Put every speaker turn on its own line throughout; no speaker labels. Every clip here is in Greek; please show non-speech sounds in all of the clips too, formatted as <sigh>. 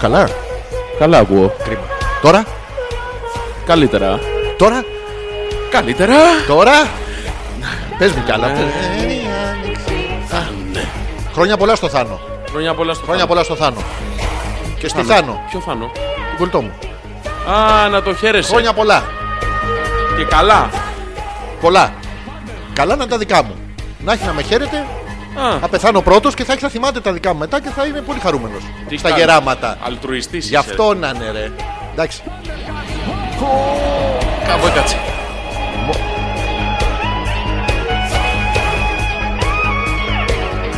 καλά.
Καλά ακούω.
Κρίμα. Τώρα,
Καλύτερα.
τώρα,
Καλύτερα.
τώρα. Πες μου κι άλλα.
Ναι.
Α, ναι. Χρόνια πολλά στο Θάνο.
Χρόνια πολλά στο
Χρόνια
Θάνο.
πολλά στο Θάνο. Και στη Θάνο,
Ποιο φανό.
τον κολλητό μου.
Α, να το χαίρεσαι.
Χρόνια πολλά.
Και καλά.
Πολλά. Καλά να είναι τα δικά μου. Να έχει να με χαίρετε,
Α,
θα πεθάνω πρώτος και θα έχεις να θυμάται τα δικά μου μετά και θα είμαι πολύ χαρούμενος.
Τι
Στα
κάνεις.
γεράματα.
αλτρουιστής
Γι' αυτό να είναι ρε. Εντάξει.
Κάπου έκατσε.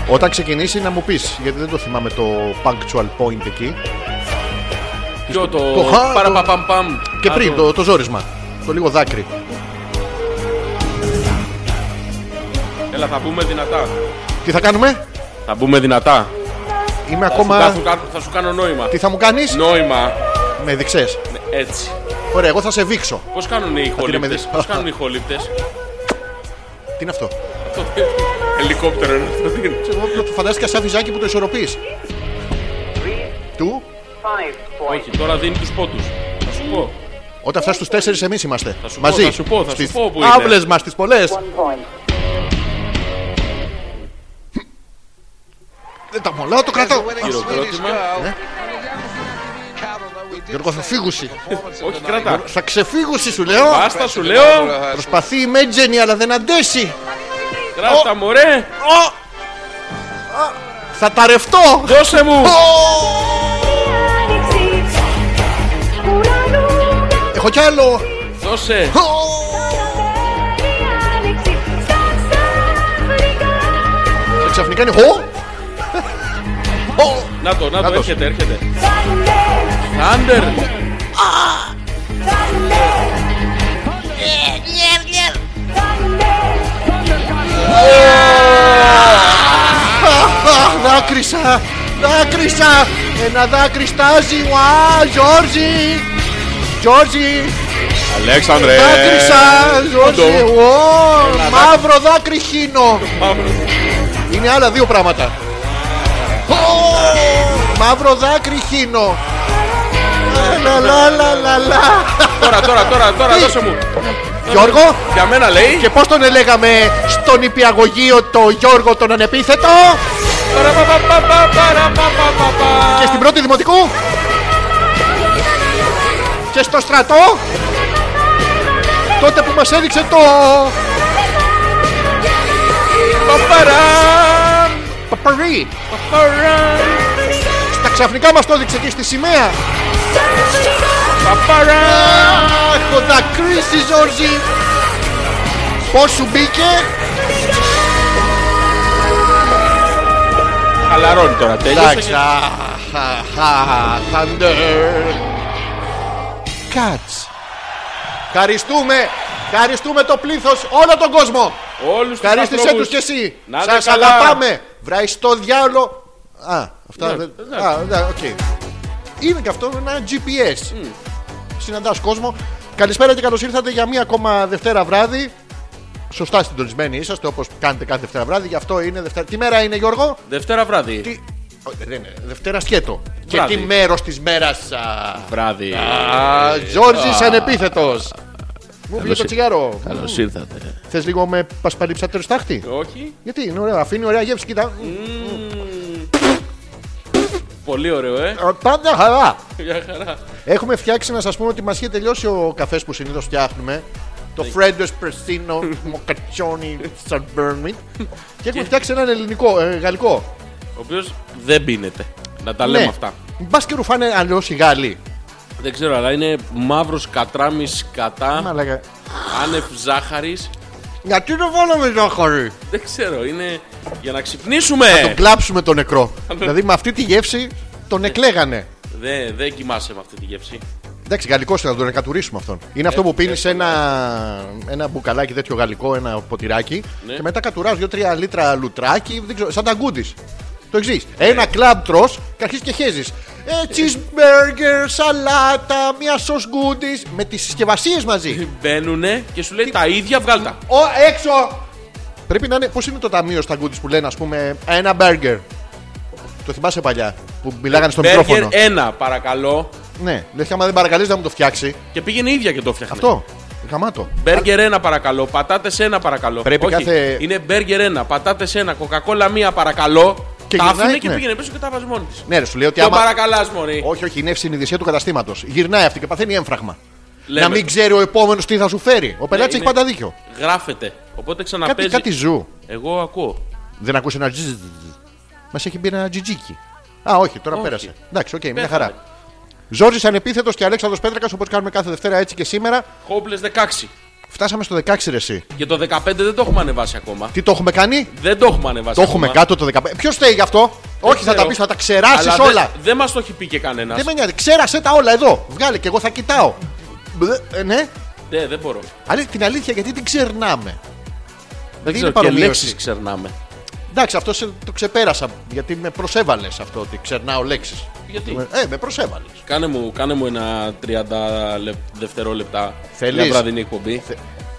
Όταν ξεκινήσει να μου πεις, γιατί δεν το θυμάμαι το punctual point εκεί.
Ποιο το.
το χα-
παραπαπαμπαμ.
Και
Α,
πριν, το, το ζόρισμα. Το λίγο δάκρυ.
Έλα, θα μπούμε δυνατά.
Τι θα κάνουμε,
Θα μπούμε δυνατά.
Είμαι
Θα σου
ακόμα.
κάνω- Θα σου κάνω νόημα.
Τι θα μου κάνεις,
Νόημα.
Με διξέ.
Ναι, Έτσι.
Ωραία, εγώ θα σε βήξω.
Πώς κάνουν οι
να με
χολύπτε.
δεις.
Πώ κάνουν οι χολύπτε.
Τι είναι αυτό.
Ελικόπτερο είναι αυτό. τι είναι.
Εγώ το φαντάστηκα σαν βυζάκι που το ισορροπείς. Του.
Όχι, τώρα δίνει τους πόντου. Θα σου πω.
Όταν φτάσεις στους τέσσερις, εμείς είμαστε.
σου πω,
Μαζί.
θα σου πω, θα σου πω που είναι.
Άβλε μας, τις πολλές. Δεν τα μολάω, το κρατάω.
Χειροκρότημα.
Γιώργο, θα φύγουσει.
Όχι, κρατά.
Θα ξεφύγουσει, σου λέω.
Άστα σου λέω.
Προσπαθεί η Μέτζενη, αλλά δεν αντέσει.
Κράτα μωρέ.
Ω! Α, Θα ταρευτώ.
Δώσε μου.
Έχω κι άλλο.
Δώσε.
Ω! Και ξαφνικά είναι. Ω! Ω!
Να το, να
Να
το,
το.
έρχεται, έρχεται. Άντερ.
Αχ, δάκρυσα! Δάκρυσα! Ένα δάκρυ στάζει! Ουά, Γιώργη! Γιώργη!
Αλέξανδρε.
Δάκρυσα! Γιώργη!
Όντο.
Ω, Μαύρο δάκρυ χίνο!
Μαύρο.
Είναι άλλα δύο πράγματα. Ω, Μαύρο δάκρυ χίνο! Λα, λα, λα, λα, λα.
Τώρα, τώρα, τώρα, τώρα,
Τι?
δώσε μου.
Γιώργο!
Για μένα λέει.
Και πώς τον ελέγαμε στον υπηαγωγείο το Γιώργο τον ανεπίθετο
Παραπαπαπαπαπαπαπα.
και στην πρώτη δημοτικού και στο στρατό τότε που μας έδειξε το...
Παπαραμ.
Παπαρί.
Παπαραμ.
Τα ξαφνικά μας το έδειξε και στη σημαία.
Παπαραμ.
Αχ, ο δακρύς η Ζόρζη. Πώς σου μπήκε.
Χαλαρώνει τώρα, τέλειωσε.
Εντάξει.
και-
αχ, αχ, αχ, Thunder. Cats. Ευχαριστούμε. Ευχαριστούμε το πλήθος, όλο τον κόσμο.
Όλους τους
Ευχαρίστησέ
ανθρώπους.
του κι εσύ.
Να είστε
Σας
καλά.
αγαπάμε. Βράει το διάλο. Α, αυτά
Ναι,
δεν.
εντάξει.
Α, ναι, οκ. Είναι και αυτό ένα GPS. Συναντάς κόσμο. Καλησπέρα και καλώς ήρθατε για μία ακόμα Δευτέρα βράδυ. Σωστά συντονισμένοι είσαστε όπως κάνετε κάθε Δευτέρα βράδυ. Γι' αυτό είναι Δευτέρα. Τι μέρα είναι, Γιώργο?
Δευτέρα βράδυ.
Τι... Ω, Δεν είναι. Δευτέρα σκέτο.
Βράδυ.
Και τι μέρος της μέρας.
Βράδυ.
Τζόρτζη ανεπίθετος. Μου βγήκε το
ήρ-
τσιγάρο.
Καλώς ήρθατε.
Θες λίγο με πασπαλιψάτερο στάχτη.
Όχι.
Γιατί είναι ωραίο, αφήνει ωραία γεύση. Κοίτα.
Πολύ ωραίο, ε.
Ε, Πάντα χαρά.
Μια χαρά.
Έχουμε φτιάξει να σας πούμε ότι μας είχε τελειώσει ο καφές που συνήθως φτιάχνουμε. Το
Ναι.
Φρέντο Εσπρεσίνο Μοκατσόνι
<laughs>
Σαλμπέρμιτ. Και έχουμε φτιάξει έναν ελληνικό, ε, γαλλικό.
Ο οποίος δεν πίνεται. Να
Ναι.
τα λέμε αυτά.
Μπας και ρουφάνε αλλιώς οι Γάλλοι.
Δεν ξέρω, αλλά είναι μαύρος κατράμι κατά,
Μαλάκα.
άνευ ζάχαρης.
Γιατί δεν βάλαμε ζάχαρη.
Δεν ξέρω, είναι για να ξυπνήσουμε.
Τον κλάψουμε τον
<laughs>
νεκρό.
Ναι.
δηλαδή με αυτή τη γεύση τον εκλέγανε.
Δεν δεν κοιμάσαι με αυτή τη γεύση.
Εντάξει, γαλλικός είναι να τον εκατουρίσουμε αυτόν. Είναι
Ε,
αυτό που πίνεις ένα, ένα μπουκαλάκι τέτοιο γαλλικό, ένα ποτηράκι
Ναι.
και μετά κατουράς δύο-τρία λίτρα λουτράκι, δεν ξέρω, σαν τα γκούντις. Το εξής.
Ε.
Ένα κλαμπ τρώ και αρχίζεις και χέζεις. Ε, cheeseburger, σαλάτα, μία σο γκούντι με τις συσκευασίες
Ε.
μαζί.
Μπαίνουνε και σου λέει τα ίδια βγάλτα.
Ο έξω! Πρέπει να είναι. Πώς είναι το ταμείο στα γκούντι που λένε, ας πούμε, ένα burger. Το θυμάσαι παλιά. που μιλάγανε στο
Μπέργκερ
μικρόφωνο.
ένα, παρακαλώ.
Ναι, λες και άμα δεν παρακαλείς να μου το φτιάξει.
Και πήγαινε η ίδια και το φτιάχνει.
Αυτό. Γαμάτο.
Μπέργκερ ένα, παρακαλώ. Πατάτες ένα, παρακαλώ.
Πρέπει
Όχι,
κάθε-
Είναι μπέργκερ ένα, πατάτες ένα, κοκακόλα μία, παρακαλώ.
Και
τα
γυρνάει,
άφηνε και
ναι.
πήγαινε πίσω και τα βάζει μόνη της.
Ναι, ρε, σου λέει ότι
Το
άμα.
παρακαλάς, Μωρή.
Όχι, όχι, είναι ευσυνειδησία του καταστήματος. Γυρνάει αυτή και παθαίνει έμφραγμα.
Λέμε. Ναι,
Να μην ξέρει ο επόμενος τι θα σου φέρει. Ο πελάτης έχει
είναι-
πάντα δίκιο.
Γράφεται. Οπότε
Κάτι,
ξαναπέζει.
κάτι ζου.
Εγώ ακούω.
Δεν ακούσει ένα τζιζ. Μας έχει μπει ένα τζιτζίκι. Α, όχι, τώρα
Όχι.
πέρασε. Εντάξει, οκ, μια
Πέθανε.
χαρά. Ζόρζης ανεπίθετος και Αλέξανδρος Πέτρακας, όπως κάνουμε κάθε Δευτέρα έτσι και σήμερα.
Χόμπλε 16.
Φτάσαμε στο 16 ρε, εσύ.
Και το 15 δεν το έχουμε ανεβάσει ακόμα.
Τι το έχουμε κάνει,
Δεν το έχουμε ανεβάσει.
Το έχουμε
ακόμα.
κάτω το 15. Ποιος θέλει γι' αυτό, Όχι, θα
ξέρω.
τα πεις, θα τα ξεράσεις
Αλλά
όλα.
Δεν δεν μας το έχει πει και κανένας.
Δεν με νοιάζει, ξέρασε τα όλα εδώ. Βγάλε και εγώ θα κοιτάω. Μπλε, ε, ναι,
Ναι, δεν μπορώ.
αλλά την αλήθεια γιατί την ξερνάμε.
Δεν
Δηλαδή είναι
ξέρω. Και λέξει
παρομοίωση.
ξερνάμε.
Εντάξει, αυτό σε- το ξεπέρασα γιατί με προσέβαλες αυτό ότι ξερνάω λέξεις.
Γιατί.
Ε, με προσέβαλες.
Κάνε μου, κάνε μου ένα 30 λεπ, δευτερόλεπτα
Θέλεις?
μια βραδινή εκπομπή.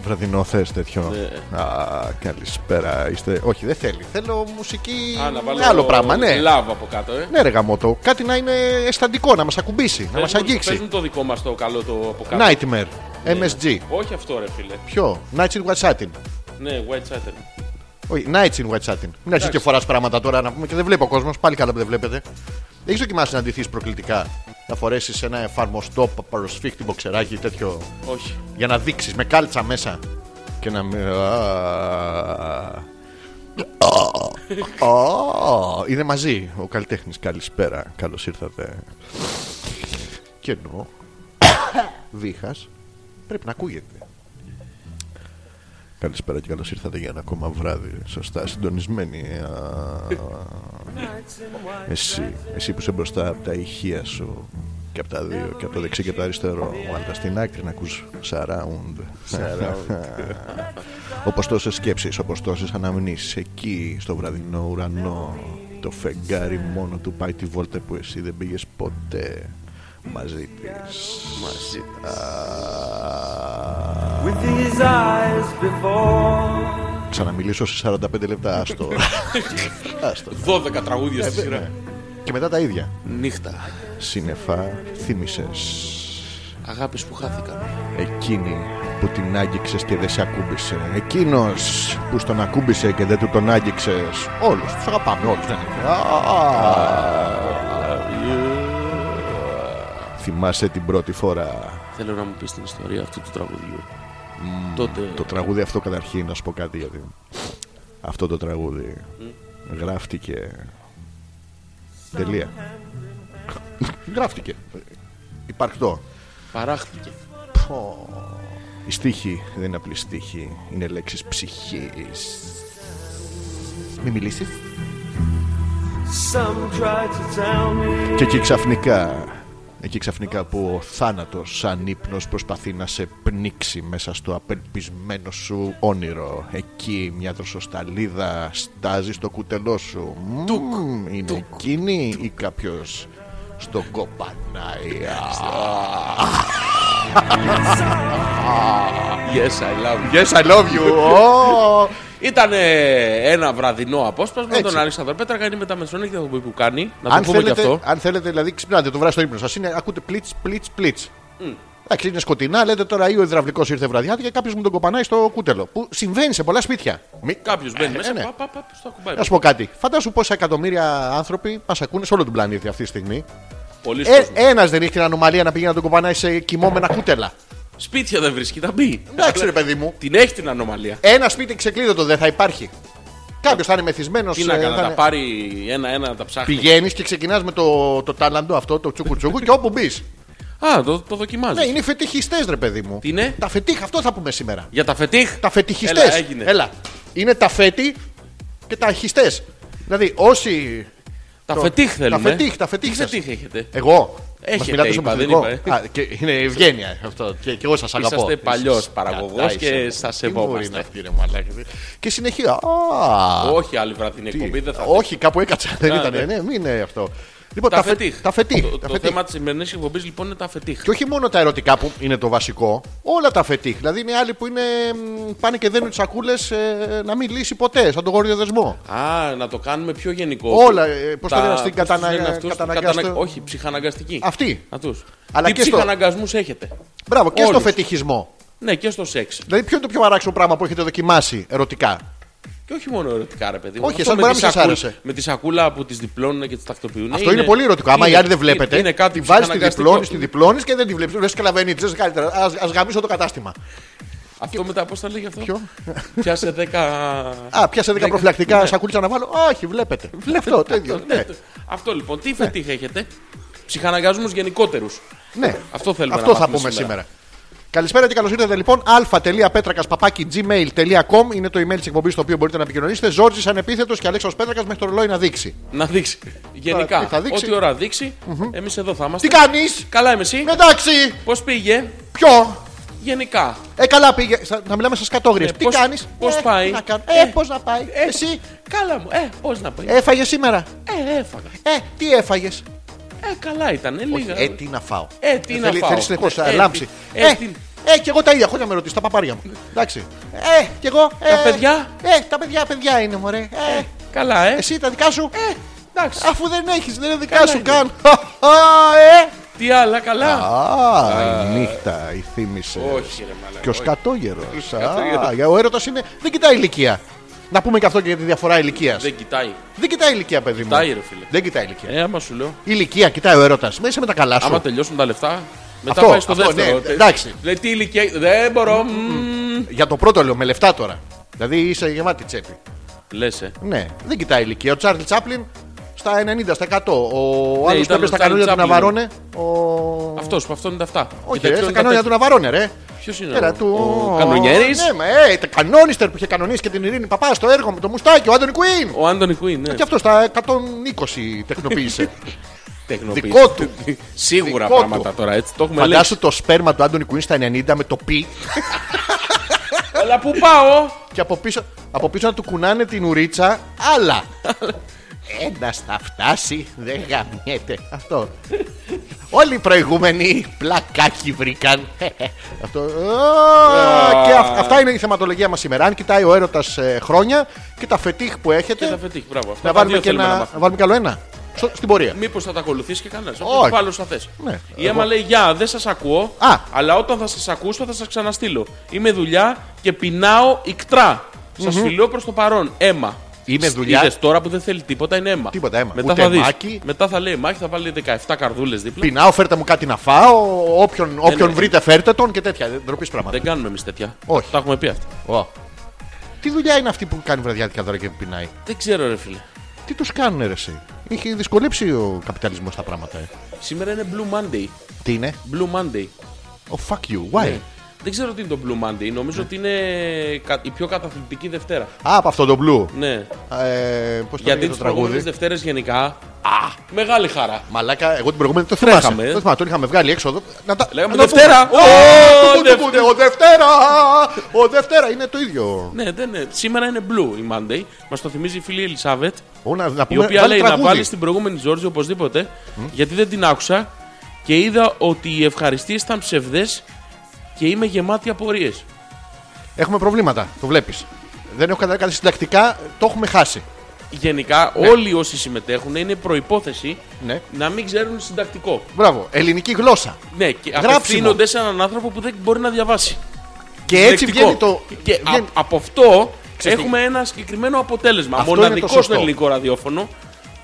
Βραδινό θες τέτοιο.
Ναι.
Α, καλησπέρα. Είστε... Όχι, δεν θέλει. Θέλω μουσική.
Α, να βάλω
Άλλο πράγμα, ναι.
Λάβα από κάτω, ε.
Ναι, ρε γαμότο. Κάτι να είναι αισθαντικό, να μας ακουμπήσει, να μα
Πες μου- πες
αγγίξει.
μου το δικό μας το καλό το Ναι. από κάτω.
Nightmare. MSG.
Όχι αυτό, ρε φίλε.
Ποιο? Nights in White Satin.
Ναι, white chatter.
Όχι, Nights in White Satin. Μην αρχίσει και φοράς πράγματα τώρα να πούμε και δεν βλέπει ο κόσμος. Πάλι καλά που δεν βλέπετε. Έχεις δοκιμάσει να αντιθεί προκλητικά. Να φορέσεις ένα εφαρμοστό πα- παροσφίχτη μποξεράκι τέτοιο.
Όχι.
Για να δείξεις με κάλτσα μέσα. Και να με. Α, α, Είναι μαζί ο καλλιτέχνης. Καλησπέρα. Καλώς ήρθατε. Και ενώ. Βήχας. Πρέπει να ακούγεται. Καλησπέρα και καλώς ήρθατε για ένα ακόμα βράδυ. Σωστά, συντονισμένοι. Α, Εσύ, εσύ που είσαι μπροστά από τα ηχεία σου και από τα δύο, και από το δεξί και από το αριστερό. Αλλά στην άκρη να ακούς surround. <laughs> Όπως τόσες σκέψεις, όπως τόσες αναμνήσεις εκεί στο βραδινό ουρανό. Το φεγγάρι μόνο του πάει τη βόλτα που εσύ δεν πήγες ποτέ μαζί της.
Μαζί.
With these eyes before,
Ξαναμιλήσω σε 45 λεπτά, άστο. άστο.
12
Ε,
τραγούδια στη σειρά.
Και μετά τα ίδια.
Νύχτα.
Σύννεφα, θύμισες.
Αγάπης που χάθηκαν.
Εκείνη που την άγγιξες και δεν σε ακούμπησε. Εκείνος που στον ακούμπησε και δεν του τον άγγιξες. Όλους, τους αγαπάμε όλους. δεν είναι. Θυμάσαι την πρώτη φορά.
Θέλω να μου πεις την ιστορία αυτού του τραγουδιού. Τότε.
Mm, Το τραγούδι αυτό καταρχήν, να σου πω κάτι γιατί. Αυτό το τραγούδι γράφτηκε. Τελεία. γράφτηκε. Υπαρκτό.
Παράχθηκε.
Η στίχη δεν είναι απλή στίχη, είναι λέξεις ψυχής. Μη μιλήσεις.
some try to tell me
Και εκεί ξαφνικά, εκεί ξαφνικά που ο θάνατος σαν ύπνος προσπαθεί να σε πνίξει μέσα στο απελπισμένο σου όνειρο. Εκεί μια δροσοσταλίδα στάζει στο κουτελό σου. Μμμ, είναι εκείνη ή κάποιος στον κοπανάει.
Yes, I love you.
Yes, I love you. Ω.
Ήταν ένα βραδινό απόσπασμα.
Έτσι.
Τον Αλέξανδρο Πέτρακα είναι μεταμεσονή και θα το πω που κάνει. Να το
αν,
πούμε και
θέλετε,
αυτό.
αν θέλετε, δηλαδή ξυπνάτε το βράδυ στο ύπνο σας, είναι ακούτε πλίτ, πλίτ, πλίτ. Εντάξει, είναι σκοτεινά, λέτε τώρα ή ο υδραυλικός ήρθε βραδιά και κάποιος μου τον κοπανάει στο κούτελο. Που συμβαίνει σε πολλά σπίτια. Μη...
Κάποιος μπαίνει
Ε,
μέσα.
ναι.
Πα, πα, πα, στο ακουμπάει.
Να σου πω κάτι. Φαντάσου πόσα εκατομμύρια άνθρωποι μας ακούνε σε όλο τον πλανήτη αυτή τη στιγμή.
Πολύ
Ε,
σωστό.
Ένας δεν έχει την ανομαλία να πηγαίνει να τον κοπανάει σε κοιμόμενα κούτελα.
Ναι, Σπίτια δεν βρίσκει, θα μπει.
Εντάξει, ρε παιδί μου.
Την έχει την ανομαλία.
Ένα σπίτι ξεκλείδωτο δεν θα υπάρχει. Κάποιος ε, θα είναι μεθυσμένος.
Τι να κάνει, να τα πάρει ένα-ένα, να τα ψάχνει.
Πηγαίνεις και ξεκινάς με το, το τάλαντο αυτό, το τσουκουτσούκου και όπου μπεις.
Α, το, το δοκιμάζεις.
Ναι, είναι οι φετιχιστές, ρε παιδί μου.
Τι είναι?
Τα φετίχ, αυτό θα πούμε σήμερα.
Για τα φετίχ.
Τα φετιχιστές.
Έλα, έγινε.
Είναι τα φέτη και τα χιστές. Δηλαδή, όσοι.
Τα
το-
φετίχ θέλουμε.
Τα φετίχ, τα φετίχ.
Τι
σας.
φετίχ έχετε.
Εγώ.
Έχετε,
Μας μιλάτε στο
είπα, δεν
μαθητικό.
είπα, ε.
Α, και είναι ευγένεια αυτό. Και, και εγώ σας αγαπώ.
Είσαστε παλιός
Εσείς
παραγωγός
κατά
και
είσαι.
σας
Τι
σεβόμαστε.
μπορεί να αυτή, ρε μαλάκα. Και συνεχεία. Α,
Όχι άλλη βραδινή
τι.
εκπομπή, δεν θα.
Όχι, κάπου έκατσα. Δεν
Α,
ήταν.
ναι.
Ναι, μην είναι αυτό. Λοιπόν,
τα,
τα φε-
φετίχ.
τα φετίχ,
Το,
τα
το
φετίχ.
θέμα της σημερινής εκπομπής λοιπόν είναι τα φετίχ.
Και όχι μόνο τα ερωτικά που είναι το βασικό, όλα τα φετίχ. Δηλαδή είναι άλλοι που είναι, μ, πάνε και δένουν τις σακούλες να μην λύσει ποτέ, σαν τον γόριο δεσμό.
Α, να το κάνουμε πιο γενικό.
Όλα, ε, πώς το
Τα-
λένε, στην
πώς τους
κατανα-
λένε αυτούς,
καταναγκαστο-
κατανα- Όχι, ψυχαναγκαστική.
Αυτή.
Αυτούς.
Αλλά
Τι
και στο-
ψυχαναγκασμούς έχετε.
Μπράβο, και
Όλους.
στο φετιχισμό.
Ναι, και στο σεξ.
Δηλαδή, ποιο είναι το πιο παράξενο πράγμα που έχετε δοκιμάσει ερωτικά.
Και όχι μόνο ερωτικά, ρε παιδί μου.
Όχι,
Αυτό
εσάς
με
μπορεί
τη
να μην σας
σακούλα-
άρεσε.
Με τη σακούλα που τις διπλώνουν και τις τακτοποιούν.
Αυτό είναι, πολύ ερωτικό. Άμα οι άλλοι δεν βλέπετε,
είναι
τη
κάτι
βάζεις, τη
ψυχαναγκαστικό.
διπλώνεις, τη διπλώνεις και δεν τη βλέπεις. Δεν καταλαβαίνει, δεν καλύτερα. Ας γαμίσω το κατάστημα.
Αυτό μετά πώς τα λέγει αυτό.
Ποιο?
Πιάσε 10.
Α, πιάσε 10 προφυλακτικά, σακούλιτσα να βάλω. Όχι, ναι. βλέπετε. Αυτό, τέτοιο. ναι.
Αυτό λοιπόν. Τι φετίχ έχετε. Ψυχαναγκασμούς γενικότερους.
Ναι.
Αυτό θέλουμε
Αυτό
να
θα
μάθουμε
πούμε σήμερα.
σήμερα.
Καλησπέρα και καλώς ήρθατε λοιπόν. αλφα.πέτρακα.gmail.com είναι το email της εκπομπής στο οποίο μπορείτε να επικοινωνήσετε. Ζόρτζη ανεπίθετος και Αλέξο Πέτρακας μέχρι το ρολόι να δείξει.
Να δείξει. Γενικά.
τι θα δείξει?
Ό,τι ώρα δείξει, εμείς εδώ θα είμαστε.
Τι κάνεις!
Καλά, είμαι εσύ.
Εντάξει!
Πώς πήγε.
Ποιο!
Γενικά.
Ε, καλά πήγε. Στα- Να μιλάμε σε σκατόγριες.
Ε,
τι
πώς-
κάνεις.
πώς πάει?
Να κάνω. Ε,
Ε,
πώς να πάει.
ε,
Εσύ
Καλά μου. Ε, πώς να πάει.
έφαγες σήμερα.
Ε, έφαγα.
Ε, τι έφαγες.
Ε, καλά ήταν. Λίγα.
Ε, τι να φάω.
Ε, τι να
θέλει,
φάω.
Θέλεις συνεχώ
Ε, τι-
λάμψη.
ε,
Ε,
τι-
ε, και εγώ τα ίδια χρόνια με ρωτήσεις, τα παπάρια μου. Εντάξει. Ε, και εγώ. ε,
παιδιά?
Ε, τα παιδιά, παιδιά είναι μωρέ. Ε,
Καλά, ε.
εσύ τα δικά σου. Ε,
Εντάξει.
αφού δεν έχεις, δεν είναι δικά
Καλά
σου
είναι.
καν. <laughs> Α, ε.
Τι άλλα, καλά.
Α, η νύχτα η θύμησε.
Όχι, ρε μαλάκα.
Και ο
όχι.
σκατόγερος.
σκατόγερος.
Ο έρωτας είναι. Δεν κοιτάει ηλικία. Να πούμε και αυτό και για τη διαφορά ηλικίας.
Δεν κοιτάει.
Δεν κοιτάει ηλικία, παιδί μου.
Κοιτάει, ρε φίλε.
Δεν κοιτάει ηλικία.
Ε, άμα σου λέω.
Η ηλικία, κοιτάει ο έρωτας. Μέσα με τα καλά σου.
Άμα τελειώσουν τα λεφτά, μετά
Αυτό,
πάει στο
αυτό,
δεύτερο.
ναι, εντάξει.
Λέει τι ηλικία. Δεν μπορώ. μμμ.
Για το πρώτο λέω, με λεφτά τώρα. Δηλαδή είσαι γεμάτη τσέπη.
Λες, ε.
Ναι, δεν κοιτάει ηλικία. Ο Τσάρλ Τσάπλιν στα 90, στα 100. Ο άλλο που
Ναι, ήταν ο
έπαιζε στα κανόνια του
Τσάρλι Τσάπλιν.
Ναβαρώνε. Ο...
Αυτός που αυτόν είναι τα αυτά.
Όχι, ρε, στα κανόνια του Ναβαρώνε, ρε.
Ποιος είναι
Έλα,
ο,
του...
ο Κανονιέρης,
Ναι, μα, ε, τα κανόνιστερ που είχε κανονίσει και την Ειρήνη Παπά στο έργο με το μουστάκι, ο Άντωνι Κουίν.
ο Άντωνι Κουίν. Ναι.
Και αυτός στα 120
<laughs>
τεχνοποίησε.
Τεχνοποίηση.
δικό του.
<laughs> Σίγουρα
Δικό
πράγματα
του.
τώρα έτσι. Το έχουμε λέει.
Φαντάσου το σπέρμα του Άντωνι Κουίν στα 90 με το πι
Αλλά πού πάω.
και από πίσω, από πίσω να του κουνάνε την ουρίτσα άλλα. Ένας θα φτάσει, δεν γαμιέται. Αυτό. Όλοι οι προηγούμενοι πλακάκι βρήκαν. <laughs> Αυτό. Α, Και αυ- αυτά είναι η θεματολογία μας σήμερα. Αν κοιτάει ο έρωτας χρόνια και τα φετίχ που
Και θα
έχετε.
πετύχει. Μπράβο. Αυτά
Να
τα
βάλουμε,
δύο
και
θέλουμε να Ναι.
ένα, να
μάθουμε.
βάλουμε κι άλλο ένα. Στο- στην πορεία.
Μήπως θα τα ακολουθήσει και κανένας.
Όχι.
Όχι. Πάλι θα θες.
Ναι.
Η Έμα λέει: Γεια, δεν σας ακούω.
Α.
Αλλά όταν θα σας ακούσω θα σας ξαναστείλω. Είμαι δουλειά και πεινάω ικτρά. Σας φιλώ προς το παρόν. Έμα.
Είμαι
Σ-
δουλειάς.
είδες τώρα που δεν θέλει τίποτα είναι αίμα.
Τίποτα, αίμα.
Μετά,
Ούτε
θα δεις.
μάκι.
Μετά θα λέει μάχη, θα βάλει 17 καρδούλες δίπλα.
Πεινάω, φέρτε μου κάτι να φάω. Όποιον, όποιον
ναι.
βρείτε, φέρτε τον και τέτοια. Δεν ντροπή πράγματα.
Δεν κάνουμε εμείς τέτοια.
Όχι.
Τα έχουμε πει αυτά.
Ω. Τι δουλειά είναι αυτή που κάνει βραδιάτικα δώρα και πεινάει.
Δεν ξέρω, ρε φίλε.
Τι τους κάνουν, ρε, εσύ. Είχε δυσκολέψει ο καπιταλισμός τα πράγματα. Ε.
Σήμερα είναι Blue Monday.
Τι είναι,
Blue Monday.
Oh fuck you, why.
Ναι. Δεν ξέρω τι είναι το Blue Monday. Νομίζω ότι είναι κα- η πιο καταθλιπτική Δευτέρα.
Α, από αυτό το blue.
Ναι.
Ε, Πώς το
Γιατί
λέγεται το
τι προηγούμενε
τραγούδι.
Δευτέρες γενικά. Α! Μεγάλη χαρά.
Μαλάκα, εγώ την προηγούμενη το θυμάσαι.
Τρέχαμε, ε.
Το θυμάμαι, τον είχαμε βγάλει έξω. εδώ. Να τα...
Λέγαμε
να τα
Δευτέρα.
πούμε.
Ω,
Ω, του, του, του, του, Ο
Δευτέρα.
Δευτέρα! Ο Δευτέρα είναι το ίδιο.
Ναι, δεν είναι. Σήμερα είναι blue η Monday. Μας το θυμίζει η φίλη Ελισάβετ.
Ω, να, να
Η
πούμε,
οποία
βάλε
λέει να
τραγούδι.
βάλει την προηγούμενη Τζόρτζη οπωσδήποτε. Γιατί δεν την άκουσα και είδα ότι οι ευχαριστίες ήταν ψευδές και είμαι γεμάτη απορίες.
Έχουμε προβλήματα, το βλέπεις. Δεν έχω καταλάβει κάτι συντακτικά, το έχουμε χάσει.
Γενικά, όλοι όσοι συμμετέχουν είναι προπόθεση
Ναι.
να μην ξέρουν συντακτικό.
Μπράβο, ελληνική γλώσσα.
Ναι, και
Γράψιμο.
απευθύνονται σε έναν άνθρωπο που δεν μπορεί να διαβάσει.
Και έτσι
Δεκτικό.
βγαίνει το.
Και α-
βγαίνει-
από αυτό
Ξέρεις τι.
έχουμε ένα συγκεκριμένο αποτέλεσμα.
Αυτό είναι το
Μοναδικό
σωστό.
στο ελληνικό ραδιόφωνο.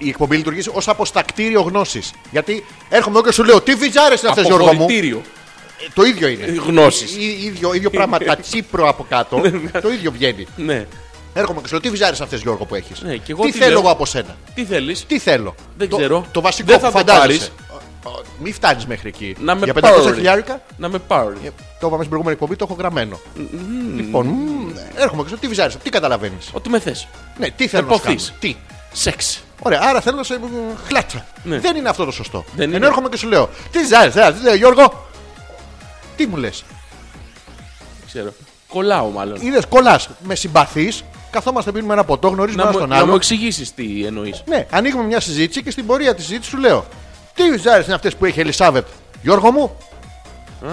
η εκπομπή λειτουργήσει ως αποστακτήριο γνώσης. Γιατί έρχομαι εγώ και σου λέω, τι βυζάρε είναι αυτέ, Γιώργο μου.
Αποβολητήριο.
Ε, Το ίδιο είναι.
Γνώσης.
Ή- ίδιο, ίδιο πράγμα,
<laughs>
τα τσίπρο από κάτω. το ίδιο βγαίνει.
Ναι.
Έρχομαι και σου λέω, τι βυζάρε αυτές, Γιώργο που έχεις.
Ναι, και εγώ
τι
τι
θέλω
λέω.
εγώ από σένα.
Τι θέλεις.
Τι θέλω.
Δεν
το,
ξέρω.
Το βασικό
Δεν θα
που
το
φαντάζεσαι. Μην φτάνεις μέχρι εκεί.
Να με
Για
πάρεις.
500 χιλιάρικα.
Να με πάρεις.
ε, Το είπαμε στην προηγούμενη εκπομπή, το έχω γραμμένο. Λοιπόν, μ, έρχομαι και σου λέω, τι βυζάρε, τι καταλαβαίνεις.
Ότι με θες.
Ναι, τι θέλω να σου κάνω.
Εποθείς.
Τι.
Σεξ.
Ωραία, άρα θέλω να σε μ, χλάτσα.
Ναι.
Δεν είναι αυτό το σωστό.
Δεν
Ενώ
είναι.
έρχομαι και σου λέω, τι ζάρι, τι λέω, Γιώργο, τι μου λες.
Ξέρω. Κολλάω μάλλον.
Είδες κολλάς, με συμπαθείς, Καθόμαστε, πίνουμε ένα ποτό, γνωρίζουμε
Να
ένα
μου,
τον
να μου
άλλο.
εξηγήσεις τι εννοείς.
Ναι, ανοίγουμε μια συζήτηση και στην πορεία της συζήτηση σου λέω. Τι ζάρες είναι αυτές που έχει η Ελισάβετ, Γιώργο μου,
Α,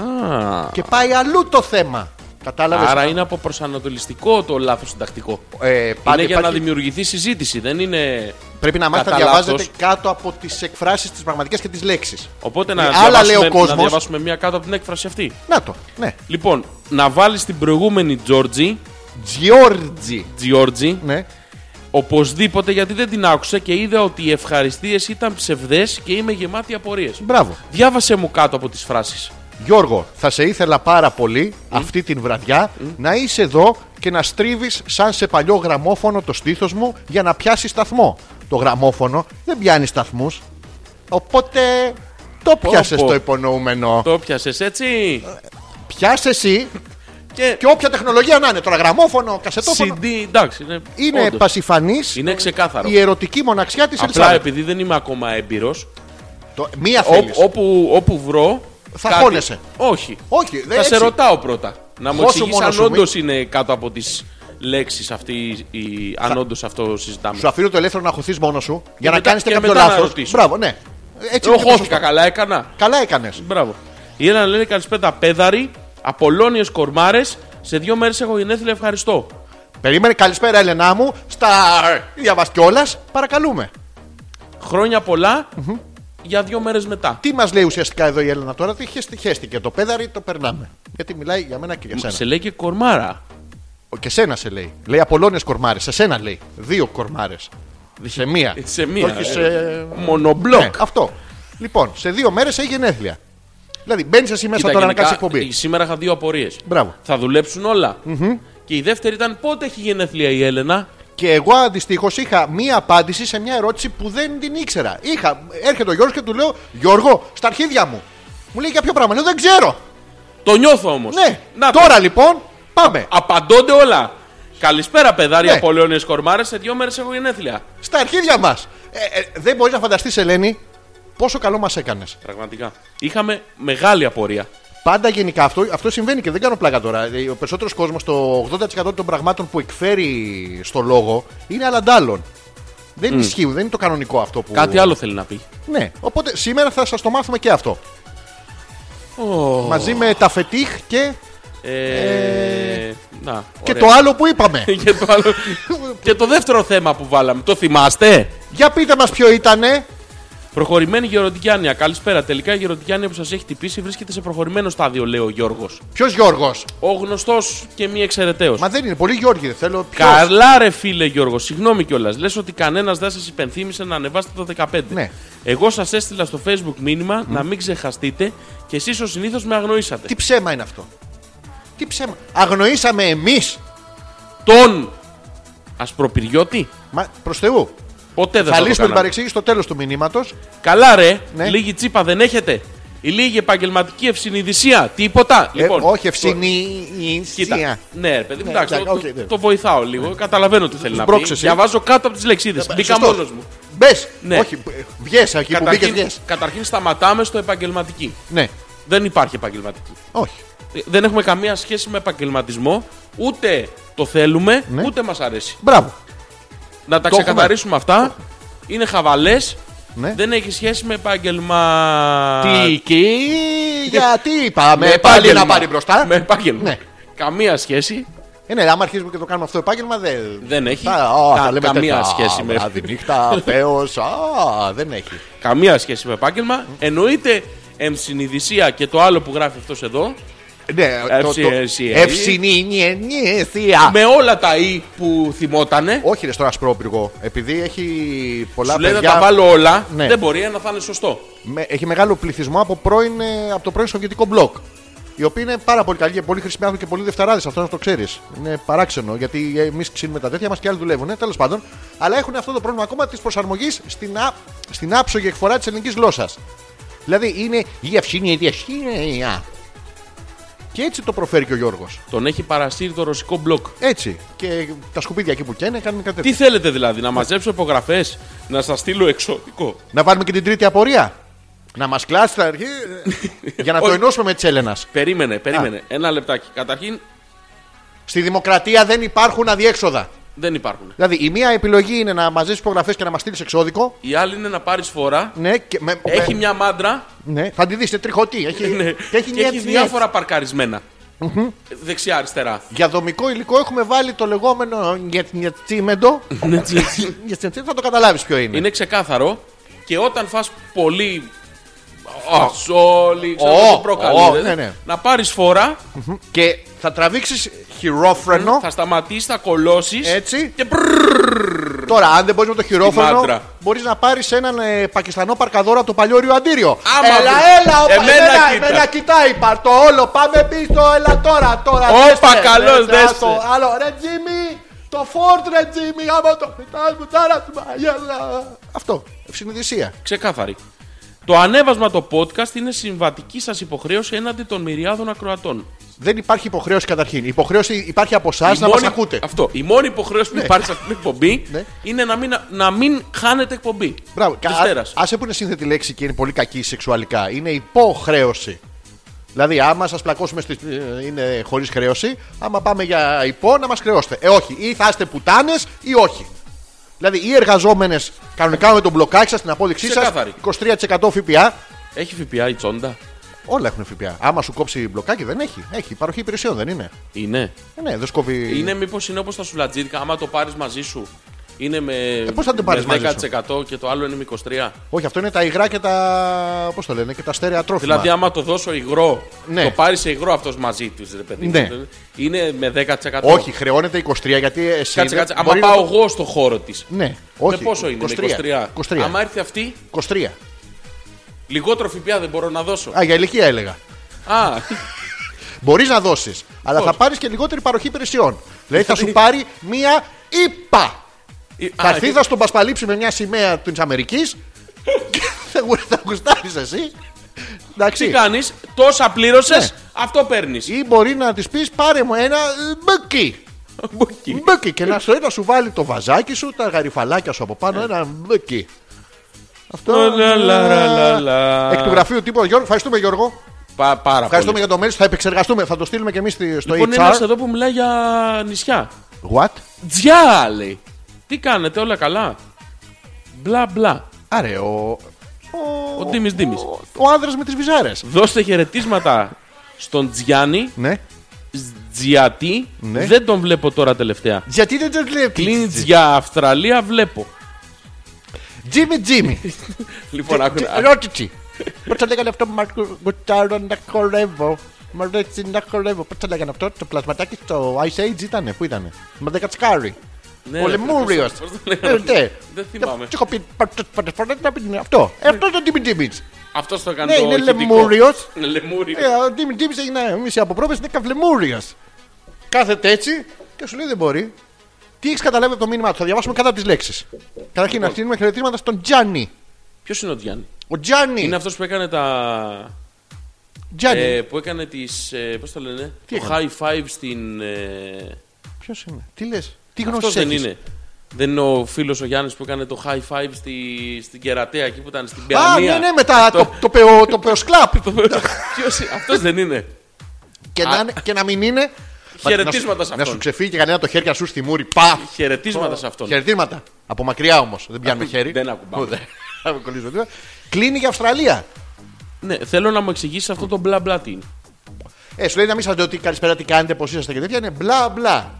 και πάει αλλού το θέμα. Κατάλαβες.
άρα είναι από προσανατολιστικό το λάθος συντακτικό.
Ε,
είναι
πάντα
για να
υπάρχει-
δημιουργηθεί συζήτηση, δεν είναι.
Πρέπει να μάθει να
κατά
διαβάζετε
λάθος.
κάτω από τις εκφράσεις τις πραγματικές και τις λέξεις.
Οπότε να,
Άλλα
διαβάσουμε,
λέει ο
να
κόσμος.
διαβάσουμε μία κάτω από την έκφραση αυτή.
Να το. Ναι.
Λοιπόν, να βάλεις την προηγούμενη Τζόρτζι,
Τζιόρτζι.
Τζιόρτζι,
Ναι.
οπωσδήποτε γιατί δεν την άκουσα και είδα ότι οι ευχαριστίες ήταν ψευδές και είμαι γεμάτη απορίες.
Μπράβο.
Διάβασε μου κάτω από τις φράσεις.
Γιώργο, θα σε ήθελα πάρα πολύ αυτή την βραδιά να είσαι εδώ και να στρίβεις σαν σε παλιό γραμμόφωνο το στήθος μου για να πιάσεις σταθμό. Το γραμμόφωνο δεν πιάνει σταθμούς. Οπότε το πιάσες
πω.
το υπονοούμενο.
Το πιάσες έτσι.
Πιάσε εσύ
Και.
και όποια τεχνολογία να είναι. Τώρα γραμμόφωνο, κασετόφωνο.
CD, εντάξει, είναι.
Είναι
όντως.
πασιφανής
Είναι ξεκάθαρο.
η ερωτική μοναξιά της
Απλά επειδή δεν είμαι ακόμα έμπειρος,
Μία θέλεις.
όπου, όπου βρω.
Θα χώνεσαι.
Όχι.
Όχι, δεν
θα σε
έτσι.
ρωτάω πρώτα. Να μου
Χώσου
εξηγήσει
μόνο
αν
σου, μη-
όντω είναι κάτω από τις λέξεις αυτή. Η... Αν όντως αυτό συζητάμε.
Σου αφήνω το ελεύθερο να χωθείς μόνος σου για να
μετά-
κάνεις
και
κάποιο
μετά να
λάθος.
ρωτήσω.
Μπράβο, ναι. Έτσι
Εγώ
είναι και
χώθηκα,
σωστό.
καλά έκανα.
Καλά έκανες.
Μπράβο. Η Έλενα λέει καλησπέρα πέδαρη, απολώνιε κορμάρες. Σε δύο μέρες έχω γενέθλια, ευχαριστώ.
Περίμενε, καλησπέρα Ελενά μου. Στα διαβάς κιόλας, παρακαλούμε.
Χρόνια πολλά, για δύο μέρες μετά.
Τι μας λέει ουσιαστικά εδώ η Έλενα τώρα, τι χέστη- χέστηκε. Το πέδαρι το περνάμε. Γιατί μιλάει για μένα και για σένα.
Σε λέει και κορμάρα.
Ο- Και σένα σε λέει. Λέει Απολώνε κορμάρες. Σε σένα λέει. Δύο κορμάρες. Σε μία.
Ε, Σε μία.
Το έχεις σε-
Μονομπλοκ.
Ναι, αυτό. Λοιπόν, σε δύο μέρες έχει γενέθλια. Δηλαδή, μπαίνεις εσύ μέσα
Κοίτα,
τώρα να
γενικά,
κάνεις εκπομπή.
ε, Σήμερα είχα δύο απορίες.
Μπράβο.
Θα δουλέψουν όλα. Και η δεύτερη ήταν πότε έχει γενέθλια η Έλενα.
Και εγώ αντιστοίχω είχα μία απάντηση σε μία ερώτηση που δεν την ήξερα. Είχα, έρχεται ο Γιώργος και του λέω: Γιώργο, στα αρχίδια μου. Μου λέει για ποιο πράγμα. Λέω δεν ξέρω.
Το νιώθω όμως.
Ναι, τώρα λοιπόν πάμε.
Απαντώνται όλα. Καλησπέρα, παιδάρια
Ναι.
ναι. Πολαιώνιε Κορμάρες. Σε δύο μέρες έχω γενέθλια.
Στα αρχίδια μας. Ε, ε, δεν μπορείς να φανταστείς, Ελένη, πόσο καλό μας έκανες.
Πραγματικά. Είχαμε μεγάλη απορία.
Πάντα γενικά αυτό, αυτό συμβαίνει και δεν κάνω πλάκα τώρα. Ε, Ο περισσότερος κόσμος, το 80% των πραγμάτων που εκφέρει στο λόγο είναι αλαντάλλων. Δεν ισχύουν, δεν είναι το κανονικό αυτό που.
Κάτι άλλο θέλει να πει.
Ναι, οπότε σήμερα θα σας το μάθουμε και αυτό.
Ω,
Μαζί με τα φετίχ και,
ε, Να,
και
ωραία. <laughs> Ε.
το άλλο που είπαμε.
και, το άλλο... και το δεύτερο θέμα που βάλαμε. Το θυμάστε.
Για πείτε μας ποιο ήτανε.
Προχωρημένη γεροντικιάνια. Καλησπέρα. Τελικά η γεροντικιάνια που σας έχει χτυπήσει βρίσκεται σε προχωρημένο στάδιο, λέει ο Γιώργος.
Ποιος Γιώργος.
Ο γνωστός και μη εξαιρεταίος.
Μα δεν είναι, πολύ Γιώργη, δεν θέλω. Ποιος.
Καλά, ρε φίλε Γιώργος, συγγνώμη κιόλας. Λες ότι κανένας δεν σας υπενθύμησε να ανεβάσετε το 15.
Ναι.
Εγώ σας έστειλα στο facebook μήνυμα να μην ξεχαστείτε και εσείς ο συνήθως με αγνοήσατε.
Τι ψέμα είναι αυτό. Τι ψέμα. Αγνοήσαμε εμείς.
Τον Ασπροπυριώτη.
Μα προς Θεού.
Ποτέ δεν
Θα
θα,
λύσουμε
το
την
κάναμε.
παρεξήγηση στο τέλος του Ε, μηνύματος.
Καλά, ρε.
Ναι.
Λίγη τσίπα δεν έχετε. Η λίγη επαγγελματική ευσυνειδησία. Τίποτα. λοιπόν,
Ε, όχι,
Κοίτα.
ευσυνή.
Ναι, ρε παιδί μου,
Ναι,
εντάξει,
εντάξει,
το,
οκ, δεν-
το βοηθάω λίγο. Καταλαβαίνω τι θέλει να πει.
Σμπρώξε εσύ.
Διαβάζω κάτω από τις λεξίδες.
Ε,
Μπήκα μόνος μου.
Μπες.
Ναι.
Όχι, βγες εκεί που μπήκες,
Καταρχήν,
βγες.
καταρχήν σταματάμε στο επαγγελματική.
Ναι,
Δεν υπάρχει επαγγελματική.
όχι.
Ε, Δεν έχουμε καμία σχέση με επαγγελματισμό. Ούτε το θέλουμε,
Ναι.
ούτε μας αρέσει.
Μπράβο.
Να τα
Το έχουμε.
ξεκαθαρίσουμε αυτά. Είναι χαβαλές.
Ναι.
Δεν έχει σχέση με επάγγελμα.
Τίκη, γιατί πάμε
ναι. Με
πάλι
επάγγελμα.
να πάρει μπροστά.
Με επάγγελμα.
Ναι.
Καμία σχέση.
Ε, ναι, άμα αρχίζουμε και το κάνουμε αυτό επάγγελμα, δεν.
Δεν έχει.
Θα, α,
Κα-
θα λέμε
καμία
τέτοια,
σχέση
α,
με-
βράδυ, νύχτα, πέος, α, δεν έχει.
Καμία σχέση με επάγγελμα. Εννοείται εμσυνειδησία και το άλλο που γράφει αυτός εδώ.
Ναι, το- το-
FCNC.
ευσυνήνιενιεσία.
Με όλα τα ή που θυμότανε.
Όχι, ρε, στον Ασπρόπυργο. Επειδή έχει πολλά
Σου λέει να
παιδιά.
τα βάλω όλα.
Ναι.
Δεν μπορεί ένα θα είναι σωστό.
με- έχει μεγάλο πληθυσμό από, πρώην, ε, από το πρώην Σοβιετικό μπλοκ. Οι οποίοι είναι πάρα πολύ καλοί και πολύ χρήσιμοι άνθρωποι και πολύ δευτεράδες. Αυτό να το ξέρεις. Είναι παράξενο γιατί εμείς ξύνουμε τα τέτοια μας και άλλοι δουλεύουν. Τέλος πάντων. Αλλά έχουν αυτό το πρόβλημα ακόμα της προσαρμογής στην, α- στην άψογη εκφορά της ελληνικής γλώσσας. Δηλαδή είναι η αυσίνη, η διασύνεια. Και έτσι το προφέρει και ο Γιώργος.
Τον έχει παρασύρει το ρωσικό μπλοκ.
Έτσι. Και τα σκουπίδια εκεί που καίνε κάνουν κάτι
Τι
τέτοιο.
θέλετε δηλαδή, να μαζέψω υπογραφές, να σας στείλω εξωτικό.
Να βάλουμε και την τρίτη απορία. Να μας κλάσει τα
<laughs>
αρχή. ε, για να το
Όχι.
ενώσουμε με τη Έλενα.
Περίμενε, περίμενε. Ένα λεπτάκι. Καταρχήν,
Στη δημοκρατία δεν υπάρχουν αδιέξοδα.
Δεν υπάρχουν.
Δηλαδή, η μία επιλογή είναι να μαζέψεις υπογραφές και να μας στείλεις εξώδικο.
Η άλλη είναι να πάρεις φορά.
Ναι, και με,
Έχει
με-
μια μάντρα
ναι, θα τη δεις, είναι τριχωτή. Έχει,
ναι,
και Ε, έχει, μια-
διάφορα παρκαρισμένα. Δεξιά-αριστερά.
Για δομικό υλικό έχουμε βάλει το λεγόμενο
<laughs>
νιετσίμεντο. Νιετσίμεντο, θα το καταλάβεις ποιο είναι.
Είναι ξεκάθαρο και όταν φας πολύ. Σόλι, ξέρω
Ω,
τι προκαλείς,
ω,
δηλαδή,
ναι, ναι.
Να πάρεις φορά,
Και θα τραβήξεις χειρόφρενο.
θα σταματήσεις, θα κολώσεις.
Έτσι.
Και πρρρρρρρ.
Τώρα, αν δεν μπορεί με το χειρόφρενο,
μάντρα.
μπορεί να πάρει έναν ε, Πακιστανό παρκαδόρο από το παλιό Ριοαντήριο.
Άμα
Έλα,
βρει.
έλα, όπα,
Εμένα
εμένα,
κοίτα.
εμένα κοιτάει. Πάρ το όλο, πάμε πίσω, έλα τώρα, τώρα.
Όπα,
δέστε,
καλός,
δέστε,
δέστε.
άστο. Άλλο, ρε Τζίμι, το Φόρτ, ρε Τζίμι, άμα το πετάς μου, τσάρα του μαγιάλα. Αυτό, ευσυνειδησία.
Ξεκάθαρη. Το ανέβασμα το podcast είναι συμβατική σας υποχρέωση έναντι των μυριάδων ακροατών.
Δεν υπάρχει υποχρέωση καταρχήν. Η υποχρέωση υπάρχει από εσάς
Η
να
μόνη-
μα ακούτε.
Αυτό. Η μόνη υποχρέωση που υπάρχει σε αυτή την εκπομπή
<laughs> Ναι.
είναι να μην, να μην χάνετε εκπομπή.
Μπράβο. Κα-
Δευτέρας.
Άσε που είναι σύνθετη λέξη και είναι πολύ κακή σεξουαλικά. Είναι υποχρέωση. Δηλαδή, άμα σας πλακώσουμε στη, ε, είναι χωρίς χρέωση, άμα πάμε για υπό να μας χρεώσετε. Ε, όχι. Ή θα είστε πουτάνες ή όχι. Δηλαδή, οι εργαζόμενες κανονικά με τον μπλοκάκι σας, την απόδειξή σας,
Ξεκάθαρη.
23% ΦΠΑ.
Έχει ΦΠΑ η τσόντα.
Όλα έχουν ΦΠΑ. Άμα σου κόψει μπλοκάκι, δεν έχει. Έχει. Παροχή υπηρεσιών δεν είναι.
Είναι.
Ε, ναι, δεν σκόβει.
Είναι μήπως είναι όπως τα σουλατζίδικα, άμα το πάρεις μαζί σου. Είναι με,
Ε, πώς θα την
με
πάρεις μαζί σου?
10% και το άλλο είναι με 23%.
Όχι, αυτό είναι τα υγρά και τα. Πώς το λένε, και τα στέρεα τρόφιμα.
Δηλαδή, άμα το δώσω υγρό,
Ναι.
το πάρει σε υγρό αυτός μαζί τους, ρε παιδί. μου.
Ναι.
Είναι με 10%.
Όχι, χρεώνεται 23 γιατί εσύ.
Κάτσε,
δεν-
κάτσε. Άμα
μπορεί να
πάω
το-
εγώ στο χώρο της.
Ναι, όχι.
με Ε, πόσο είναι, 23.
23.
Άμα έρθει αυτή,
23.
λιγότερο ΦΠΑ δεν μπορώ να δώσω.
Α, για ηλικία έλεγα.
Α,
Μπορείς να δώσεις, αλλά θα πάρεις και λιγότερη παροχή υπηρεσιών. Δηλαδή θα
<laughs>
σου πάρει μία ύπα.
η-
Θα
α,
έρθει, θα στον πασπαλίψει με μια σημαία της Αμερικής και <laughs> θα γου- θα γουστάρεις εσύ.
Τι
Εντάξει.
κάνεις, τόσα πλήρωσες,
Ναι.
αυτό παίρνεις.
Ή μπορεί να της πεις πάρε μου ένα ε, μπουκι. Μπουκι. Και να σου, να σου βάλει το βαζάκι σου, τα γαριφαλάκια σου από πάνω, ένα μπουκι. Αυτό.
Ε. Λα, λα, λα, λα, λα.
Εκ του γραφείου τίποτα. Γιώργο, ευχαριστούμε Γιώργο.
Πα, πάρα
Ευχαριστούμε
πολύ.
για το mail, θα επεξεργαστούμε, θα το στείλουμε και εμείς στο
Λοιπόν,
HR.
ένας εδώ που μιλάει για νησιά.
What?
Τζιά, λέει. Τι κάνετε, όλα καλά. Μπλα μπλα.
Άρε, ο.
Ο Ντίμης Ντίμης.
Ο, ο άνδρας με τις βυζάρες.
Δώστε χαιρετίσματα στον Τζιάννη.
Ναι.
Τζιατή.
Ναι.
Δεν τον βλέπω τώρα τελευταία.
Γιατί δεν το
Κλείνει
βλέπει.
για Αυστραλία, βλέπω.
Τζίμι Τζίμι.
<laughs> Λοιπόν, άκουνα.
Ρώτητσι. Πώ το λέγανε αυτό, Μάρκο Γκουτάρο να χορεύω. Μ' αρέσει να χορεύω. Πώς το λέγανε αυτό, το πλασματάκι στο Ice Age ήτανε, πού ήτανε. Μα δεν κατσκάρι.
Ναι,
Ο
ρε,
Λεμούριο. Ε, ναι.
πώς το- πώς το λέγανε. Δεν θυμάμαι. Ναι.
Τι έχω πει πάρτε τις πρώτες φορές να πει αυτό. Ε, Αυτό είναι ο Τζίμι Τζίμι.
Αυτός το έκανε
Ναι,
το
είναι
ηχητικό.
λεμούριος.
Είναι λεμούριο.
Ε, ο Ντίμι Ντίμι έγινε μισή από πρόβες, είναι καυλεμούριο. Κάθεται έτσι και σου λέει δεν μπορεί. Τι έχεις καταλάβει από το μήνυμά του, θα διαβάσουμε κατά τις λέξεις. Καταρχήν,
Λοιπόν.
να στείλουμε χαιρετίσματα στον Τζάνι.
Ποιος είναι ο Τζιάννη.
Ο Τζάνι.
Είναι αυτός που έκανε τα.
Τζάνι.
Ε, που έκανε τις. Ε, Πώς το λένε.
Τι
το
έκανε?
high five στην. Ε,
Ποιος είναι, τι λες, τι γνώση
αυτό δεν
έχεις?
είναι. Δεν είναι ο φίλος ο Γιάννης που έκανε το high five στη, στην κερατέα εκεί που ήταν στην
Α,
Παιανία.
ναι, ναι, μετά το,
Το-
το,
<laughs>
το, πεο- το πεοσκλάπ.
Αυτός δεν είναι.
και, να, είναι- και να μην είναι.
Χαιρετίσματα
Να σου-
σε
Να
αυτόν.
σου ξεφύγει και κανένα το χέρι σου στη μούρη. Πα!
Χαιρετίσματα σε αυτόν.
Χαιρετίσματα. Από μακριά όμως. Δεν πιάνουμε
Ακού-
χέρι.
δεν ακουμπάμε.
Ούτε. Θα με κολλήσουμε τίποτα. Κλείνει για Αυστραλία.
Ναι, θέλω να μου εξηγήσεις αυτό το μπλα μπλα τι είναι.
Ε, σου λέει να μην σας λέω τι καλησπέρα, τι κάνετε, πώς είσαστε και τέτοια. Είναι μπλα μπλα.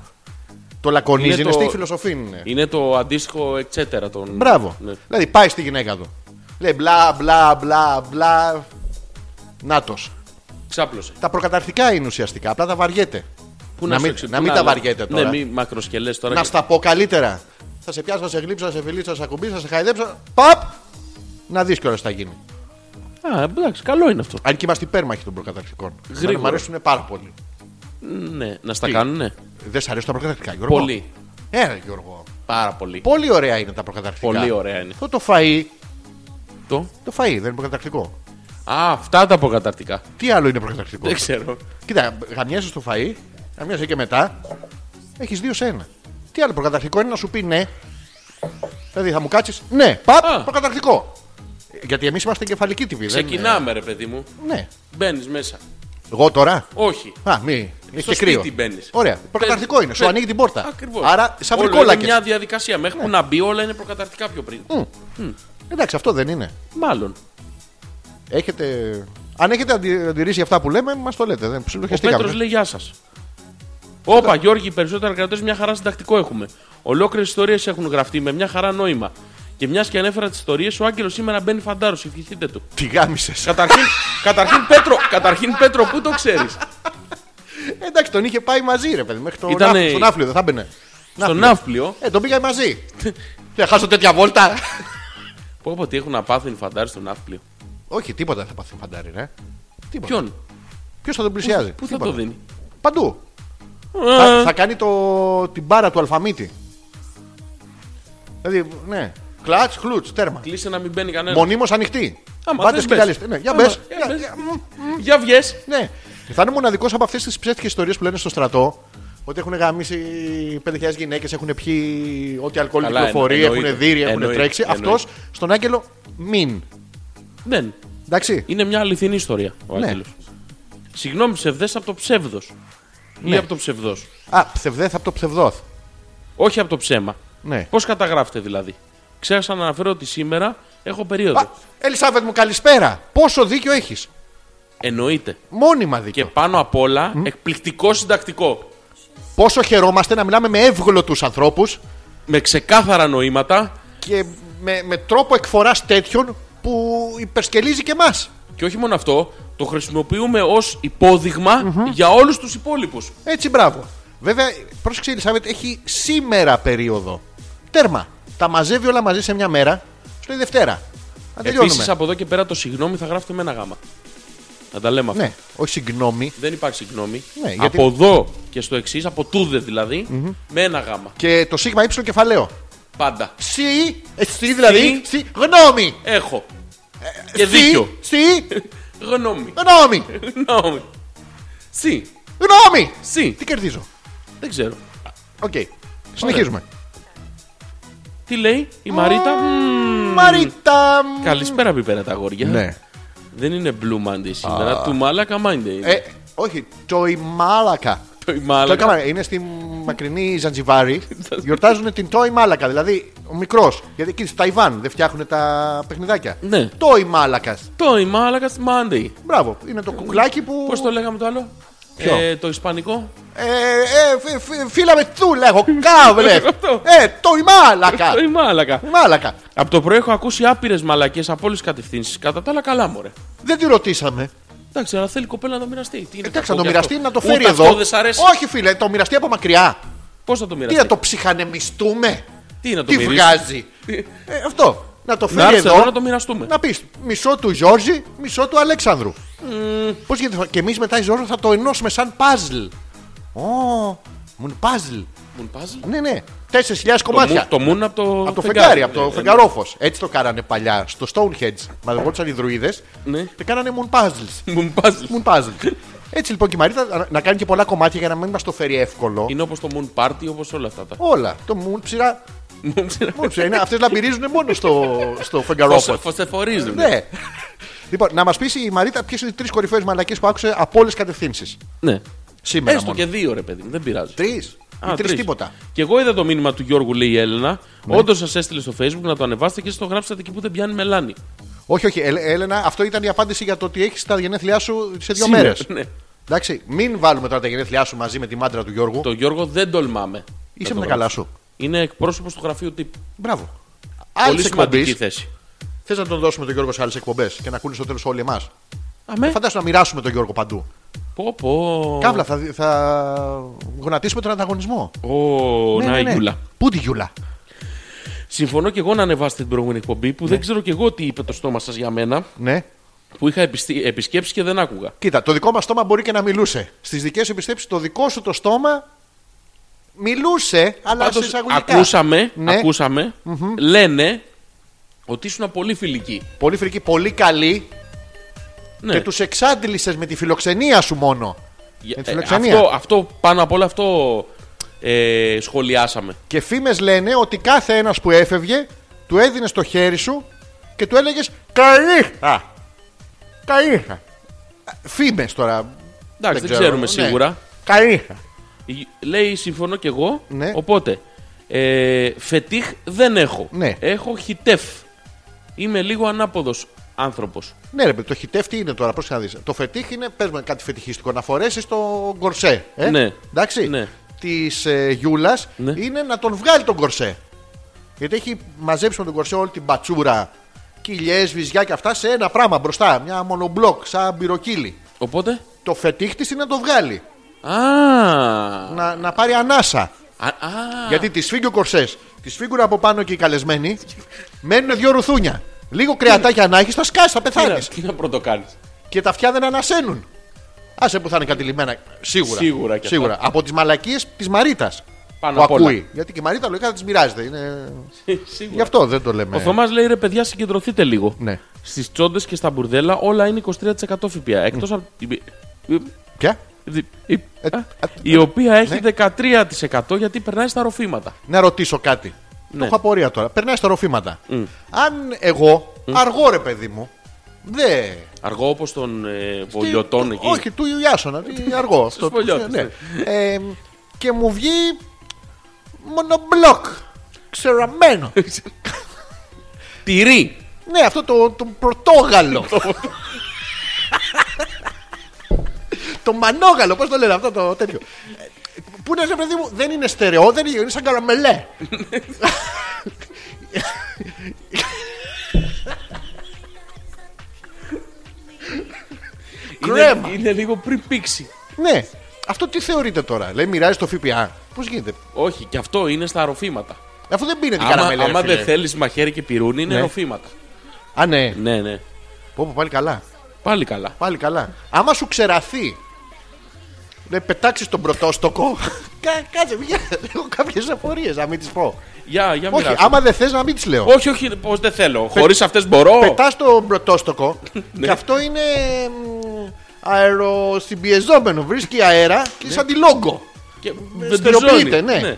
Το λακωνίζει,
Είναι
είναι,
το-
στη φιλοσοφία. Είναι.
Είναι το αντίστοιχο εξέτερα των.
Ε. Μπράβο.
Ναι.
Δηλαδή πάει στη γυναίκα του. Λέει μπλα μπλα μπλα μπλα. Νάτος.
Ξάπλωσε.
Τα προκαταρκτικά είναι ουσιαστικά, απλά τα βαριέται.
Πού
να,
σου
μην,
εξε-
να
πού
μην τα
λέω.
βαριέται τώρα.
Ναι, μην μακροσκελές τώρα.
Να
και-
στα πω καλύτερα. Θα σε πιάσω, θα σε γλύψω, θα σε φιλήσω, θα σε ακουμπήσω, θα σε χαϊδέψω. Παπ! Να δεις κιόλας τι θα γίνει.
Α, εντάξει, καλό είναι αυτό.
Αν και είμαστε υπέρμαχοι των προκαταρκτικών.
Γρήγορα.
Μ' αρέσουν πάρα πολύ.
Ναι, να στα
Τι?
κάνουνε.
Δεν σ' αρέσουν τα προκαταρκτικά, Γιώργο.
Πολύ.
Έλα, Γιώργο.
Πάρα πολύ.
Πολύ ωραία είναι τα προκαταρκτικά.
Πολύ ωραία είναι.
Αυτό το φαΐ,
Το.
το φαΐ δεν είναι προκαταρκτικό.
Α, αυτά τα αποκαταρτικά.
Τι άλλο είναι προκαταρκτικό.
Δεν ξέρω.
Κοίτα, γαμιάζεις το φαΐ, γαμιάζεις και μετά, έχεις δύο σε ένα. Τι άλλο προκαταρκτικό είναι να σου πει ναι. Δηλαδή θα μου κάτσεις. Ναι, παπ,
Α.
προκαταρκτικό. Ε, Γιατί εμείς είμαστε κεφαλική TV. δεν-
Ξεκινάμε, ρε παιδί μου.
ε, Ναι.
Μπαίνεις μέσα.
Εγώ τώρα.
Όχι.
Α, μη. Έχει
στο
και κρύο.
σπίτι μπαίνεις.
Ωραία. Προκαταρτικό είναι. Σου
Παι-
ανοίγει την πόρτα.
Ακριβώς.
Άρα, σαν βρικόλακες. Ναι. Ε,
Είναι μια διαδικασία. Μέχρι που να μπει, όλα είναι προκαταρτικά πιο πριν.
Εντάξει, αυτό δεν είναι.
Μάλλον.
Έχετε... Αν έχετε αντι- αντιρρήσει για αυτά που λέμε, μας το λέτε. Δεν
Ο Πέτρος
ψιλοχιαστήκαμε.
λέει γεια σας. Όπα, Γιώργη, οι περισσότεροι κρατέ μια χαρά συντακτικό έχουμε. Ολόκληρες ιστορίες έχουν γραφτεί με μια χαρά νόημα. Και μιας και ανέφερα τις ιστορίες, ο Άγγελος σήμερα μπαίνει φαντάρος. Ευχηθείτε του.
Τι γάμισες.
Καταρχήν, καταρχήν, Πέτρο, καταρχήν, Πέτρο, πού το ξέρεις.
Ε, Εντάξει, τον είχε πάει μαζί, ρε παιδί. Μέχρι τον
Ήτανε-
Ήτανε... στον Άφλιο δεν θα μπαινε.
Στο ναύπλιο.
Ε, τον πήγα
<laughs>
μαζί. Θα χάσω τέτοια βόλτα.
Πω, πω, τι έχουν να πάθουν οι φαντάροι στο ναύπλιο.
Όχι, τίποτα δεν θα πάθει φαντάρι, ρε. Τίποτα.
Ποιον,
Ποιος θα τον πλησιάζει.
πού θα
Τίποτα.
το δίνει.
Παντού.
Ε,
θα, θα κάνει το, την μπάρα του αλφαμίτη. Δηλαδή, ναι. Κλατ, χλουτ, τέρμα.
Κλείσε να μην μπαίνει κανένας.
Μονίμως ανοιχτή.
Ε. Άμα
Μπάτες
θες,
και
μπες.
καλύστε. Ναι, για
Άμα-
μπες.
για μπες. Για βγες.
Ναι. Θα είναι μοναδικός από αυτές τις ψεύτικες ιστορίες που λένε στο στρατό ότι έχουν γαμίσει 5.000 γυναίκες, έχουν πιει ό,τι αλκοόλ
Καλά,
κυκλοφορεί,
εννοείται.
έχουν δίρει, έχουν
Εννοείται.
τρέξει.
Εννοείται.
Αυτός στον Άγγελο μην.
Δεν.
Εντάξει.
Είναι μια αληθινή ιστορία ο
Ναι.
Άγγελος. Συγγνώμη, ψευδές από το ψεύδος.
Ναι.
Ή από το ψευδός.
Α, ψευδέθ από το ψευδόθ.
Όχι από το ψέμα.
Ναι.
Πώς καταγράφετε δηλαδή. Ξέχασα να αναφέρω ότι σήμερα έχω περίοδο.
Α, Ελισάβετ μου, καλησπέρα. Πόσο δίκιο έχεις.
Εννοείται.
Μόνιμα
Και
δίκιο.
πάνω απ' όλα, εκπληκτικό συντακτικό.
Πόσο χαιρόμαστε να μιλάμε με εύγλωτους ανθρώπους
Με ξεκάθαρα νοήματα
και με, με τρόπο εκφοράς τέτοιων που υπερσκελίζει και εμάς.
και όχι μόνο αυτό, το χρησιμοποιούμε ως υπόδειγμα για όλους τους υπόλοιπους.
Έτσι, μπράβο. Βέβαια, πρόσεξε η Ελισάβετ, έχει σήμερα περίοδο. Τέρμα. Τα μαζεύει όλα μαζί σε μια μέρα. Σου λέει Δευτέρα. Να τελειώνουμε.
Επίση από εδώ και πέρα το συγγνώμη θα γράφετε με ένα γάμα. Να τα λέμε αυτά.
Ναι, όχι συγγνώμη.
Δεν υπάρχει συγγνώμη.
Ναι, γιατί-
Από εδώ και στο εξής, από τούδε δηλαδή, με ένα γάμα.
Και το σίγμα ύψιλο κεφαλαίο.
Πάντα.
Σι, ε, σι δηλαδή,
Σι.
σι, γνώμη.
Έχω. και
Ε, Σι,
Ε, δίκιο.
Σι,
Γνώμη.
γνώμη.
Γνώμη. Σι.
Γνώμη.
Σι.
Τι κερδίζω.
Δεν ξέρω.
Οκ. Συνεχίζουμε.
Τι λέει η Μαρίτα. Μμμ.
Μαρίτα. μ.
Καλησπέρα πιπέρα τα αγόρια.
Ναι.
Δεν είναι Blue Monday σήμερα. Του μάλακα Monday.
Ε, όχι, Τσοϊ Μάλακα.
Το η
Το
μάλακα.
έκανα, είναι στη μακρινή
<laughs>
Ζαντζιβάρη. Γιορτάζουν την Toy Μάλακα, δηλαδή ο μικρός. Γιατί εκεί στη Ταϊβάν δεν φτιάχνουν τα παιχνιδάκια.
Ναι.
Toy Μάλακα.
Το η μάλακα στη Monday.
Μπράβο. Είναι το κουκλάκι που.
Πώς Ε, το λέγαμε το άλλο.
Ποιο?
Ε, το ισπανικό.
Ε, ε, φι- φι- φίλα με του, λέγω. Κάβλε.
<laughs> Αυτό.
ε, Toy Μάλακα.
Το η μάλακα.
Μάλακα.
Από το πρωί έχω ακούσει άπειρες μαλακίε από όλες τις κατευθύνσεις. Κατά τα άλλα, καλά μωρέ.
Δεν τη ρωτήσαμε.
Εντάξει, αλλά θέλει η κοπέλα να το μοιραστεί. Τι είναι
Εντάξει,
κακό
να το
και
μοιραστεί,
Ε, αυτό.
να το
Ούτε
φέρει
αυτό
εδώ.
δεν σ' αρέσει.
Όχι, φίλε, το μοιραστεί από μακριά.
Πώς θα το
Τι
μοιραστεί.
να το ψυχανεμιστούμε.
Τι να το
Τι
μυρίσεις?
βγάζει. Ε, αυτό. Να το
Να
φέρει
έρθει εδώ
εδώ.
να το μοιραστούμε.
Να πεις μισό του Γιώργη, μισό του Αλέξανδρου. Πώς γίνεται. Και εμείς μετά η Ζόρζο θα το ενώσουμε σαν puzzle. Ω, μουν puzzle.
Μουν puzzle.
Ναι, ναι. 4.000
Το μου-
κομμάτια.
Το μουν από το,
Από το φεγγάρι, από
Ναι,
το
ναι.
φεγγαρόφος. Έτσι το κάνανε παλιά στο Stonehenge. Μαζευόντουσαν οι druides
Ναι.
και κάνανε moon puzzles.
Μουν puzzle.
Moon puzzle. Έτσι λοιπόν και η Μαρίτα να- να κάνει και πολλά κομμάτια για να μην μας το φέρει εύκολο.
Είναι όπως το moon party, όπως όλα αυτά. τα-
Όλα. Το moon ψηρά. Moon ψηρά. ε, είναι- Αυτές λαμπυρίζουν μόνο στο, στο φεγγαρόφο.
Φωσε- Φωσεφορίζουν.
Ναι. λοιπόν, να μας πει η Μαρίτα ποιες είναι οι τρεις κορυφαίες μαλακίε που άκουσε από όλες τις κατευθύνσεις.
Ναι.
Σήμερα
Έστω
μόνο.
και δύο ρε παιδί, μου, δεν πειράζει.
Τρεις.
Α,
Τρεις
τρεις.
τίποτα. Ναι.
Και εγώ είδα το μήνυμα του Γιώργου, λέει η Έλενα. Όντως σας έστειλε στο facebook να το ανεβάσετε και σας το γράψατε εκεί που δεν πιάνει μελάνη.
Όχι, όχι, Έλε- Έλενα, αυτό ήταν η απάντηση για το ότι έχεις τα γενέθλιά σου σε δύο
Σήμερα,
μέρες.
ναι.
Εντάξει, μην βάλουμε τώρα τα γενέθλιά σου μαζί με τη μάντρα του Γιώργου.
Το Γιώργο δεν τολμάμε.
Είσαι
Θα
με
το
τα καλά
γράψω.
σου.
Είναι εκπρόσωπος του γραφείου τύπου.
Μπράβο.
Πολύ
Άλλε
σημαντική
εκπομπέ.
θέση.
Θες να τον δώσουμε τον Γιώργο σε άλλες εκπομπές και να ακούνε στο τέλος όλοι εμάς.
Αμέ.
Φαντάσου να μοιράσουμε τον Γιώργο παντού.
Πω, πω.
Καύλα, θα, δι- θα γονατίσουμε τον ανταγωνισμό. Ναι,
Ω, να η ναι. Γιούλα.
Πού τη Γιούλα.
Συμφωνώ και εγώ να ανεβάσετε την προηγούμενη εκπομπή που δεν ξέρω και εγώ τι είπε το στόμα σας για μένα.
Ναι.
Που είχα επιστη- επισκέψει και δεν άκουγα.
Κοίτα, το δικό μας στόμα μπορεί και να μιλούσε. Στις δικές σου επιστέψεις, το δικό σου το στόμα μιλούσε, αλλά σε
Πάντως,
εισαγωγικά.
ακούσαμε,
Ναι.
ακούσαμε λένε ότι ήσουν πολύ φιλική.
Πολύ φρική, πολύ καλή
Ναι.
και τους εξάντλησες με τη φιλοξενία σου μόνο.
Για-
με τη
ε,
φιλοξενία.
αυτό, αυτό πάνω απ' όλα αυτό ε, σχολιάσαμε.
Και φήμες λένε ότι κάθε ένας που έφευγε, του έδινες το χέρι σου και του έλεγες Καλήχα. Καλήχα. Φήμες τώρα.
Εντάξει, δεν,
ξέρω,
ξέρουμε
ναι.
σίγουρα.
Καλή.
Λέει συμφωνώ κι εγώ.
Ναι.
Οπότε ε, φετίχ δεν έχω.
Ναι.
Έχω χιτεφ. Είμαι λίγο ανάποδος άνθρωπος.
Ναι, ρε, παιδί, το χιτέφ τι είναι τώρα, πώς να δεις. Το φετίχ είναι, πες με κάτι φετιχιστικό, να φορέσεις το γκορσέ. Ε?
Ναι.
Εντάξει.
Ναι.
Της ε, Γιούλας
Ναι.
είναι να τον βγάλει τον γκορσέ. Γιατί έχει μαζέψει με τον γκορσέ όλη την πατσούρα, κοιλιές, βυζιά και αυτά σε ένα πράγμα μπροστά. Μια μονομπλοκ, σαν πυροκύλι.
Οπότε.
Το φετίχ της είναι να το βγάλει.
Α,
Να, να πάρει ανάσα.
α, α,
Γιατί τη σφίγγει ο κορσές, τη σφίγγουν από πάνω και οι
<laughs>
καλεσμένοι, μένουν δύο ρουθούνια. Λίγο κρεατάκια να έχεις, θα σκάσει, θα
τι, να,
πεθάνεις.
τι να πρώτο κάνεις.
<laughs> και τα αυτιά δεν ανασένουν. Άσε που θα είναι κατηλημένα. Σίγουρα.
Σίγουρα και
Σίγουρα. Από τις μαλακίες της Μαρίτας.
Πάνω
Που
απ' όλα.
ακούει. Γιατί και η Μαρίτα λογικά δεν της μοιράζεται. Είναι... Γι'
Σίγουρα.
αυτό δεν το λέμε.
Ο Θωμάς λέει ρε παιδιά, συγκεντρωθείτε λίγο.
Ναι.
Στις τσόντες και στα μπουρδέλα όλα είναι 23% ΦΠΑ. Εκτό από. την-
Ποια?
δι- η-
Ναι. Ε,
α,
ε,
Η οποία έχει 13% γιατί περνάει στα ροφήματα.
Να ρωτήσω κάτι.
Ναι.
Το έχω απορία τώρα. Περνάει στα ροφήματα. Αν εγώ, αργό ρε παιδί μου, δεν.
Αργό όπως των ε, βολιωτών εκεί.
Όχι, του Ιάσονα. τι Αργό.
<laughs>
Αυτό,
πολιώτες,
ναι. Ε, και μου βγει μονομπλοκ. Ξεραμένο.
Τυρί!
ναι, αυτό το, το πρωτόγαλο. το μανόγαλο, πώς το λένε αυτό το τέτοιο. Ε, Πού είναι, ρε παιδί μου, δεν είναι στερεό, δεν είναι, είναι σαν καραμελέ. Κρέμα.
Είναι, είναι λίγο πριν πήξει.
ναι, αυτό τι θεωρείτε τώρα. Λέει, μοιράζει το ΦΠΑ. Πώς γίνεται.
Όχι, και αυτό είναι στα ροφήματα.
Αφού δεν πίνετε
Άμα,
καραμελέ.
άμα
ρε φίλε.
δεν θέλεις μαχαίρι και πυρούνι, είναι
Ναι.
ροφήματα.
Α, ναι.
Ναι, ναι.
Πω, πω, πάλι καλά.
Πάλι καλά.
Πάλι καλά. Άμα σου ξεραθεί. Ναι, πετάξεις τον
<laughs>
πρωτόστοκο. Κα- Κάτσε, βγει. Έχω κάποιες απορίες, να μην τις πω.
Για, για
Όχι,
μοιράσου.
άμα δεν θες να μην τις λέω.
Όχι, όχι, πώς δεν θέλω. Χωρίς αυτές μπορώ.
Πετάς τον πρωτόστοκο
Ναι.
και αυτό είναι μ, αεροσυμπιεζόμενο. Βρίσκει αέρα
Ναι.
και σαν τη λόγκο.
Και
στερεοποιείται, ναι.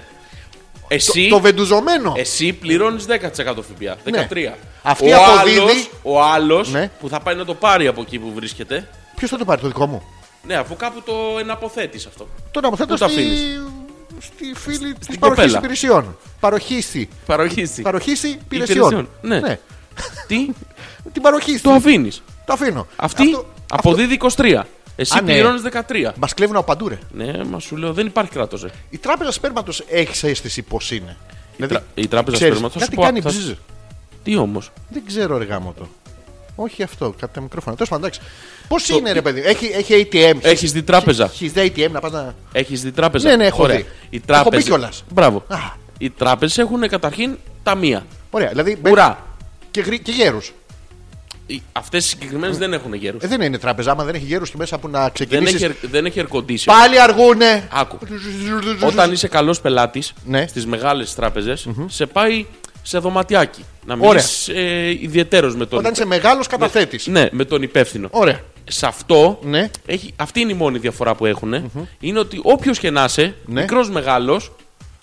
Εσύ,
Το βεντουζωμένο.
εσύ πληρώνεις 10% ΦΠΑ. 13.
Αυτή
ο
αποδίδει-
άλλος- ο άλλος
Ναι.
που θα πάει να το πάρει από εκεί που βρίσκεται.
Ποιος θα το πάρει το δικό μου.
Ναι, αφού κάπου το εναποθέτεις αυτό.
Τον αποθέτω
Πού τα
στη,
αφήνεις?
στη φίλη τη
κοπέλα.
παροχή υπηρεσιών. Παροχήση.
Παροχήσει.
Παροχήση υπηρεσιών.
Υπηρεσιών, ναι. Τι,
Την παροχήση.
το αφήνεις.
Το αφήνω.
Αυτή
Αυτό-
αποδίδει 23. Εσύ
Α, ναι.
πληρώνεις 13.
Μας κλέβουν από παντού, ρε.
Ναι, μα σου λέω δεν υπάρχει κράτος. Ε.
Η τράπεζα σπέρματος έχεις αίσθηση πώς είναι.
τρα- Ναι, η τράπεζα
ξέρεις,
σπέρματος, θα
Κάτι
σου πω,
κάνει
θα-
μπζζ.
Τι όμως.
Δεν ξέρω, ρε γάμο το. Όχι αυτό, κάτι τα μικρόφωνα. Τέλος πάντων, εντάξει. Πώς είναι, ρε παιδί, έχει, έχει ATM.
Έχεις δει τράπεζα.
Έχεις δει ATM να πας να.
Έχεις δει τράπεζα.
Ναι, ναι, έχω
Ωραία.
δει.
Οι
Έχω
τράπεζε.
μπει κιόλας.
Μπράβο.
Α.
Οι τράπεζες έχουν καταρχήν ταμεία.
Ωραία, δηλαδή. μπαίνει-
Ουρά.
Και, γρι- και γέρους.
Αυτές οι συγκεκριμένες δεν έχουν γέρους.
Ε, δεν είναι τράπεζα, άμα δεν έχει γέρους και μέσα που να
δεν, έχει,
ξεκινήσει.
air- δεν έχει air condition.
Πάλι αργούνε.
Άκου. Όταν είσαι καλός πελάτης
Ναι.
στις μεγάλες σε πάει σε δωματιάκι. Να μην
Ωραία.
είσαι ε, ιδιαίτερο με τον.
Όταν είσαι μεγάλο καταθέτη.
Ναι, με τον υπεύθυνο.
Ωραία.
Σε αυτό,
Ναι.
έχει, αυτή είναι η μόνη διαφορά που εχουν Είναι ότι όποιος και να είσαι,
Ναι.
μικρός μεγάλος,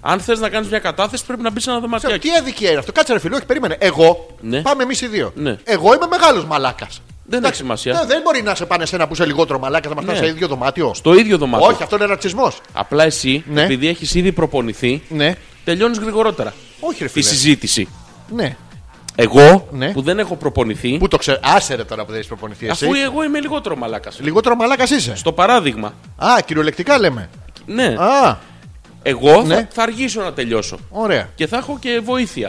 αν θες να κάνεις μια κατάθεση, πρέπει να μπεις σε ένα
Ξέρω,
δωματιάκι.
τι αδικία είναι αυτό. Κάτσε ρε φίλο, όχι, περίμενε. Εγώ.
Ναι.
Πάμε εμείς οι δύο.
Ναι.
Εγώ είμαι μεγάλος μαλάκας.
Δεν έχει σημασία.
δεν μπορεί να σε πάνε σένα που είσαι λιγότερο μαλάκας να μας
Ναι.
σε ίδιο δωμάτιο.
Το ίδιο δωμάτιο.
Όχι, αυτό είναι ρατσισμός.
Απλά εσύ,
Ναι.
επειδή έχεις ήδη προπονηθεί,
Ναι.
τελειώνεις γρηγορότερα
Όχι, ρε
τη
φίλε.
συζήτηση.
Ναι.
Εγώ
Ναι.
που δεν έχω προπονηθεί,
Πού το ξέρω. Άσε ρε τώρα που δεν έχεις προπονηθεί εσύ.
αφού εγώ είμαι λιγότερο μαλάκας.
Λιγότερο μαλάκας είσαι.
Στο παράδειγμα,
Α, κυριολεκτικά λέμε.
ναι,
Α,
εγώ
Ναι.
Θα, θα αργήσω να τελειώσω.
ωραία.
Και θα έχω και βοήθεια.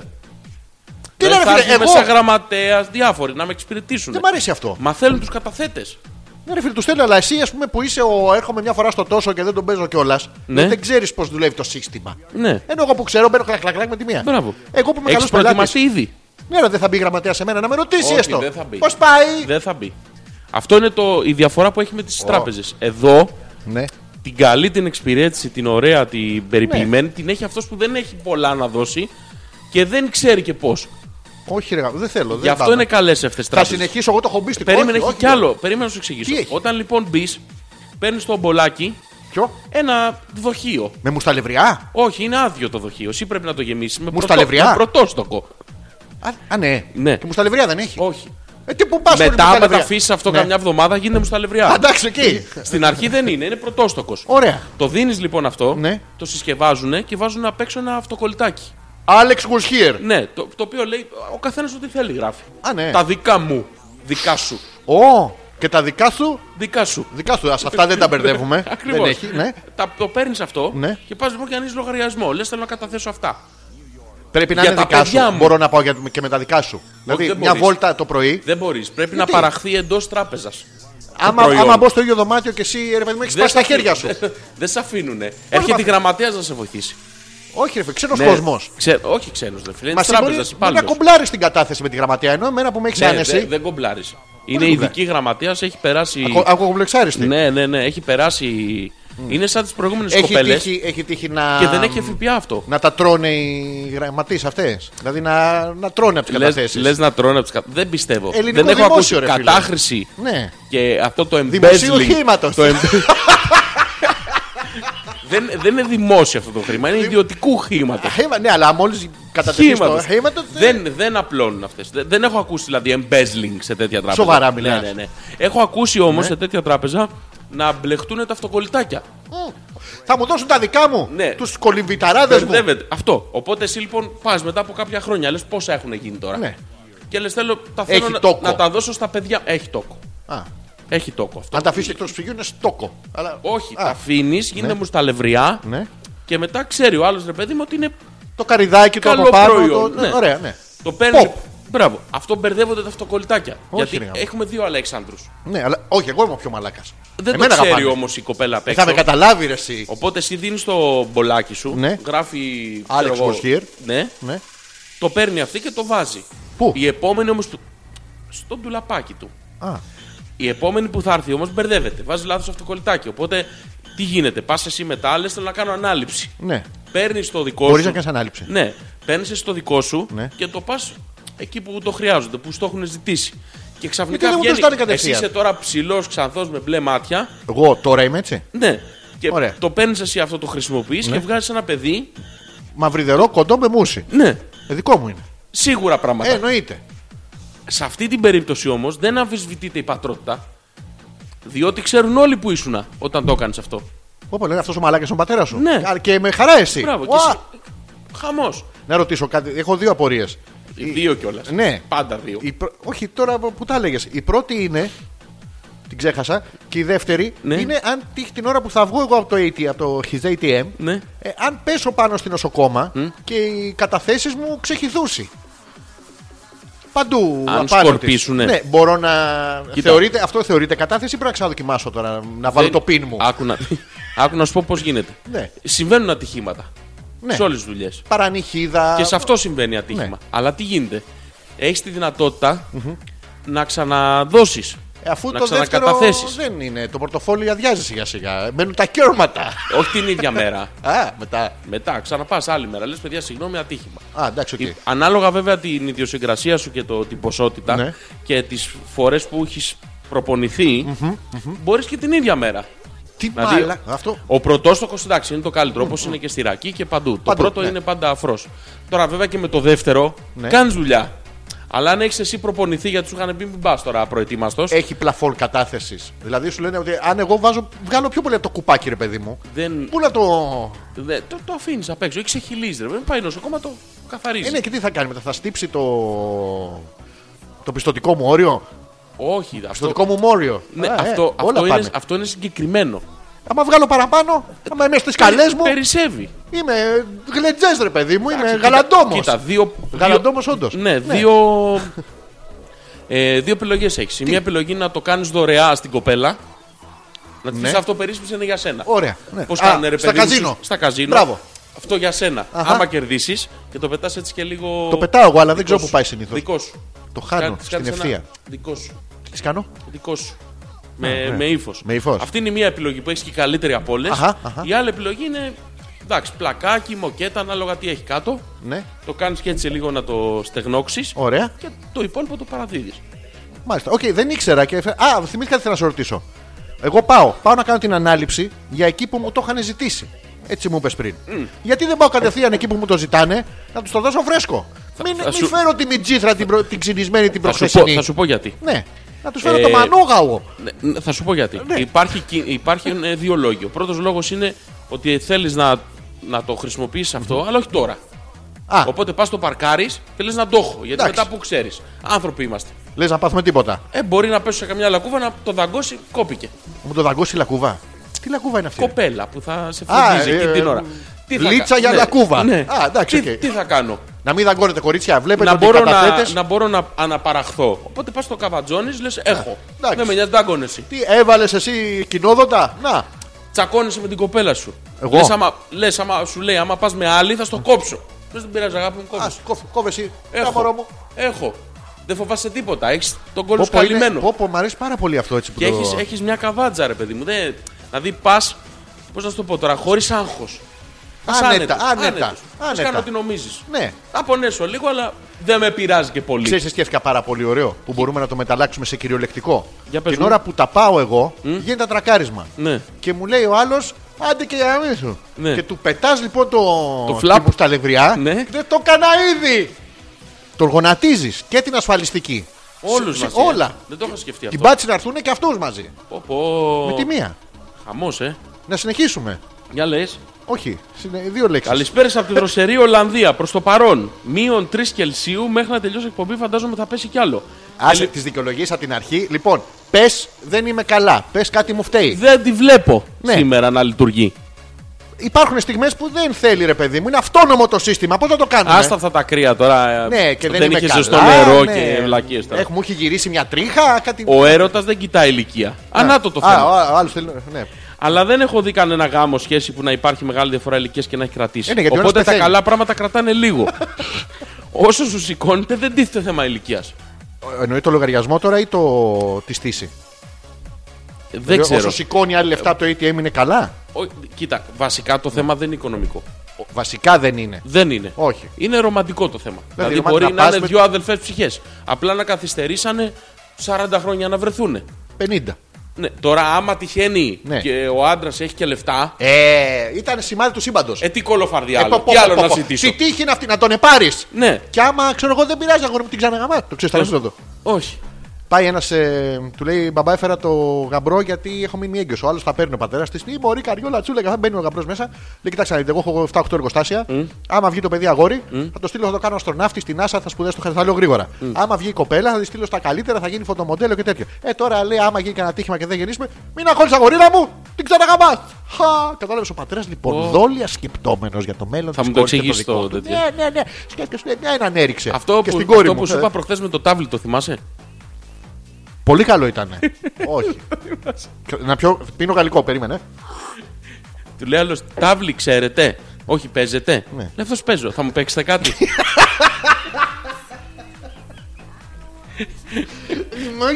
Τι
Δηλαδή,
λένε,
θα
φίλε,
έρχομαι
εγώ-
σαν γραμματέας, διάφοροι να με εξυπηρετήσουν.
Δεν μ' αρέσει αυτό.
Μα θέλουν τους καταθέτες.
Ναι, ρε φίλε, τους στέλνω, αλλά εσύ, ας πούμε, που είσαι ο έρχομαι μια φορά στο τόσο και δεν τον παίζω κιόλας.
Ναι.
Δεν ξέρεις πώς δουλεύει το σύστημα.
Ναι.
Ενώ εγώ που ξέρω, μπαίνω κλακ, κλακ, κλακ με τη μία.
Μπράβο.
Εγώ που είμαι
Έχεις
καλός πελάτης.
προετοιμαστεί ήδη.
Ναι, ρε, δεν θα μπει γραμματέα σε μένα να με ρωτήσει
Όχι,
έστω.
δεν θα μπει.
Πώς πάει.
Δεν θα μπει. Αυτό είναι το, η διαφορά που έχει με τις τράπεζες. Εδώ
Ναι.
την καλή την εξυπηρέτηση, την ωραία, την περιποιημένη, την έχει αυτός που δεν έχει πολλά να δώσει και δεν ξέρει και πώς.
Όχι, ρε, γάμο, δεν θέλω.
Γι'
δεν
αυτό
πάμε.
είναι καλές αυτές
Θα
τράπεζες.
συνεχίσω εγώ το χομπίστικο.
Περίμενε,
όχι,
έχει
όχι,
κι άλλο. Περίμενε να σου εξηγήσω.
Τι έχει?
Όταν λοιπόν μπεις, παίρνεις το μπολάκι,
Ποιο?
ένα δοχείο.
Με μουσταλευριά.
Όχι, είναι άδειο το δοχείο. Εσύ πρέπει να το γεμίσεις με,
Μουσταλευριά.
με πρωτόστοκο.
Α, α, ναι.
Ναι.
Και μουσταλευριά δεν έχει.
Όχι.
Ε, τι που πας
Μετά, άμα τα αφήσεις αυτό
Ναι.
καμιά Ε, εβδομάδα, γίνεται μου στα λευριά.
Εντάξει, εκεί.
Στην αρχή δεν είναι, είναι πρωτόστοκος.
Ωραία.
Το δίνεις λοιπόν αυτό,
Ναι.
το συσκευάζουν και βάζουν απ' έξω ένα αυτοκολλητάκι.
Alex was here.
Ναι, το, το οποίο λέει ο καθένας ό,τι θέλει γράφει.
Α, ναι.
Τα δικά μου. Δικά σου.
Ω, και τα δικά σου.
Δικά σου.
Δικά σου, ας αυτά δεν τα
<laughs>
μπερδεύουμε.
Ακριβώς.
δεν έχει, ναι.
Τα, το παίρνεις αυτό
Ναι.
και πας λοιπόν και ανοίγεις λογαριασμό. Λες θέλω να καταθέσω αυτά.
Πρέπει να
Για
είναι
τα
δικά
παιδιά
σου.
μου.
Μπορώ να πάω για- και με τα δικά σου. Δηλαδή,
δεν
μια
μπορείς.
βόλτα το πρωί.
Δεν μπορείς. Πρέπει
Γιατί?
να παραχθεί εντός τράπεζας.
Άμα, άμα μπω στο ίδιο δωμάτιο και εσύ, ρε παιδί μου, έχεις σπάσει τα χέρια σου.
<laughs> Δεν σε αφήνουνε.
μάθα.
Έρχεται η γραμματέα να σε βοηθήσει.
Όχι, ρε φίλε, ξένος κόσμος.
Ξε- όχι ξένος, δεν φίλε.
Ναι. Μα
Ναι. Είναι
συγχωρεί,
τράπεζα
μπορεί να
υπάλληλο.
κομπλάρεις την κατάθεση με τη γραμματεία. Ενώ εμένα που με έχεις
Ναι,
άνεση.
δεν δεν κομπλάρεις. Είναι ειδική γραμματέα, έχει περάσει.
Ακοκομπλεξάριστη.
Ναι, ναι, ναι, έχει περάσει. Είναι σαν τις προηγούμενες
Έχει
κοπέλες
τύχει, έχει τύχει να.
και δεν έχει ΦΠΑ αυτό.
Να τα τρώνε οι γραμματείς αυτές. Δηλαδή να, να τρώνε από τις
Λες,
καταθέσεις.
λες να τρώνε από τις κα- Δεν πιστεύω.
Ελληνικό
δεν έχω
δημόσιο,
ακούσει
ρε φίλε.
κατάχρηση
Ναι.
και αυτό το
Δημοσίου
embezzling.
χρήματος.
το embe- δεν, δεν είναι δημόσιο αυτό το χρήμα, είναι ιδιωτικού χρήματος.
Χήμα, ναι, αλλά μόλις κατατεθεί στο ναι. χήματο.
Δεν, δεν απλώνουν αυτές. Δεν, δεν έχω ακούσει δηλαδή embezzling σε τέτοια τράπεζα.
Σοβαρά
ναι,
μιλάς. Ναι.
ναι, ναι. Έχω ακούσει όμως σε τέτοια τράπεζα να μπλεχτούν τα αυτοκολλητάκια.
Θα μου δώσουν τα δικά μου.
Ναι.
Τους κολυμβηταράδε μου.
Μπερδεύεται. Αυτό. Οπότε εσύ λοιπόν πας μετά από κάποια χρόνια, λες πόσα έχουν γίνει τώρα.
Ναι.
Και λες θέλω, τα θέλω
Έχει
να,
τόκο.
να τα δώσω στα παιδιά. Έχει τόκο.
Α,
Έχει τόκο αυτό.
αν τα αφήσει εκτός ψυγείου είναι στόκο. Αλλά...
Όχι,
Α,
τα αφήνεις, γίνεται μου στα λευριά
Ναι.
και μετά ξέρει ο άλλος ρε παιδί μου ότι είναι.
Το καριδάκι το
Καλό
από πάνω.
προϊόν,
το...
ναι.
Ωραία, ναι.
Το παίρνει.
Pop.
Μπράβο. Αυτό μπερδεύονται τα αυτοκολλητάκια.
Όχι, ρε
γιατί
γάμο.
έχουμε δύο Αλέξανδρους.
ναι, αλλά όχι, εγώ είμαι ο πιο μαλάκας.
Δεν το ξέρει όμως η κοπέλα απ'
Ε, Θα με
έξω.
καταλάβει ρε εσύ.
Οπότε εσύ δίνεις το μπολάκι σου,
Ναι.
γράφει.
Alex
ξέρω εγώ,
was here.
Ναι,
Ναι.
το παίρνει αυτή και το βάζει.
Πού?
Η επόμενη όμως. Στο ντουλαπάκι του.
Α,
Η επόμενη που θα έρθει όμως μπερδεύεται. Βάζεις λάθος αυτοκολλητάκι. Οπότε τι γίνεται, πας εσύ μετά, λες θέλω να κάνω ανάληψη.
ναι.
Παίρνεις το δικό
Μπορείς
σου.
να κάνεις ανάληψη.
Ναι, παίρνεις το δικό σου
Ναι.
και το πας εκεί που το χρειάζονται, που στο έχουν ζητήσει. Και ξαφνικά
δεν μου το
βγαίνει.
στάνε κατευθείαν.
εσύ είσαι τώρα ψηλός ξανθός με μπλε μάτια.
Εγώ τώρα είμαι έτσι.
Ναι. Και
Ωραία. Ναι.
το παίρνεις εσύ αυτό, το χρησιμοποιείς και βγάζεις ένα παιδί.
Μαυριδερό, κοντό με μουσι.
Ναι,
Ε, δικό μου είναι.
σίγουρα
Ε,
πράγματα.
εννοείται.
Σε αυτή την περίπτωση όμως δεν αμφισβητείται η πατρότητα. Διότι ξέρουν όλοι που ήσουν όταν το έκανες αυτό.
Όπω λένε αυτός ο μαλάκας ο πατέρας σου.
Ναι.
Α, Και με χαρά εσύ.
Μπράβο.
Ουα!
Χαμός.
Να ρωτήσω κάτι. Έχω δύο απορίες.
Δύο κιόλας.
Ε, Ναι.
Πάντα δύο.
Η πρω- Όχι, τώρα που τα έλεγε. Η πρώτη είναι. Την ξέχασα. Και η δεύτερη
Ναι.
είναι αν τύχει την ώρα που θα βγω εγώ από το, AT, από το his ATM.
Ναι.
ε, αν πέσω πάνω στην νοσοκόμα και οι καταθέσεις μου ξεχυδούσουν. Παντού.
Αν
απάνω της.
σκορπίσουνε.
Ναι, μπορώ να.
Κοίτα.
Θεωρείται, αυτό θεωρείται κατάθεση ή πρέπει να ξαναδοκιμάσω τώρα. Να βάλω το πιν μου.
Ε, Άκου να, άκου να σου πω πώς γίνεται.
Ναι.
Συμβαίνουν ατυχήματα.
Ναι.
Σε όλες τις δουλειές.
Παρανυχίδα.
Και σε αυτό συμβαίνει ατύχημα.
Ναι.
Αλλά τι γίνεται. Έχεις τη δυνατοτητα να ξαναδώσεις.
Ε, Αφού
να
το δεύτερο
ξανακαταθέσεις.
δεν είναι. Το πορτοφόλι αδειάζει σιγά σιγά. Μένουν τα κέρματα.
Όχι την ίδια μέρα.
Α, μετά.
Μετά ξαναπάς άλλη μέρα. Λες, παιδιά, συγγνώμη, ατύχημα.
Α, εντάξει, οκ.
Η- Ανάλογα βέβαια την ιδιοσυγκρασία σου και το, την ποσότητα
Ναι.
και τις φορές που έχεις μπορείς και την ίδια μέρα.
Τι
Δηλαδή-
μάλα. Αυτό.
Ο πρωτόστοχος εντάξει είναι το καλύτερο, όπως είναι και στη Ρακή και παντού. Το
Παντού,
πρώτο
ναι.
είναι πάντα αφρός. Τώρα βέβαια και με το δεύτερο
Ναι.
κάνεις δουλειά. Αλλά αν έχεις εσύ προπονηθεί γιατί σου είχαν πει μην πας τώρα προετοίμαστος.
Έχει πλαφόν κατάθεσης. Δηλαδή σου λένε ότι αν εγώ βάζω, βγάλω πιο πολύ από το κουπάκι, ρε παιδί μου.
δεν,
Πού να το.
δεν- το το αφήνεις απ' έξω. Έχεις ξεχυλίζει. Δεν πάει νοσοκόμα, το καθαρίζεις.
Ε, ναι, και τι θα κάνει μετά, θα στύψει το. το πιστοτικό μου όριο.
Όχι, αυτό,
Πιστοτικό μου όριο.
ναι,
Α, ε,
αυτό,
όλα
αυτό,
πάνε.
είναι, αυτό είναι συγκεκριμένο.
Άμα βγάλω παραπάνω, άμα είμαι
Ε,
στις καλές Ε, μου,
Περισσεύει.
είμαι γλεντζές, ρε παιδί μου, είμαι
Εντάξει,
γαλαντόμος.
Κοίτα, κοίτα, δύο.
Γαλαντόμος,
δύο-
όντως.
Ναι,
Ναι.
δύο. ε, δύο επιλογές έχεις. Η μία επιλογή είναι να το κάνεις δωρεά στην κοπέλα. Να τη
Ναι.
πει αυτό περίσπισε είναι για σένα.
Ωραία. Ναι.
Πώς
Α,
κάνουν ρε
στα
παιδί μου,
καζίνο.
Στα καζίνο.
Μπράβο.
Αυτό για σένα.
Αχα.
Άμα κερδίσεις και το πετάς έτσι και λίγο.
Το πετάω εγώ, αλλά δεν
δικό
ξέρω
σου.
πού πάει συνήθως.
Δικό σου.
Το χάνω
Κάν-
στην
κάνεις ένα
ευθεία.
Δικό σου.
Τις κάνω.
Δικό σου. Με,
ναι.
με ύφος.
Με ύφος.
Αυτή είναι η μία επιλογή που έχει και η καλύτερη από όλες.
Αχα, αχα.
Η άλλη επιλογή είναι. Εντάξει, πλακάκι, μοκέτα, ανάλογα τι έχει κάτω.
Ναι,
Το κάνεις και έτσι λίγο να το στεγνώξεις.
ωραία.
Και το υπόλοιπο το παραδίδει.
Μάλιστα. Οκ, δεν ήξερα. Και... Α, θυμήθηκα τι θέλω να σε ρωτήσω. Εγώ πάω. Πάω να κάνω την ανάληψη για εκεί που μου το είχαν ζητήσει. Έτσι μου είπες πριν. Γιατί δεν πάω κατευθείαν εκεί που μου το ζητάνε να τους το δώσω φρέσκο. Μην,
θα
μην
σου-
φέρω τη μιτζήθρα την, προ... την ξυνισμένη την
Θα σου, πω,
προχθεσινή.
θα σου πω γιατί.
Ναι, να τους φέρω
Ε,
το μανόγαο.
Ναι, ναι, θα σου πω γιατί.
Ναι.
Υπάρχει, κι- υπάρχουν ε, δύο λόγοι. Ο πρώτος λόγος είναι ότι θέλεις να, να το χρησιμοποιήσει αυτό, αλλά όχι τώρα.
Α,
Οπότε πας το παρκάρει και λες να το έχω. Γιατί
Εντάξει.
μετά που ξέρεις. Άνθρωποι είμαστε.
λες να πάθουμε τίποτα.
Ε, μπορεί να πέσω σε καμιά λακκούβα να το δαγκώσει, κόπηκε.
Μου το δαγκώσει η λακκούβα. Τι λακκούβα είναι αυτή. ρε?
Κοπέλα που θα σε φροντίζει
ε,
εκείνη
ε,
την ώρα.
λίτσα
κα-
για
ναι,
λακκούβα.
Ναι.
Α, εντάξει,
τι,
οκ.
τι θα κάνω.
Να μην δαγκώνετε κορίτσια, βλέπετε
Να
ότι
μπορώ
οι
να,
καταθέτες... Ναι.
να μπορώ να αναπαραχθώ. Οπότε πας στο καβατζόνι, λε: Έχω.
εντάξει.
Δεν με νοιάζει, δαγκώνεσαι.
Τι έβαλες εσύ κοινόδοντα. Να,
τσακώνεσαι με την κοπέλα σου.
Εγώ?
Λες, άμα, λες, άμα σου λέει, άμα πας με άλλη, θα στο κόψω. Λε δεν πειράζει, αγάπη μου,
α
κόψω.
κόβε εσύ. Τα μωρό μου.
Έχω. Δεν φοβάσαι τίποτα. Έχεις τον κόλλο
Πω,
σου
πω, είναι-
καλυμμένο.
πω, πω, μ' αρέσει πάρα πολύ αυτό έτσι που
Και
το...
έχεις, έχεις μια καβάτζα, ρε παιδί μου. Δεν... Δηλαδή πας, πώς να σου το πω τώρα, χωρίς άγχος.
Άνετα, άνετα.
Ας
άνετα.
κάνω ό,τι νομίζεις.
Ναι.
Θα πονέσω λίγο, αλλά δεν με πειράζει και πολύ.
Ξέρεις τι σκέφτηκα πάρα πολύ ωραίο που μπορούμε να το μεταλλάξουμε σε κυριολεκτικό.
Για πες
Την
μου.
ώρα που τα πάω εγώ γίνεται τρακάρισμα.
Ναι.
Και μου λέει ο άλλος, άντε και για να σου.
Ναι.
Και του πετάς λοιπόν το,
Το flap.
τύπου στα λευριά.
Ναι.
Δεν το έκανα ήδη. Τον γονατίζει και την ασφαλιστική.
Όλους
Σε-
μαζί,
σε- Όλα.
ε. Δεν το είχα σκεφτεί
Την
αυτό.
πάτση να έρθουν και αυτούς μαζί.
Πω, πω.
Με τη μία.
Χαμός, ε.
Να συνεχίσουμε.
Για λες.
Όχι, συνε- δύο λέξεις.
Καλησπέρα από τη δροσερή Ολλανδία προς το παρόν. Μείον 3 Κελσίου μέχρι να τελειώσει η εκπομπή, φαντάζομαι θα πέσει κι άλλο. Ε,
Άσε τις δικαιολογίες από την αρχή. Λοιπόν, πες δεν είμαι καλά. Πες κάτι μου φταίει.
Δεν τη βλέπω
Ναι.
σήμερα να λειτουργεί.
Υπάρχουν στιγμές που δεν θέλει ρε παιδί μου. Είναι αυτόνομο το σύστημα. Πώς θα το κάνουμε.
Άστα αυτά τα κρύα τώρα. ε,
Ναι, και δεν, είμαι
είχε
καλά,
ζεστό νερό
ναι.
και βλακίες τώρα.
Έχ, μου έχει γυρίσει μια τρίχα, κάτι.
Ο έρωτας δεν κοιτάει ηλικία. Ανάτο το
Α,
θέμα.
ο- ο άλλος θέλει. Ναι.
Αλλά δεν έχω δει κανένα γάμο σχέση που να υπάρχει μεγάλη διαφορά ηλικίας και να έχει κρατήσει.
Ε, ναι, γιατί ο
Οπότε
ένας
τα
πεθαίνει.
καλά πράγματα κρατάνε λίγο. Όσο σου σηκώνεται, δεν τίθεται θέμα ηλικίας.
Εννοεί το λογαριασμό τώρα ή το... τη στήση. Ε,
Δεν ξέρω.
Όσο σηκώνει άλλη λεφτά από το ATM είναι καλά.
Ο- Κοίτα, βασικά το θέμα δεν είναι οικονομικό.
Βασικά δεν είναι.
Δεν είναι.
Όχι.
Είναι ρομαντικό το θέμα. Δηλαδή,
ρομαντικά
μπορεί
να
να,
πας
είναι
με-
δύο αδελφές ψυχές. Απλά να καθυστερήσανε 40 χρόνια να βρεθούν.
50.
Ναι. Τώρα, άμα τυχαίνει
Ναι.
και ο άντρας έχει και λεφτά.
Ε, ήταν σημάδι του σύμπαντος.
Ε, τι κολοφαρδιά
πω,
άλλο.
πω,
Τι άλλο
πω,
να
πω.
ζητήσω.
Τι τύχη είναι αυτή, να τον επάρεις.
Ναι. Ε,
Και άμα ξέρω εγώ δεν πειράζει, αγόρι μου την ξαναγαμά. Το ξέρει, θα λες το.
Όχι.
Πάει ένας, του λέει μπαμπά, έφερα το γαμπρό γιατί έχω μείνει έγκυος. Ο άλλος θα παίρνει ο πατέρας της. Ή μπορεί καριόλα τσούλα και θα μπαίνει ο γαμπρός μέσα. Λέει, κοιτάξτε, να δείτε, εγώ έχω 7-8 εργοστάσια. Άμα βγει το παιδί αγόρι, θα το στείλω, θα το κάνω αστροναύτη στην NASA, θα σπουδάσει το χαρθαλό γρήγορα. Άμα βγει η κοπέλα, θα τη στείλω στα καλύτερα, θα γίνει φωτομοντέλο και τέτοιο. Ε, τώρα λέει, άμα γίνει κανένα τύχημα και δεν γεννήσουμε, μην αγχώνει αγορίνα μου, την ξαναγαμάς. Χα, κατάλαβες ο πατέρας λοιπόν,
Ω.
δόλια σκεπτόμενος για το μέλλον
Θα
της
μου το
κόρης και
εξηγήσεις
δικό
το
του.
τέτοιο.
Ναι, ναι, ναι. Σκέφτεσαι, ναι, έναν έριξε.
Αυτό
και
που,
στην κόρη
αυτό
μου.
που σου
Ε,
είπα προχθές με το τάβλι, το θυμάσαι.
Πολύ καλό <laughs> ήταν. Όχι. Να πιω, πίνω γαλλικό, περίμενε.
Του λέει άλλος, τάβλι ξέρετε. Όχι, παίζετε.
Ναι.
Ναι, αυτός παίζω. Θα μου παίξετε
<laughs>
κάτι.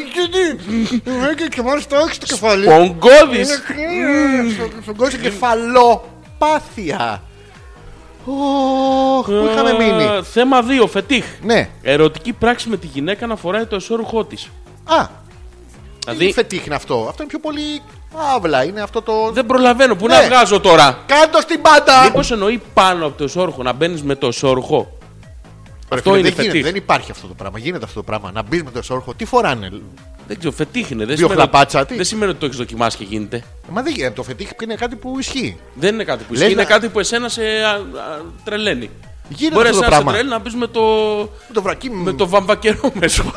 Είμαι και και μόλις το έχεις το κεφάλι.
Πογκόδη.
Στον κόσμο κεφαλοπάθεια. Ωχ, πού είχαμε μείνει.
Θέμα 2, φετίχ.
Ναι.
Ερωτική πράξη με τη γυναίκα να φοράει το εσώρουχό της.
Α, τι
Δηλαδή,
φετίχ είναι αυτό. Αυτό είναι πιο πολύ άβλα. Είναι αυτό το...
δεν προλαβαίνω. Πού
Ναι.
να βγάζω τώρα.
Κάντο στην πάντα!
Μήπως εννοεί πάνω από το εσώρουχο, να μπαίνεις με το εσώρουχο.
Ρε
αυτό
φίλε,
είναι
δεν, γίνεται,
φετίχ.
δεν υπάρχει αυτό το πράγμα. Γίνεται αυτό το πράγμα. Να μπεις με το εσόρχο. Τι φοράνε.
Δεν ξέρω, φετίχ είναι.
Δύο
Δεν σημαίνει,
χλαπάτσα, τι.
δεν σημαίνει ότι το έχεις δοκιμάσει και γίνεται.
Μα δεν γίνεται. Το φετίχ είναι κάτι που ισχύει.
Δεν είναι κάτι που
Λες
ισχύει,
να-
είναι κάτι που εσένα σε α, α, τρελαίνει.
Γίνεται
Μπορεί
αυτό το
εσένα σε
πράγμα.
τρελαίνει να μπεις με το,
Με το βρακί μου.
με το βαμβακερό μέσω.
<laughs>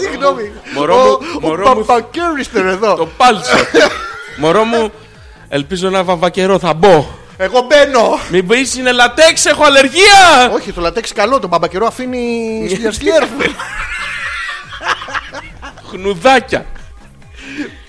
Συγγνώμη.
Μωρό
Ο-
μου, μωρό
Ο
μου.
Παπακέριστερ εδώ.
το πάλσο. Μωρό μου, ελπίζω να βαμβακερό θα μπω.
Εγώ μπαίνω.
Μην πεις είναι λατέξ, έχω αλλεργία!
Όχι, το λατέξ καλό. Το μπαμπακερό
<laughs>
αφήνει σλιαρ
Χνουδάκια.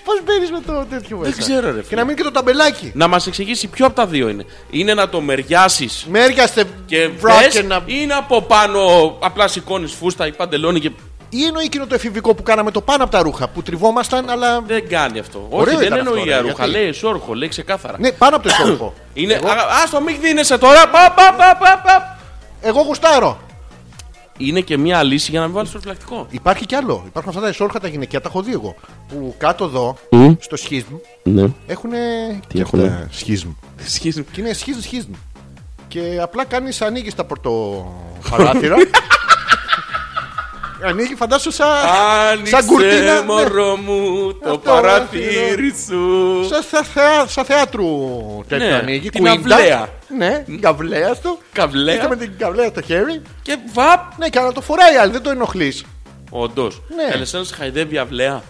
Πώς μπαίνεις με το τέτοιο μέσα.
ξέρω, ρε,
Και
φίλε.
να μείνει και το ταμπελάκι.
Να μας εξηγήσει ποιο από τα δύο είναι. Είναι να το μεριάσεις
Μέριαστε
και
βράδυ
βρες,
να.
ή είναι από πάνω απλά σηκώνεις φούστα ή παντελόνι και
Ή εννοεί εκείνο το εφηβικό που κάναμε το πάνω από τα ρούχα που τριβόμασταν, αλλά.
δεν κάνει αυτό.
Ωραίο
Όχι, δεν
ήταν αυτό,
εννοεί
ρε,
αρούχα.
γιατί?
Λέει εσόρχο, λέει ξεκάθαρα.
Ναι, πάνω από το
<coughs>
εσόρουχο.
Είναι. Α ας το μην δίνεσαι τώρα. Πα, πα, πα, πα, πα.
Εγώ γουστάρω.
είναι και μια λύση για να μην βάλεις προφυλακτικό.
Υπάρχει κι άλλο. Υπάρχουν αυτά τα ισόρχα τα γυναικεία, τα έχω δει εγώ. Που κάτω εδώ, στο σχίσμ,
Ναι.
έχουν.
έχουνε?
Σχίσμ.
Σχίζουν.
Και είναι σχίσμ, σχίσμ. Και απλά κάνει, ανοίγει τα
<laughs>
πορτοπαράθυρα. ανοίγει, φαντάσου σαν. Σαν κουρτίνα,
Άνοιξε
ναι.
μωρό μου το
Αυτό, ναι,
παραθύρι σου.
Σαν σαν θεά- σαν θέατρου τέτοιο
Ναι,
ανοίγει.
την
κουίντα.
αυλαία.
Ναι, την καβλέα του. Είστε με
Καβλέα
την καβλέα στο χέρι.
και βαπ.
Ναι, και να το φοράει άλλη, δεν το ενοχλείς.
Όντως.
Ναι.
Καλεσένα σε χαϊδεύει η αυλαία.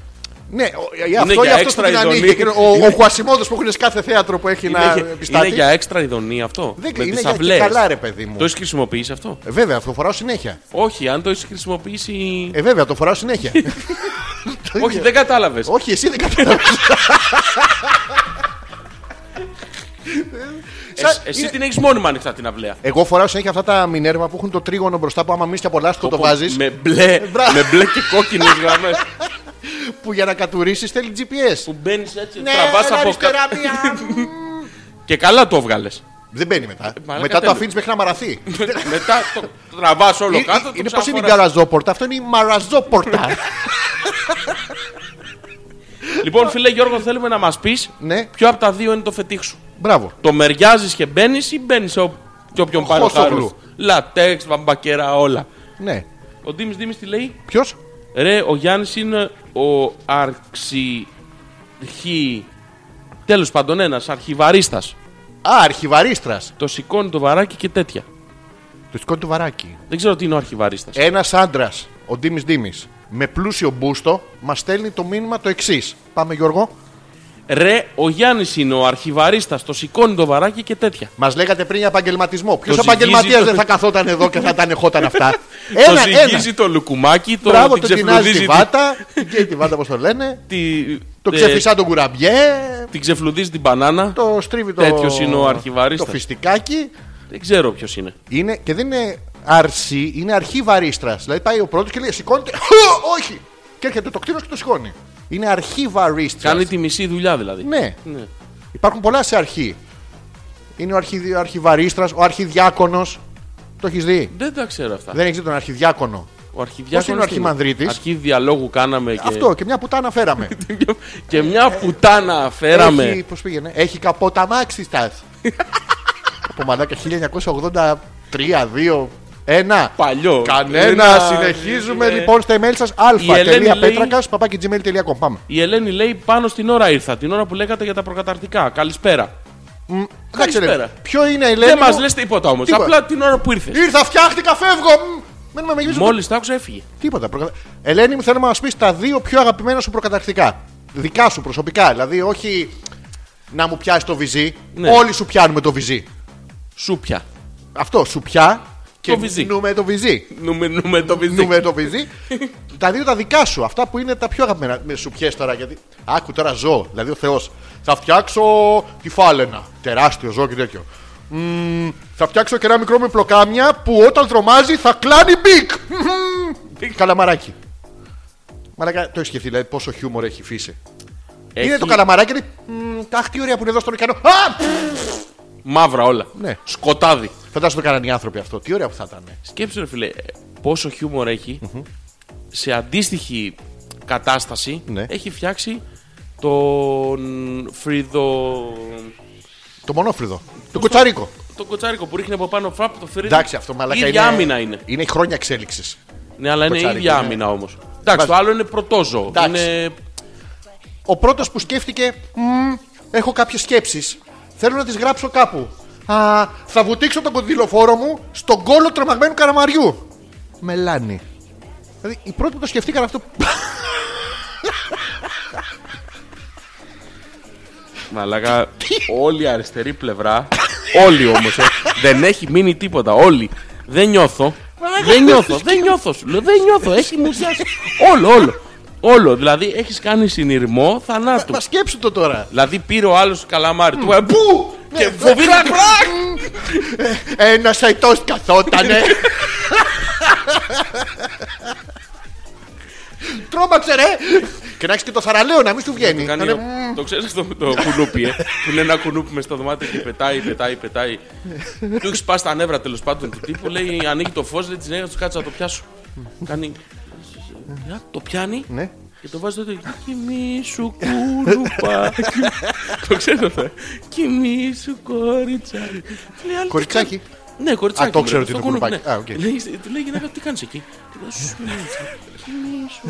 Ναι, ο- γι' αυτό,
για
γι αυτό
έξτρα
την
ειδονή.
ανοίγει. και Ο,
Είναι-
ο Χουασιμόδος που έχουν σε κάθε θέατρο που έχει να
είναι, για-
πιστάτη.
είναι για έξτρα ειδονή αυτό.
Δεν
με
είναι
τις
για
αυλαίες.
καλά, ρε παιδί μου.
Το έχεις χρησιμοποιήσει αυτό.
Ε, βέβαια, το φοράω συνέχεια.
Όχι, αν το έχεις χρησιμοποιήσει.
Ε, βέβαια, το φοράω συνέχεια. <laughs> Το
<laughs> Όχι,
ίδιο.
δεν κατάλαβες.
Όχι, εσύ δεν κατάλαβες. Σαν-
εσύ
είναι-
την έχεις μόνιμα ανοιχτά την αυλαία.
Εγώ φοράω συνέχεια αυτά τα μινέρμα που έχουν το τρίγωνο μπροστά που άμα μείνει και απολάστικο το Ε,
Όπου-
βάζεις.
Με μπλε,
μπράβο.
με μπλε και κόκκινες γραμμές.
<laughs> Που για να κατουρίσεις θέλει GPS.
που μπαίνεις έτσι,
Ναι,
τραβάς
έλα
από
αριστερά,
κάτω. <laughs>
μία.
Και καλά το έβγαλες.
<laughs> Δεν μπαίνει μετά.
μαλάκα,
Μετά το
τέλος.
αφήνεις μέχρι να μαραθεί.
Μετά το τραβάς όλο
Ε,
κάτω. το
Είναι πώς είναι η
ξαναφοράς.
καραζόπορτα, αυτό είναι η μαραζόπορτα.
<laughs> Λοιπόν, φίλε Γιώργο, θέλουμε να μας πεις
Ναι.
ποιο από τα δύο είναι το φετίχ σου.
Μπράβο.
Το μεριάζεις και μπαίνεις ή μπαίνεις σε ο- και όποιον πάρει ο
Χώσογλου.
χάρος. Λατέξ, βαμπακέρα, όλα.
Ναι.
Ο Ντίμης Ντίμης τι λέει.
Ποιος?
Ρε, ο Γιάννης είναι ο αρχι. Τέλος πάντων, ένας αρχιβαρίστας.
Α, αρχιβαρίστρας.
Το σηκώνει το βαράκι και τέτοια.
Το σηκώνει το βαράκι.
Δεν ξέρω τι είναι ο αρχιβαρίστας.
Ένας άντρας, ο Ντίμης Ντίμης, με πλούσιο μπούστο, μας στέλνει το μήνυμα το εξής. Πάμε, Γιώργο.
Ρε, ο Γιάννης είναι ο αρχιβαρίστας. Το σηκώνει το βαράκι και τέτοια.
Μας λέγατε πριν για επαγγελματισμό. Ποιο
Το
επαγγελματία
ζυγίζει το-
δεν θα καθόταν εδώ και θα τα ανεχόταν αυτά.
<laughs> το
Ένα,
ζυγίζει
ένα.
το λουκουμάκι, το
Μπράβο,
την
το τεινάζει
ξεφλουδίζει.
τη
τη-
βάτα. Την καίει τη βάτα, πώς το λένε.
τη-
Το
ε,
ξεφυσά τον κουραμπιέ.
Την ξεφλουδίζει την μπανάνα.
Το στρίβει το.
Τέτοιος είναι ο αρχιβαρίστας.
Το φιστικάκι.
Δεν ξέρω ποιος είναι.
Είναι, και δεν είναι αρσί, είναι αρχή βαρίστρα. Δηλαδή πάει ο πρώτος και λέει: Σηκώνεται. Όχι! Και έρχεται το κτίνο και το σηκώνει. Είναι αρχή βαρίστρα.
Κάνει τη μισή δουλειά δηλαδή.
Ναι. Υπάρχουν πολλά σε αρχή. Είναι ο αρχιδι- ο αρχιβαρίστρα, ο αρχιδιάκονος. Το έχεις δει.
Δεν τα ξέρω αυτά.
Δεν έχεις δει τον αρχιδιάκονο.
Ο αρχιδιάκονος
Πώς είναι ο
τι
αρχιμανδρίτης?
Αρχή διαλόγου κάναμε και,
Αυτό και μια που τα αναφέραμε.
<laughs> και μια πουτάνα φέραμε.
Έχει, πώς πήγαινε, έχει καπότα μάξι στα.
<laughs>
Από μαλάκα 1983, 2, 1.
Παλιό.
Κανένα.
Ένα-
Συνεχίζουμε
ε,
λοιπόν στα email σας.
Ελένη λέει-
αλφα.πέτρακα.gmail.com. Πάμε.
Η Ελένη λέει πάνω στην ώρα ήρθα, την ώρα που λέγατε για τα προκαταρτικά. Καλησπέρα.
Εντάξει,
καλησπέρα.
Ελένη. Ποιο είναι η Ελένη.
Δεν μας
μου?
λες τίποτα όμως.
Τίποτα.
Απλά την ώρα που ήρθες.
Ήρθα, φτιάχτηκα, φεύγω. Μμ, Μένουμε με γεμίζουν
Μόλις τα άκουσα έφυγε.
Τίποτα. Προκα... Ελένη μου, θέλω να μας πεις τα δύο πιο αγαπημένα σου προκαταρκτικά. Δικά σου προσωπικά. Δηλαδή, όχι να μου πιάσει το βυζί.
Ναι.
Όλοι σου πιάνουμε το βυζί.
Σούπια.
Αυτό σου πιά και
Το βυζί.
νούμε το βυζί.
Νούμε, νούμε το βυζί.
Νούμε το βυζί. τα δύο τα δικά σου. Αυτά που είναι τα πιο αγαπημένα. Με σου πιέ τώρα γιατί. Άκου τώρα ζω. Δηλαδή ο Θεός. Θα φτιάξω τη φάλαινα. Τεράστιο ζώο και τέτοιο. Μμμ, θα φτιάξω και ένα μικρό με πλοκάμια που όταν δρομάζει θα κλάνει μπικ. Μμμ. Καλαμαράκι. Μαλάκα, το έχεις σκεφτεί, δηλαδή πόσο χιούμορ έχει η φύση.
Έχει
Είναι το καλαμαράκι, λέει, «Μμμ, Αχ, τι ωραία που είναι εδώ στον ωκεανό. Α!
Μαύρα όλα.
Ναι.
Σκοτάδι.
Φαντάζομαι το κάνανε οι άνθρωποι αυτό. Τι ωραία που θα ήταν.
Σκέψτε ρε φίλε, πόσο χιούμορ έχει. Σε αντίστοιχη κατάσταση
Ναι.
έχει φτιάξει τον φρύδο...
Το μονόφρυδο. Το κουτσαρίκο.
Το κοτσάρικο που ρίχνει από πάνω φραπ το φρύδο.
Εντάξει, αυτό μαλάκα
Ε, ίδια
είναι.
άμυνα είναι.
Είναι η χρόνια εξέλιξης.
Ναι, αλλά είναι
Κοτσάρικο,
ίδια
ναι.
άμυνα όμως. Εντάξει,
Βάζει-
το άλλο είναι πρωτόζωο.
Εντάξει.
Είναι...
Ο πρώτος που σκέφτηκε, «Μμμ, έχω κάποιες σκέψεις. Θέλω να τις γράψω κάπου. Α, θα βουτήξω τον κονδυλοφόρο μου στον κόλο τρομαγμένου καραμαριού. Μελάνι. Δηλαδή, οι πρώτοι που το σκεφτήκαν αυτό.
Μαλάκα, όλη η αριστερή πλευρά. όλοι όμω. δεν έχει μείνει τίποτα. Όλοι. Δεν νιώθω. δεν νιώθω. δεν νιώθω. Σου λέω, δεν νιώθω. Έχει μουσιάσει. όλο, όλο. Όλο. Δηλαδή έχεις κάνει συνειρμό θανάτου.
Μα σκέψου το τώρα.
δηλαδή πήρε ο άλλος καλαμάρι του. ε, Πού! Και
Ναι, ναι.
φοβήθηκε.
βρακ, Ένα αϊτό καθότανε.
Ναι,
Τρώμαξε ρε! Και να έχεις και το θαραλέο να μην σου βγαίνει.
κάνει
Θα
ο-
είναι, «Μμμ,
Το ξέρεις αυτό με το κουνούπι, ε? που είναι ένα κουνούπι μες στο δωμάτιο και πετάει, πετάει, πετάει. του έχεις σπάσει τα νεύρα τέλος πάντων του τύπου, λέει ανοίγει το φως, λέει της νέας του κάτσε να το πιάσω. Κάνει. «Να Το πιάνει
Ναι.
και το βάζει τότε. Κοιμήσου
<laughs>
κουνούπα. Το ξέρω αυτό. ε. Κοιμήσου κοριτσάκι. Του λέει, «Άλλη τι
Κοριτσάκι.
κάνει». Ναι, κοριτσάκι.
Α, το
μου
ξέρω
λέει,
τι
στο
είναι το
κουνούπι,
κουνουπάκι. Α, οκ.
ναι. Λέει, Του λέει γυναίκα, τι κάνεις εκεί. Του λέει, «Σου λέει, Κοιμήσου.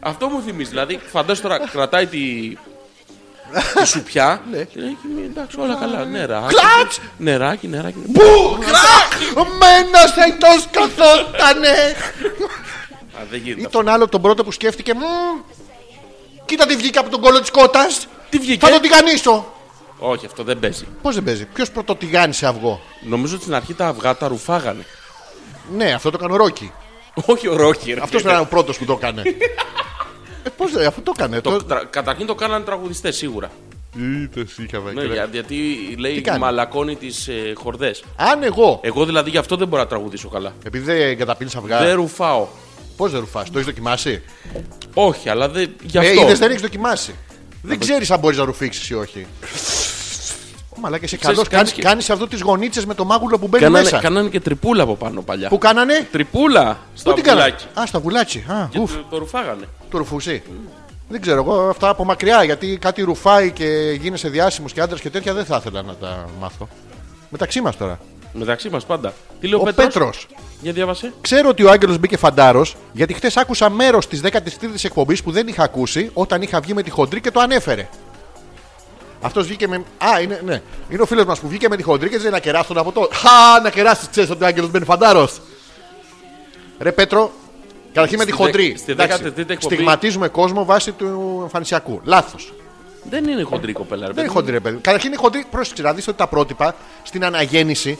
Αυτό μου θυμίζει. Δηλαδή, φαντάζομαι τώρα κρατάει τη. τη σουπιά.
<laughs> Ναι.
Και λέει, «Κοιμή, εντάξει, όλα καλά. Νεράκι.
Κλατς!
Νεράκι, νεράκι.
Μπου! Κρακ! Μένας εντός καθότανε!
Α, δεν
Ή
γίνεται.
τον άλλο τον πρώτο που σκέφτηκε «Μμμ, Κοίτα τι βγήκε από τον κόλο της κότας
Τι βγήκε?
Θα τον τηγανίσω
Όχι, αυτό δεν παίζει.
Πώς δεν παίζει, ποιος πρώτο τηγάνισε αυγό
Νομίζω ότι στην αρχή τα αυγά τα ρουφάγανε. <laughs>
Ναι αυτό το έκανε ο Ρόκι
Όχι ο Ρόκερ.
Αυτός ήταν ο πρώτος που το έκανε ε, Πώς δεν, αφού το έκανε
Το,
το...
τρα- καταρχήν το κάνανε τραγουδιστές σίγουρα.
Είτε σήκαμε,
Ναι,
κρακ.
για- γιατί λέει
κάνει?
μαλακώνει τις ε, χορδές.
Αν εγώ
Εγώ δηλαδή γι' αυτό δεν μπορώ να τραγουδήσω καλά.
Επειδή δεν καταπίνεις
Δεν
αυγά
ρουφάω.
Πώς δεν ρουφάς, το έχεις δοκιμάσει
Όχι, αλλά δεν. Γι'
Ε,
αυτό.
είδες δεν έχεις δοκιμάσει. Δεν ξέρεις αν μπορείς να ρουφήξεις ή όχι. Ω, Μαλάκα, είσαι
Ξέρεις,
καλός.
κάνεις
Κάνεις,
και-
κάνεις αυτό τις γονίτσες με το μάγουλο που μπαίνει
Κάνανε,
μέσα.
κάνανε και τρυπούλα από πάνω παλιά.
Που κάνανε.
Τρυπούλα στο
Πού την κάνανε.
αυγουλάκι.
Α, στα βουλάκι. Α,
Και
ουφ,
το, το ρουφάγανε.
το ρουφούσι. Δεν ξέρω, εγώ αυτά από μακριά γιατί κάτι ρουφάει και γίνεσαι διάσημος και άντρας και τέτοια δεν θα ήθελα να τα μάθω. Μεταξύ μας τώρα.
Μεταξύ μας πάντα. Τι λέει ο,
Ο
Πέτρος?
Πέτρος.
Για διάβασε.
Ξέρω ότι ο Άγγελος μπήκε φαντάρος, γιατί χθες άκουσα μέρος της 13η εκπομπής που δεν είχα ακούσει όταν είχα βγει με τη χοντρή και το ανέφερε. Αυτός βγήκε με. Α, είναι, ναι. είναι ο φίλος μας που βγήκε με τη χοντρή και της λέει να κεράσει τον από το. Χα, να κεράσεις, ξέρεις ότι ο Άγγελος μπαίνει φαντάρος. Ρε Πέτρο, καταρχήν με τη
Στη δε-
χοντρή.
στη
Εντάξει,
13η εκπομπή.
Στιγματίζουμε κόσμο βάσει του εμφανισιακού. Λάθος.
Δεν είναι χοντρή κοπέλα. ρε
Δεν είναι
παιδί μου.
χοντρή, ρε παιδί. Καταρχήν είναι χοντρή. Πρόσεξε να δεις ότι τα πρότυπα στην αναγέννηση,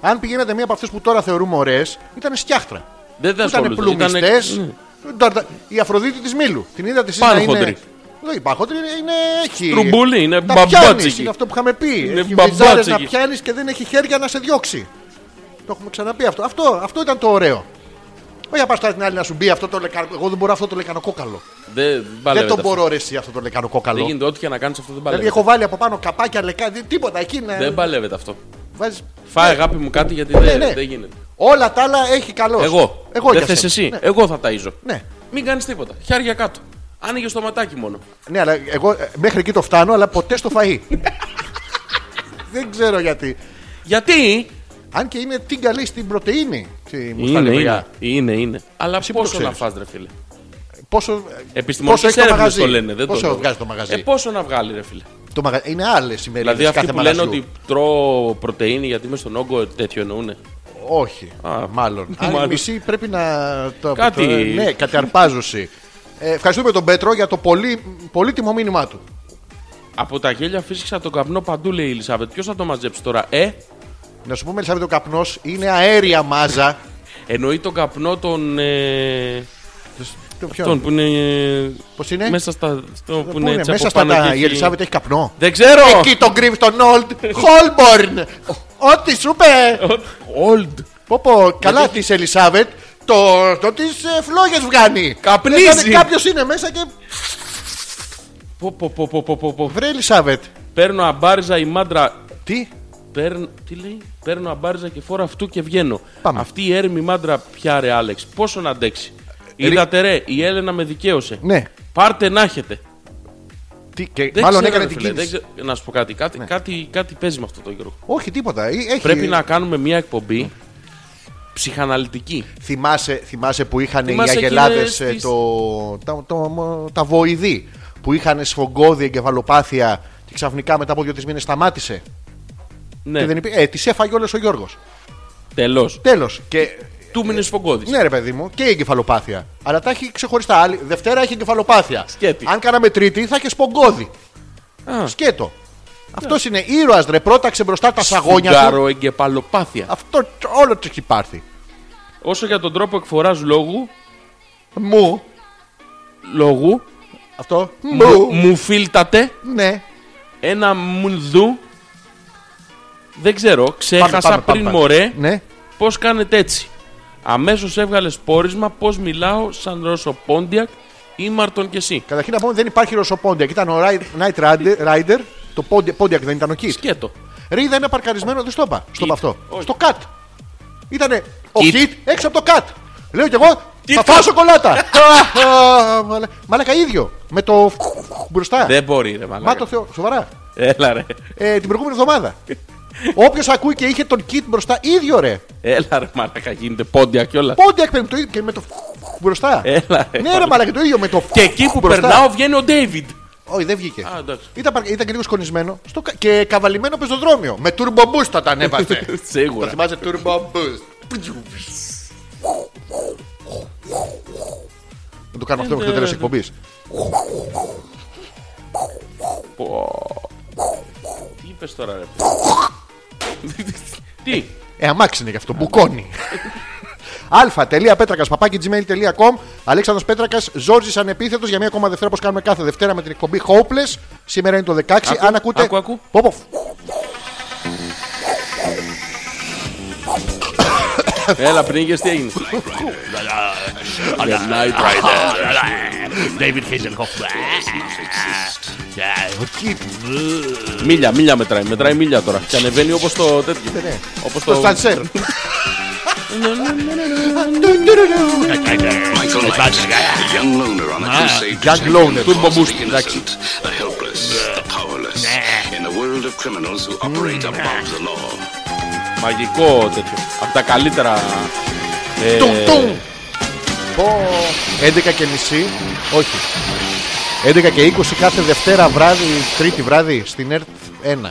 αν πηγαίνατε μία από αυτές που τώρα θεωρούμε ωραίες, ήταν στιάχτρα.
Δεν θα
Ήταν
ασχολούνται. Ήτανε-
πλουμιστές.
Ναι.
Η Αφροδίτη της Μήλου. Την είδατε εσείς να
Πάνω
είναι.
χοντρή.
Δεν υπάρχει χοντρή, είναι. Έχει.
Στρουμπούλη, είναι
Τα πιάνεις,
μπαμπάτσικη.
Είναι αυτό που είχαμε πει.
Είναι
έχει βυζάρες να
μπαμπάτσικη.
πιάνεις και δεν έχει χέρια να σε διώξει. Το έχουμε ξαναπεί αυτό. Αυτό, αυτό ήταν το ωραίο. Όχι να πα την άλλη να σου μπει αυτό το λεκανο... Εγώ δεν μπορώ αυτό το λεκανοκόκαλο.
Δεν
δεν
παλεύεται
το
αυτό.
μπορώ ρε, εσύ αυτό το λεκανοκόκαλο.
Δεν
Δηλαδή
γίνεται ό,τι και να κάνεις αυτό δεν
έχω
παλεύεται.
βάλει από πάνω καπάκια λεκά, δι- τίποτα εκεί να.
Δεν παλεύεται αυτό.
βάζεις-
Φάει αγάπη μου κάτι γιατί
Ναι,
δεν,
ναι.
δεν γίνεται.
Όλα τα άλλα έχει καλός.
Εγώ.
Εγώ
δεν
για
θες
σένα.
εσύ.
Ναι.
Εγώ θα ταΐζω.
ναι.
Μην κάνεις τίποτα. Χιάρια κάτω. Άνοιγε στο ματάκι μόνο.
Ναι, αλλά εγώ ε, μέχρι εκεί το φτάνω, αλλά ποτέ στο
<laughs>
φαΐ. Δεν ξέρω γιατί.
Γιατί.
Αν και είναι την καλή στην πρωτεΐνη. Στη
Είναι, είναι,
μουσταλιβριά.
είναι, είναι. Αλλά
Εσύ που το
πόσο να
ξέρεις.
φας ρε φίλε.
Πόσο, πόσο
Επιστημονικές
έχει το
έρευνες
μαγαζί.
το λένε. Δεν
πόσο
το λέω.
βγάζει το μαγαζί.
Ε, πόσο να βγάλει, ρε φίλε.
το μαγα... Είναι άλλες οι μερίδες
δηλαδή αυτοί
κάθε
που λένε
μαγαζιού.
ότι τρώω πρωτενη γιατί είμαι στον όγκο τέτοιο εννοούνε.
Όχι,
Α,
μάλλον. Αν
μάλλον.
η μισή πρέπει να. Το...
Κάτι-
το- Ναι, κάτι αρπάζωση. Ε, ευχαριστούμε τον Πέτρο για το πολύ, πολύτιμο μήνυμά του.
Από τα γέλια φύσηξα τον καπνό παντού, λέει η Ελισάβετ. Ποιος θα το μαζέψει τώρα, ε.
Να σου πούμε, Ελισάβετ, ο καπνός είναι αέρια μάζα.
Εννοεί τον καπνό των. Ε,
Το ποιον?
τον που είναι. ε,
Πώς είναι?
Μέσα στα. Στο, που
Πού
είναι,
είναι,
έτσι
μέσα
από
στα.
πάνω
τα-
και
Η
έχει-
Ελισάβετ έχει καπνό.
Δεν ξέρω!
Εκεί τον κρύβει τον Old Holborn. Ό,τι σου είπε.
Old.
Πω πω, καλά της Ελισάβετ. Το, το της φλόγες βγάνει.
Καπνίζει.
Κάποιος είναι μέσα και.
Πω, πω, πω, πω, πω, πω, πω.
Βρε Ελισάβετ.
Παίρνω αμπάριζα η μάντρα.
Τι.
Παίρν... Τι λέει? Παίρνω αμπάριζα και φόρα αυτού και βγαίνω.
Πάμε.
Αυτή η έρμη μάντρα πια ρε Άλεξ. Πόσο να αντέξει. Είδατε ρε, η Έλενα με δικαίωσε.
Ε, Ναι.
Πάρτε να έχετε.
Τι, και
Δεν
μάλλον
ξέρω,
έκανε
ρε
την
φίλε,
κίνηση. Ναι.
δεν ξέρω- Να σου πω κάτι. Κάτι, κάτι, κάτι παίζει με αυτό το Γιώργο.
Όχι τίποτα. Ε, Έχει...
Πρέπει να κάνουμε μια
Ναι.
εκπομπή ψυχαναλυτική.
Θυμάσαι, θυμάσαι που είχαν
Θυμάσαι
οι αγελάδες
εκείνες τις-
το, τα, το, τα βοηδή. Που είχαν σφογγώδη εγκεφαλοπάθεια και ξαφνικά μετά από δύο-τρει μήνες σταμάτησε.
Ναι,
Και δεν υπή... ε, τις έφαγε όλε ο Γιώργος.
τελώ.
Τέλο. Και
Του μήνε φογκώδη.
Ναι, ρε παιδί μου, και η εγκεφαλοπάθεια. Αλλά τα έχει ξεχωριστά. Άλλη, Δευτέρα έχει εγκεφαλοπάθεια.
Σκέτη.
Αν κάναμε Τρίτη θα είχες σπογκώδη. Σκέτο. Αυτό
Ναι.
είναι ήρωας, ρε. Πρόταξε μπροστά τα σαγόνια του.
Σφουγγάρο εγκεφαλοπάθεια.
Αυτό τ- όλο του έχει πάρθει.
Όσο για τον τρόπο εκφοράς λόγου,
Μου.
λόγου
Αυτό.
μου,
Μου.
μου φίλτατε
Ναι.
ένα μουνδού. Δεν ξέρω,
Πάμε,
ξέχασα
πάμε, πάμε,
πριν
πάμε.
μωρέ
Ναι.
πώς κάνετε έτσι. Αμέσως έβγαλες πόρισμα πώς μιλάω σαν Ρώσο Πόντιακ ή Μαρτον και εσύ.
Καταρχήν να πούμε ότι δεν υπάρχει ρωσοπόντιακ. Ήταν ο Rai- Knight Rider. Rider. Το Pontiac- Pontiac δεν ήταν ο Kit.
Σκέτο.
Ρε είδα ένα παρκαρισμένο, δεν στο είπα. Στο είπα αυτό.
Όχι.
Στο cut. Ήτανε ο
Kit.
Kit έξω από το cut. Λέω κι εγώ θα φάω σοκολάτα. Α, μαλα- Μαλάκα ίδιο. Με το μπροστά.
Δεν μπορεί, ρε μαλάκα.
Μα το Θεό, σοβαρά.
Έλα, ρε.
Ε, την προηγούμενη εβδομάδα. Όποιος ακούει και είχε τον Kit μπροστά, ίδιο ρε.
Έλα, ρε μαλάκα. Γίνεται πόντια κιόλας.
Πόντι εκπέμπει το ίδιο και με το μπροστά.
Έλα, ρε,
Ναι, ρε μαλάκα, το ίδιο με το
Και εκεί που
μπροστά.
περνάω βγαίνει ο Ντέιβιντ.
Όχι, δεν βγήκε.
Α, εντάξει.
Ήταν, παρ- ήταν και λίγο σκονισμένο στο, κα- και καβαλημένο πεζοδρόμιο. Με turbo boost θα τα ανέβαζε.
<laughs>
Το
Σίγουρα.
θυμάσαι turbo boost. Να το κάνουμε αυτό μέχρι το τέλος της εκπομπής.
Τι είπες τώρα,
<laughs>
ρε. Τι.
Ε, αμάξι είναι γι' αυτό, μπουκώνει. αλφα.πέτρακα παπάκι.gmail.com Αλέξανδρος Πέτρακας, Ζόρζης ανεπίθετος για μία ακόμα Δευτέρα όπως κάνουμε κάθε Δευτέρα με την εκπομπή Hopeless. Σήμερα είναι το 16.
Ακού,
Αν ακούτε.
ακού, ακού.
Πω, πω.
Έλα, πνίγες, τι
<laughs>
έγινε.
David Hasselhoff.
Μίλια, μίλια μετράει. Μετράει μίλια τώρα. Και ανεβαίνει όπως το τέτοιο.
Ναι, ναι.
Όπως
Το
το.
Στανσέρ.
Michael Knight, a young loner on a crusade to
Ah, young
save
loner.
the cause of
Turbo
the
boost,
innocent, the helpless, the powerless, in a world of criminals who
Mm,
operate above the law.
Μαγικό τέτοιο. Από τα καλύτερα. ε,
Τουμ, τουμ. Πω. 11 και μισή. Όχι. 11 και 20 κάθε Δευτέρα βράδυ, Τρίτη βράδυ στην ΕΡΤ 1.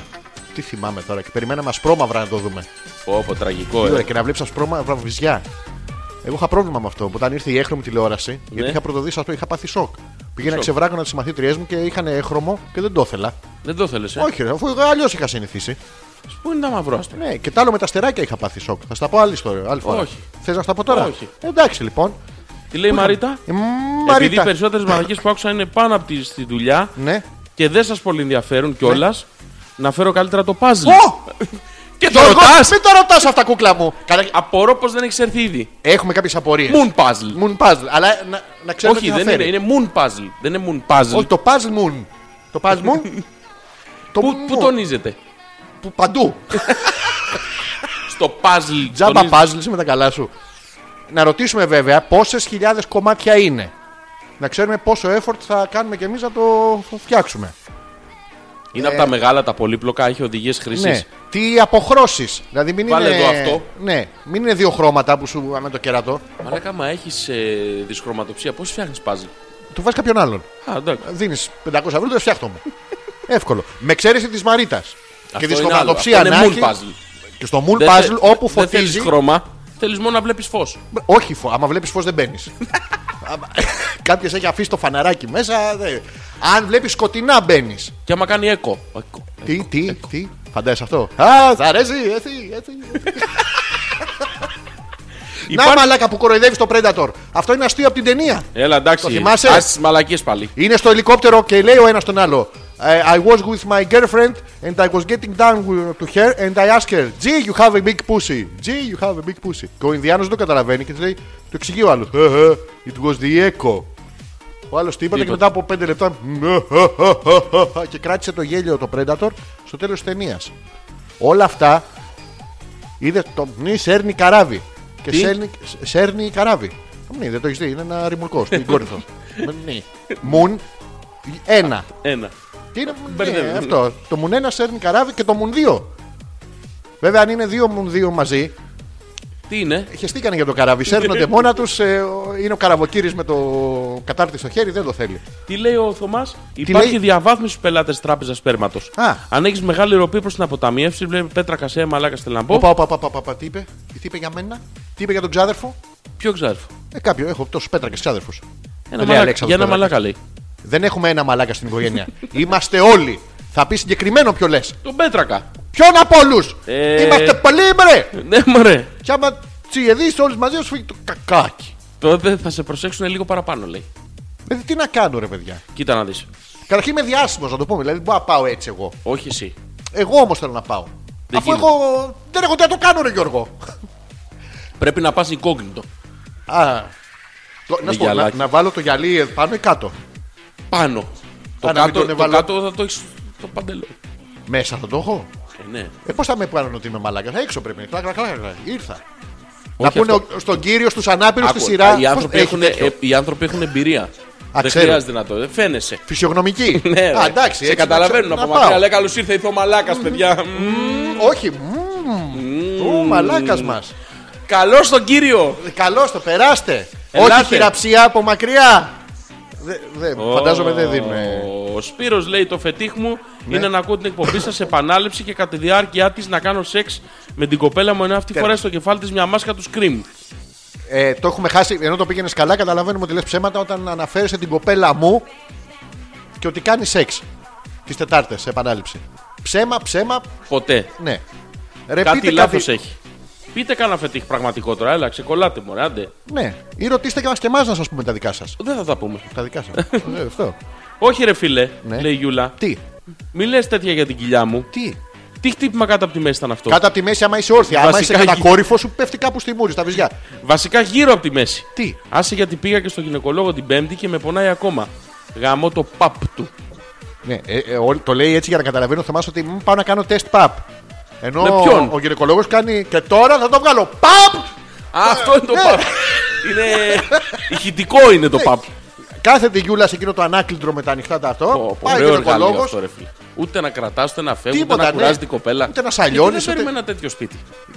Τι θυμάμαι τώρα και περιμέναμε ασπρόμαυρα να το δούμε.
Πω, πω, τραγικό.
Τι
ε.
ωραία, και να βλέπεις ασπρόμαυρα βυζιά. Εγώ είχα πρόβλημα με αυτό. Όταν ήρθε η έχρωμη τηλεόραση, γιατί είχα πρωτοδεί αυτό, είχα πάθει σοκ. Πήγαινα
Σοκ.
ξεβράκωνα τις μαθήτριές μου και είχαν έχρωμο και δεν το ήθελα.
Δεν το θέλεις ε.
Όχι, ρε, αφού αλλιώς είχα συνηθίσει.
Πού είναι τα μαυρόστρα.
Ναι, και τ' άλλο με τα στεράκια είχα πάθει σοκ. Θα στα πω άλλη ιστορία. Άλλη φορά.
Όχι.
Θες να στα πω τώρα.
Όχι.
Εντάξει λοιπόν.
Τι λέει η Μαρίτα.
Ε,
Επειδή οι
Μαρίτα. Ε,
περισσότερε μαλακίε που άκουσα είναι πάνω από τη στη δουλειά
Ναι.
και δεν σας πολύ ενδιαφέρουν κιόλας, να φέρω καλύτερα το puzzle.
Ω!
Και το
Γιώργο,
ρωτάς!
μην το ρωτάς αυτά, κούκλα μου. Κατα-
Απορώ πως δεν έχεις έρθει ήδη.
Έχουμε κάποιες απορίες.
Moon puzzle.
Moon puzzle. Αλλά να, να ξέρω
Όχι,
τι θα
δεν
φέρει.
είναι. Είναι moon puzzle. Δεν είναι moon puzzle.
Όχι, το puzzle moon. Το puzzle moon. το
Πού,
moon
πού Ε,
moon.
τονίζεται.
Που παντού.
Στο puzzle.
Τζάμπα
τονίζεται.
puzzle, είσαι με τα καλά σου. Να ρωτήσουμε βέβαια πόσες χιλιάδες κομμάτια είναι. Να ξέρουμε πόσο effort θα κάνουμε κι εμείς να το φτιάξουμε.
Είναι από τα μεγάλα, τα πολύπλοκα. Έχει οδηγίες χρήσης.
Ε, Ναι. Τι αποχρώσεις. Δηλαδή μην
Βάλε
είναι.
εδώ αυτό.
Ναι. Μην είναι δύο χρώματα που σου με το κερατό.
Μαλάκα, μα έχεις ε, δυσχρωματοψία. Πώς φτιάχνεις puzzle.
Του βάζεις κάποιον άλλον.
Α, εντάξει.
Δίνεις 500 ευρώ, το φτιάχτω
<laughs>
μου. Εύκολο. Με εξαίρεση της Μαρίτας. Και
Αυτό
τη
είναι
χρωματοψία
άλλο.
να
Αυτό είναι
έχει.
moon puzzle.
Και στο Moon
Δεν
Ε, Puzzle
θε-
όπου
Δεν θέλεις
φωτίζει.
χρώμα. Θέλεις μόνο να βλέπεις φως.
Όχι, φω... άμα βλέπεις φως δεν μπαίνεις. <laughs> Κάποιος έχει αφήσει το φαναράκι μέσα. δε. Αν βλέπεις σκοτεινά μπαίνεις.
Και άμα κάνει έκο. Έκο.
Τι, τι, τι. Φαντάζεσαι αυτό. Α, θα αρέσει, έτσι, έτσι. Να μαλάκα που κοροϊδεύεις το Predator. Αυτό είναι αστείο από την ταινία.
Έλα, εντάξει.
Το θυμάσαι?
Ας τις μαλακίες πάλι.
Είναι στο ελικόπτερο και λέει ο ένας τον άλλο. «I- I was with my girlfriend and I was getting down with- to her and I asked her, G, you have a big pussy. G, you have a big pussy. Και ο Ινδιάνος δεν το καταλαβαίνει και του λέει, του εξηγεί ο άλλος. It was the echo. Ο άλλος τι είπατε και
είπε?
μετά από 5 λεπτά. «Μ, Και κράτησε το γέλιο το Predator στο τέλος της ταινίας. Όλα αυτά είδε το μνη σέρνει καράβι. Και
Τι?
σέρνει, σέρνει καράβι. Μνη, δεν το έχεις δει, είναι ένα ρημουλκό στην Κόρινθο. Μνη. Μουν ένα.
Ένα.
Τι είναι μουν
Μπερδεύεται.
ναι, αυτό. Το μουν ένα σέρνει καράβι και το μουν δύο. Βέβαια, αν είναι δύο μουν δύο μαζί,
Τι είναι.
χεστήκανε για το καράβι. Σέρνονται μόνα τους. είναι ο καραβοκύρης με το κατάρτι στο χέρι, δεν το θέλει.
Τι λέει ο Θωμάς. Υπάρχει
λέει?
διαβάθμιση στους πελάτες τράπεζας σπέρματος.
Α.
Αν έχεις μεγάλη ροπή προς την αποταμίευση, βλέπει πέτρα κασέ, μαλάκα στελαμπό.
Οπα, οπα, οπα, οπα, οπα, τι είπε, τι είπε για μένα, τι είπε για τον ξάδερφο.
Ποιο ξάρφο.
Ε, κάποιο, έχω τόσους πέτρακες ξάδερφους.
Ένα μαλάκα. Για ένα
μαλάκα.
μαλάκα λέει.
Δεν έχουμε ένα μαλάκα στην οικογένεια. <laughs> Είμαστε όλοι. Θα πει συγκεκριμένο ποιο λες.
Τον πέτρακα.
Ποιον από όλους!
Ε.
Είμαστε πολλοί, μπρε!
Ναι, μωρέ.
Κι άμα τσιεδείς όλους μαζί, σου φύγει το κακάκι.
Τότε θα σε προσέξουν λίγο παραπάνω, λέει.
Δηλαδή, τι να κάνω, ρε παιδιά.
Κοίτα να δεις.
Καταρχήν είμαι διάσημος, να το πούμε. Δηλαδή, δεν μπορώ να πάω έτσι εγώ.
Όχι εσύ.
Εγώ όμως θέλω να πάω.
Δεν
Αφού
γίνεται.
εγώ δεν έχω τι να το κάνω, ρε Γιώργο.
Πρέπει να πας incognito.
Α. Το- Να, σου πω, να-
γυαλάκι.
να βάλω το γυαλί πάνω ή κάτω.
Πάνω. Το,
Α, να μην
κάτω,
τον
το
έβαλα.
κάτω θα το έχεις το παντελό.
Μέσα θα το έχω.
Ε, ναι.
Ε, πώς θα με πάρουν ότι είμαι μαλάκας. Έξω πρέπει. Κλακ, κλακ, κλακ, κλακ. Ήρθα. να
Όχι
πούνε
αυτό.
ο- στον κύριο, στους ανάπηρους, στη
Άκου,
σειρά.
Οι
πώς-
άνθρωποι,
έχει
έχουν,
τέτοιο.
ε, οι άνθρωποι έχουν εμπειρία. δεν
ξέρω.
χρειάζεται να το. Δεν φαίνεσαι.
Φυσιογνωμική.
<laughs> Ναι,
Α,
ρε.
εντάξει,
σε
έτσι, να
καταλαβαίνουν
ξέρω,
από
να πάω.
μακριά. Λέει καλώς ήρθε, ήρθε ο μαλάκας, παιδιά.
Μμμ, Όχι. Ο μαλάκας μας.
Καλό τον κύριο.
Καλώς το, περάστε.
Ελάτε.
Όχι χειραψία από μακριά. Δε- δε- Φαντάζομαι δεν δίνουμε.
Ο Σπύρος λέει: Το φετίχ μου
Ναι.
είναι να ακούω την εκπομπή σας επανάληψη και κατά τη διάρκεια της να κάνω σεξ με την κοπέλα μου ενώ αυτή φοράει στο κεφάλι της μια μάσκα του Scream.
Ε, το έχουμε χάσει. Ενώ το πήγαινες καλά, καταλαβαίνουμε ότι λες ψέματα όταν αναφέρεσαι την κοπέλα μου και ότι κάνει σεξ. Τις Τετάρτες, επανάληψη. Ψέμα, ψέμα,
Ποτέ.
ναι. Ρε,
Κάτι
πείτε
λάθος έχει. Πείτε κανένα φετίχ πραγματικό τώρα, έλα, ξεκολλάτε μωρέ, άντε.
Ναι. Ή ρωτήστε και μας και εμάς να σας πούμε τα δικά σας.
Δεν θα τα πούμε.
Τα δικά
<laughs>
σας. ναι, αυτό.
Όχι ρε φίλε,
Ναι.
λέει η Γιούλα.
Τι,
Μη λες τέτοια για την κοιλιά μου.
τι.
Τι χτύπημα κάτω από τη μέση ήταν αυτό.
Κάτω από τη μέση, άμα είσαι όρθια. Άμα είσαι
Βασικά εκεί.
κατακόρυφο, σου πέφτει κάπου στη μούρη, στα βυζιά.
Βασικά γύρω από τη μέση.
Τι?
Άσε γιατί πήγα και στο γυναικολόγο την Πέμπτη και με πονάει ακόμα. Γαμώ το παπ του.
Ναι, ε, ε, όλοι- το λέει έτσι για να καταλαβαίνω ο Θωμάς ότι μ, πάω να κάνω τεστ παπ. Ενώ
Με ποιον?
ο γυναικολόγος κάνει και τώρα θα το βγάλω. Παπ!
Α, αυτό είναι το
ναι.
παπ. Είναι. ηχητικό είναι το παπ.
Κάθεται η Γιούλα σε εκείνο το ανάκλητρο με τα ανοιχτά τα αυτό.
Πω, πω,
πάει ο
Ωραίο εργαλείο
γυναικολόγος.
αυτό, ρε φίλε. Ούτε να κρατάς, ούτε να φεύγεις, ούτε
Τίποτα,
να
ναι.
κουράζει την κοπέλα.
Ούτε να σαλιώνεις,
Γιατί Δεν
ούτε-
παίρνουμε ένα τέτοιο σπίτι.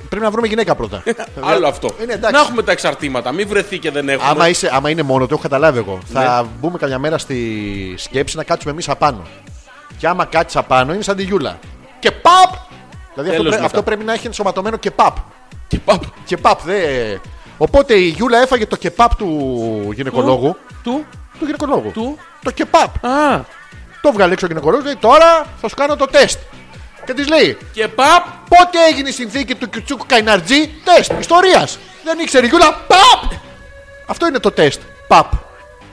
Πρέπει να βρούμε γυναίκα
<laughs>
πρώτα.
Άλλο αυτό.
Ε, ναι, εντάξει.
Να έχουμε τα εξαρτήματα. Μην βρεθεί και δεν έχουμε.
Άμα, είσαι, άμα είναι μόνο, το έχω καταλάβει εγώ.
Ναι.
Θα μπούμε καμιά μέρα στη σκέψη να κάτσουμε εμείς απάνω. Και άμα κάτσεις απάνω, είναι σαν τη Γιούλα. Και παπ! Δηλαδή αυτό,
Τέλος
πρέ-
μετά.
αυτό πρέπει να έχει ενσωματωμένο και παπ.
Και παπ.
Και παπ, δε. Οπότε η Γιούλα έφαγε το κεπάπ του γυναικολόγου.
Του.
Του γυναικολόγου.
Του.
Το κεπάπ.
Α,
Το βγάλε έξω ο γυναικολόγος. Λέει τώρα θα σου κάνω το τεστ. Και της λέει
και παπ.
πότε έγινε η συνθήκη του Κιουτσούκου Καϊναρτζή τεστ ιστορίας. Δεν ήξερε η Γιούλα. Παπ! Αυτό είναι το τεστ. Παπ.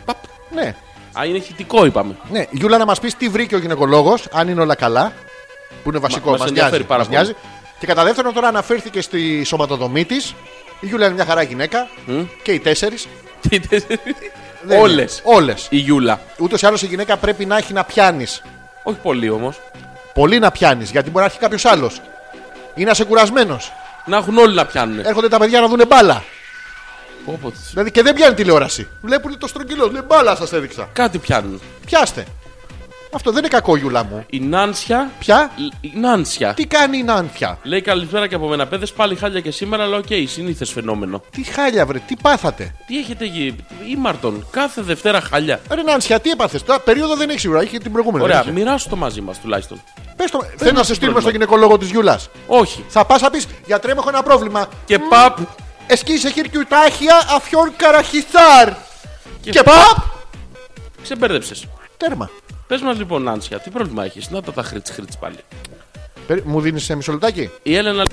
Παπ. Ναι.
Α, είναι ηχητικό είπαμε.
Ναι, Γιούλα, να μας πει τι βρήκε ο γυναικολόγος, αν είναι όλα καλά. Που είναι βασικό,
μας
μας
ενδιαφέρει
νοιάζει,
πάρα
μας
πολύ.
νοιάζει. Και κατά δεύτερον, τώρα αναφέρθηκε στη σωματοδομή της. Η Γιούλα είναι μια χαρά γυναίκα. Και οι τέσσερις.
Όλες.
Όλες.
Η Γιούλα.
Ούτως ή άλλως η γυναίκα πρέπει να έχει να πιάνεις.
Όχι πολύ όμως.
Πολύ να πιάνεις, γιατί μπορεί να έχει κάποιος άλλος. Ή να είσαι κουρασμένο.
Να έχουν όλοι να πιάνουν.
Έρχονται τα παιδιά να δουν μπάλα.
Πω, πω, τις-
Δηλαδή και δεν πιάνει τηλεόραση. Βλέπουν το στρογγυλό. Λέει μπάλα, σας έδειξα.
Κάτι πιάνουν.
Πιάστε. Αυτό δεν είναι κακό, Γιούλα μου.
Η Νάνσια.
Πια.
Λ- Η Νάνσια.
Τι κάνει η Νάνθια.
Λέει καλησπέρα και από μένα, παιδες. Πάλι χάλια και σήμερα, αλλά οκ, συνήθες φαινόμενο.
Τι χάλια, βρε, τι πάθατε.
Τι έχετε γίνει, Ήμαρτον, κάθε Δευτέρα χάλια.
Ρε Νάνσια, τι έπαθες. Τώρα περίοδο δεν έχει σίγουρα, είχε την προηγούμενη.
Ωραία,
δεν είχε.
μοιράσου το μαζί μας τουλάχιστον.
Πες το, θέλω να σε στείλουμε
πρόβλημα.
στο γυναικολόγο της Γιούλας.
Όχι.
Θα πας να πεις γιατρέ μου, έχω ένα πρόβλημα.
Και παπ.
Εσκίσε χειρκιουτάχια αφιόρ καραχιθάρ.
Και,
Και παπ!
Ξεμπέρδεψες.
Τέρμα.
Πες μας λοιπόν, Νάνσια, τι πρόβλημα έχεις. Να τα τα χρήτ χρήτ πάλι.
Περι- Μου δίνεις σε μισό λεπτάκι.
Η Έλενα.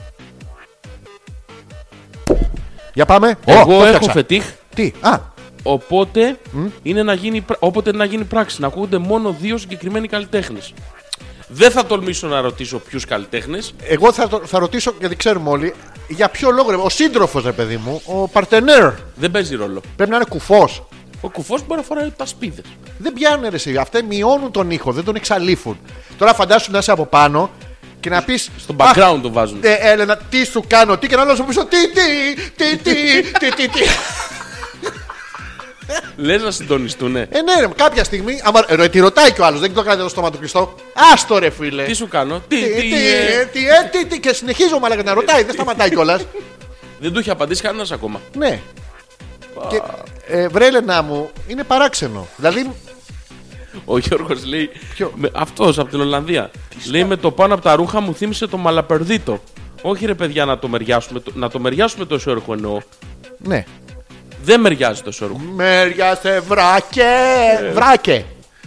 Για πάμε. Ω, το
Εγώ έχω
φτιάξα.
φετίχ,
Τι, α,
οπότε είναι να γίνει, πρα- όποτε είναι να γίνει πράξη. Να ακούγονται μόνο δύο συγκεκριμένοι καλλιτέχνες. Δεν θα τολμήσω να ρωτήσω ποιους καλλιτέχνες.
εγώ θα, το- θα ρωτήσω γιατί ξέρουμε όλοι για ποιο λόγο. ρε, Ο σύντροφος, ρε παιδί μου, ο παρτενέρ,
Δεν παίζει ρόλο.
πρέπει να είναι κουφός.
Ο κουφός μπορεί να φοράει τα σπίδε.
Δεν πιάνουν ρε εσύ. Αυτά μειώνουν τον ήχο, δεν τον εξαλείφουν. Τώρα φαντάσου να είσαι από πάνω και να πεις.
Στο background το βάζουν.
Ε, Έλενα, τι σου κάνω, τι και να λέω πίσω. Τι, τι, τι, τι, τι, τι, τι.
Λες να συντονιστούνε.
Ε, ναι, ρε, κάποια στιγμή. Άμα, ρε, τη ρωτάει κι ο άλλος, δεν το κρατάει το στόμα του κλειστό. Άστο ρε, φίλε.
Τι σου κάνω. Τι,
Τι,
τι,
τι,
ε.
ε, τι, ε, τι, τι, και συνεχίζω μαλάκα να ρωτάει, δεν σταματάει κιόλας.
Δεν του είχε απαντήσει κανένας ακόμα.
Ναι. Και, ε, βρε, Έλενα μου, είναι παράξενο. Δηλαδή,
Ο Γιώργος λέει.
Ποιο?
Αυτός από την Ολλανδία. λέει με το πάνω από τα ρούχα μου θύμισε το μαλαπερδίτο. Όχι ρε παιδιά να το μεριάσουμε. το- Να το μεριάσουμε το εσώρουχο εννοώ.
ναι.
Δεν μεριάζει το εσώρουχο.
Μεριά σε βράκε.
Ε.
Βράκε.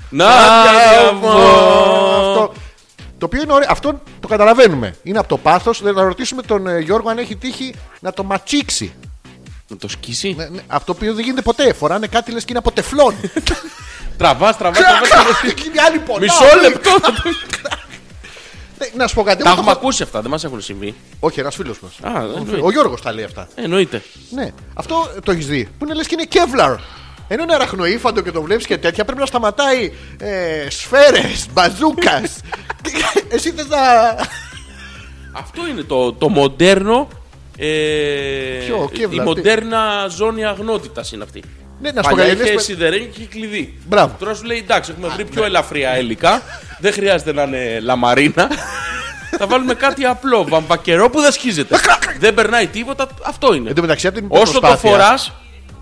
Να
Μπράβο.
διαβώ.
Αυτό. Το οποίο είναι ωραίο. Αυτό το καταλαβαίνουμε. Είναι από το πάθος. Να ρωτήσουμε τον ε, Γιώργο αν έχει τύχει να το ματσίξει.
Να το σκίσει.
Ναι, ναι. Αυτό που δεν γίνεται ποτέ. Φοράνε κάτι λες και είναι από τεφλόν.
<laughs> Τραβάς, τραβάς, τραβά.
Γίνει άλλη πονά.
Μισό λεπτό.
Ε, Να σου πω κάτι.
Τα
εγώ το
έχουμε
έχω-
ακούσει αυτά, δεν μας έχουν συμβεί.
Όχι, ένας φίλος μας.
Α, εννοείται.
Ο Γιώργος τα λέει αυτά.
Ε, Εννοείται.
Ναι, αυτό το έχεις δει. Που είναι λες και είναι Kevlar. Ενώ είναι αραχνοήφαντο και το βλέπεις και τέτοια, πρέπει να σταματάει ε, σφαίρες, μπαζούκας.
<laughs>
Εσύ θες να.
Αυτό είναι το, το μοντέρνο. Ε,
Ποιο, Kevlar,
η
τι?
μοντέρνα ζώνη αγνότητας είναι αυτή.
Ναι, να σου πω
Παλιά
κάτι. λες,
είχε
παι-
σιδερένιο και είχε κλειδί.
Μπράβο.
Τώρα σου λέει εντάξει, έχουμε βρει πιο ελαφριά υλικά. δεν χρειάζεται να είναι λαμαρίνα. Θα βάλουμε κάτι απλό, βαμβακερό που δεν σχίζεται. δεν περνάει τίποτα, αυτό είναι.
Εν τω μεταξύ, από την
Όσο το
προσπάθεια-
φοράς.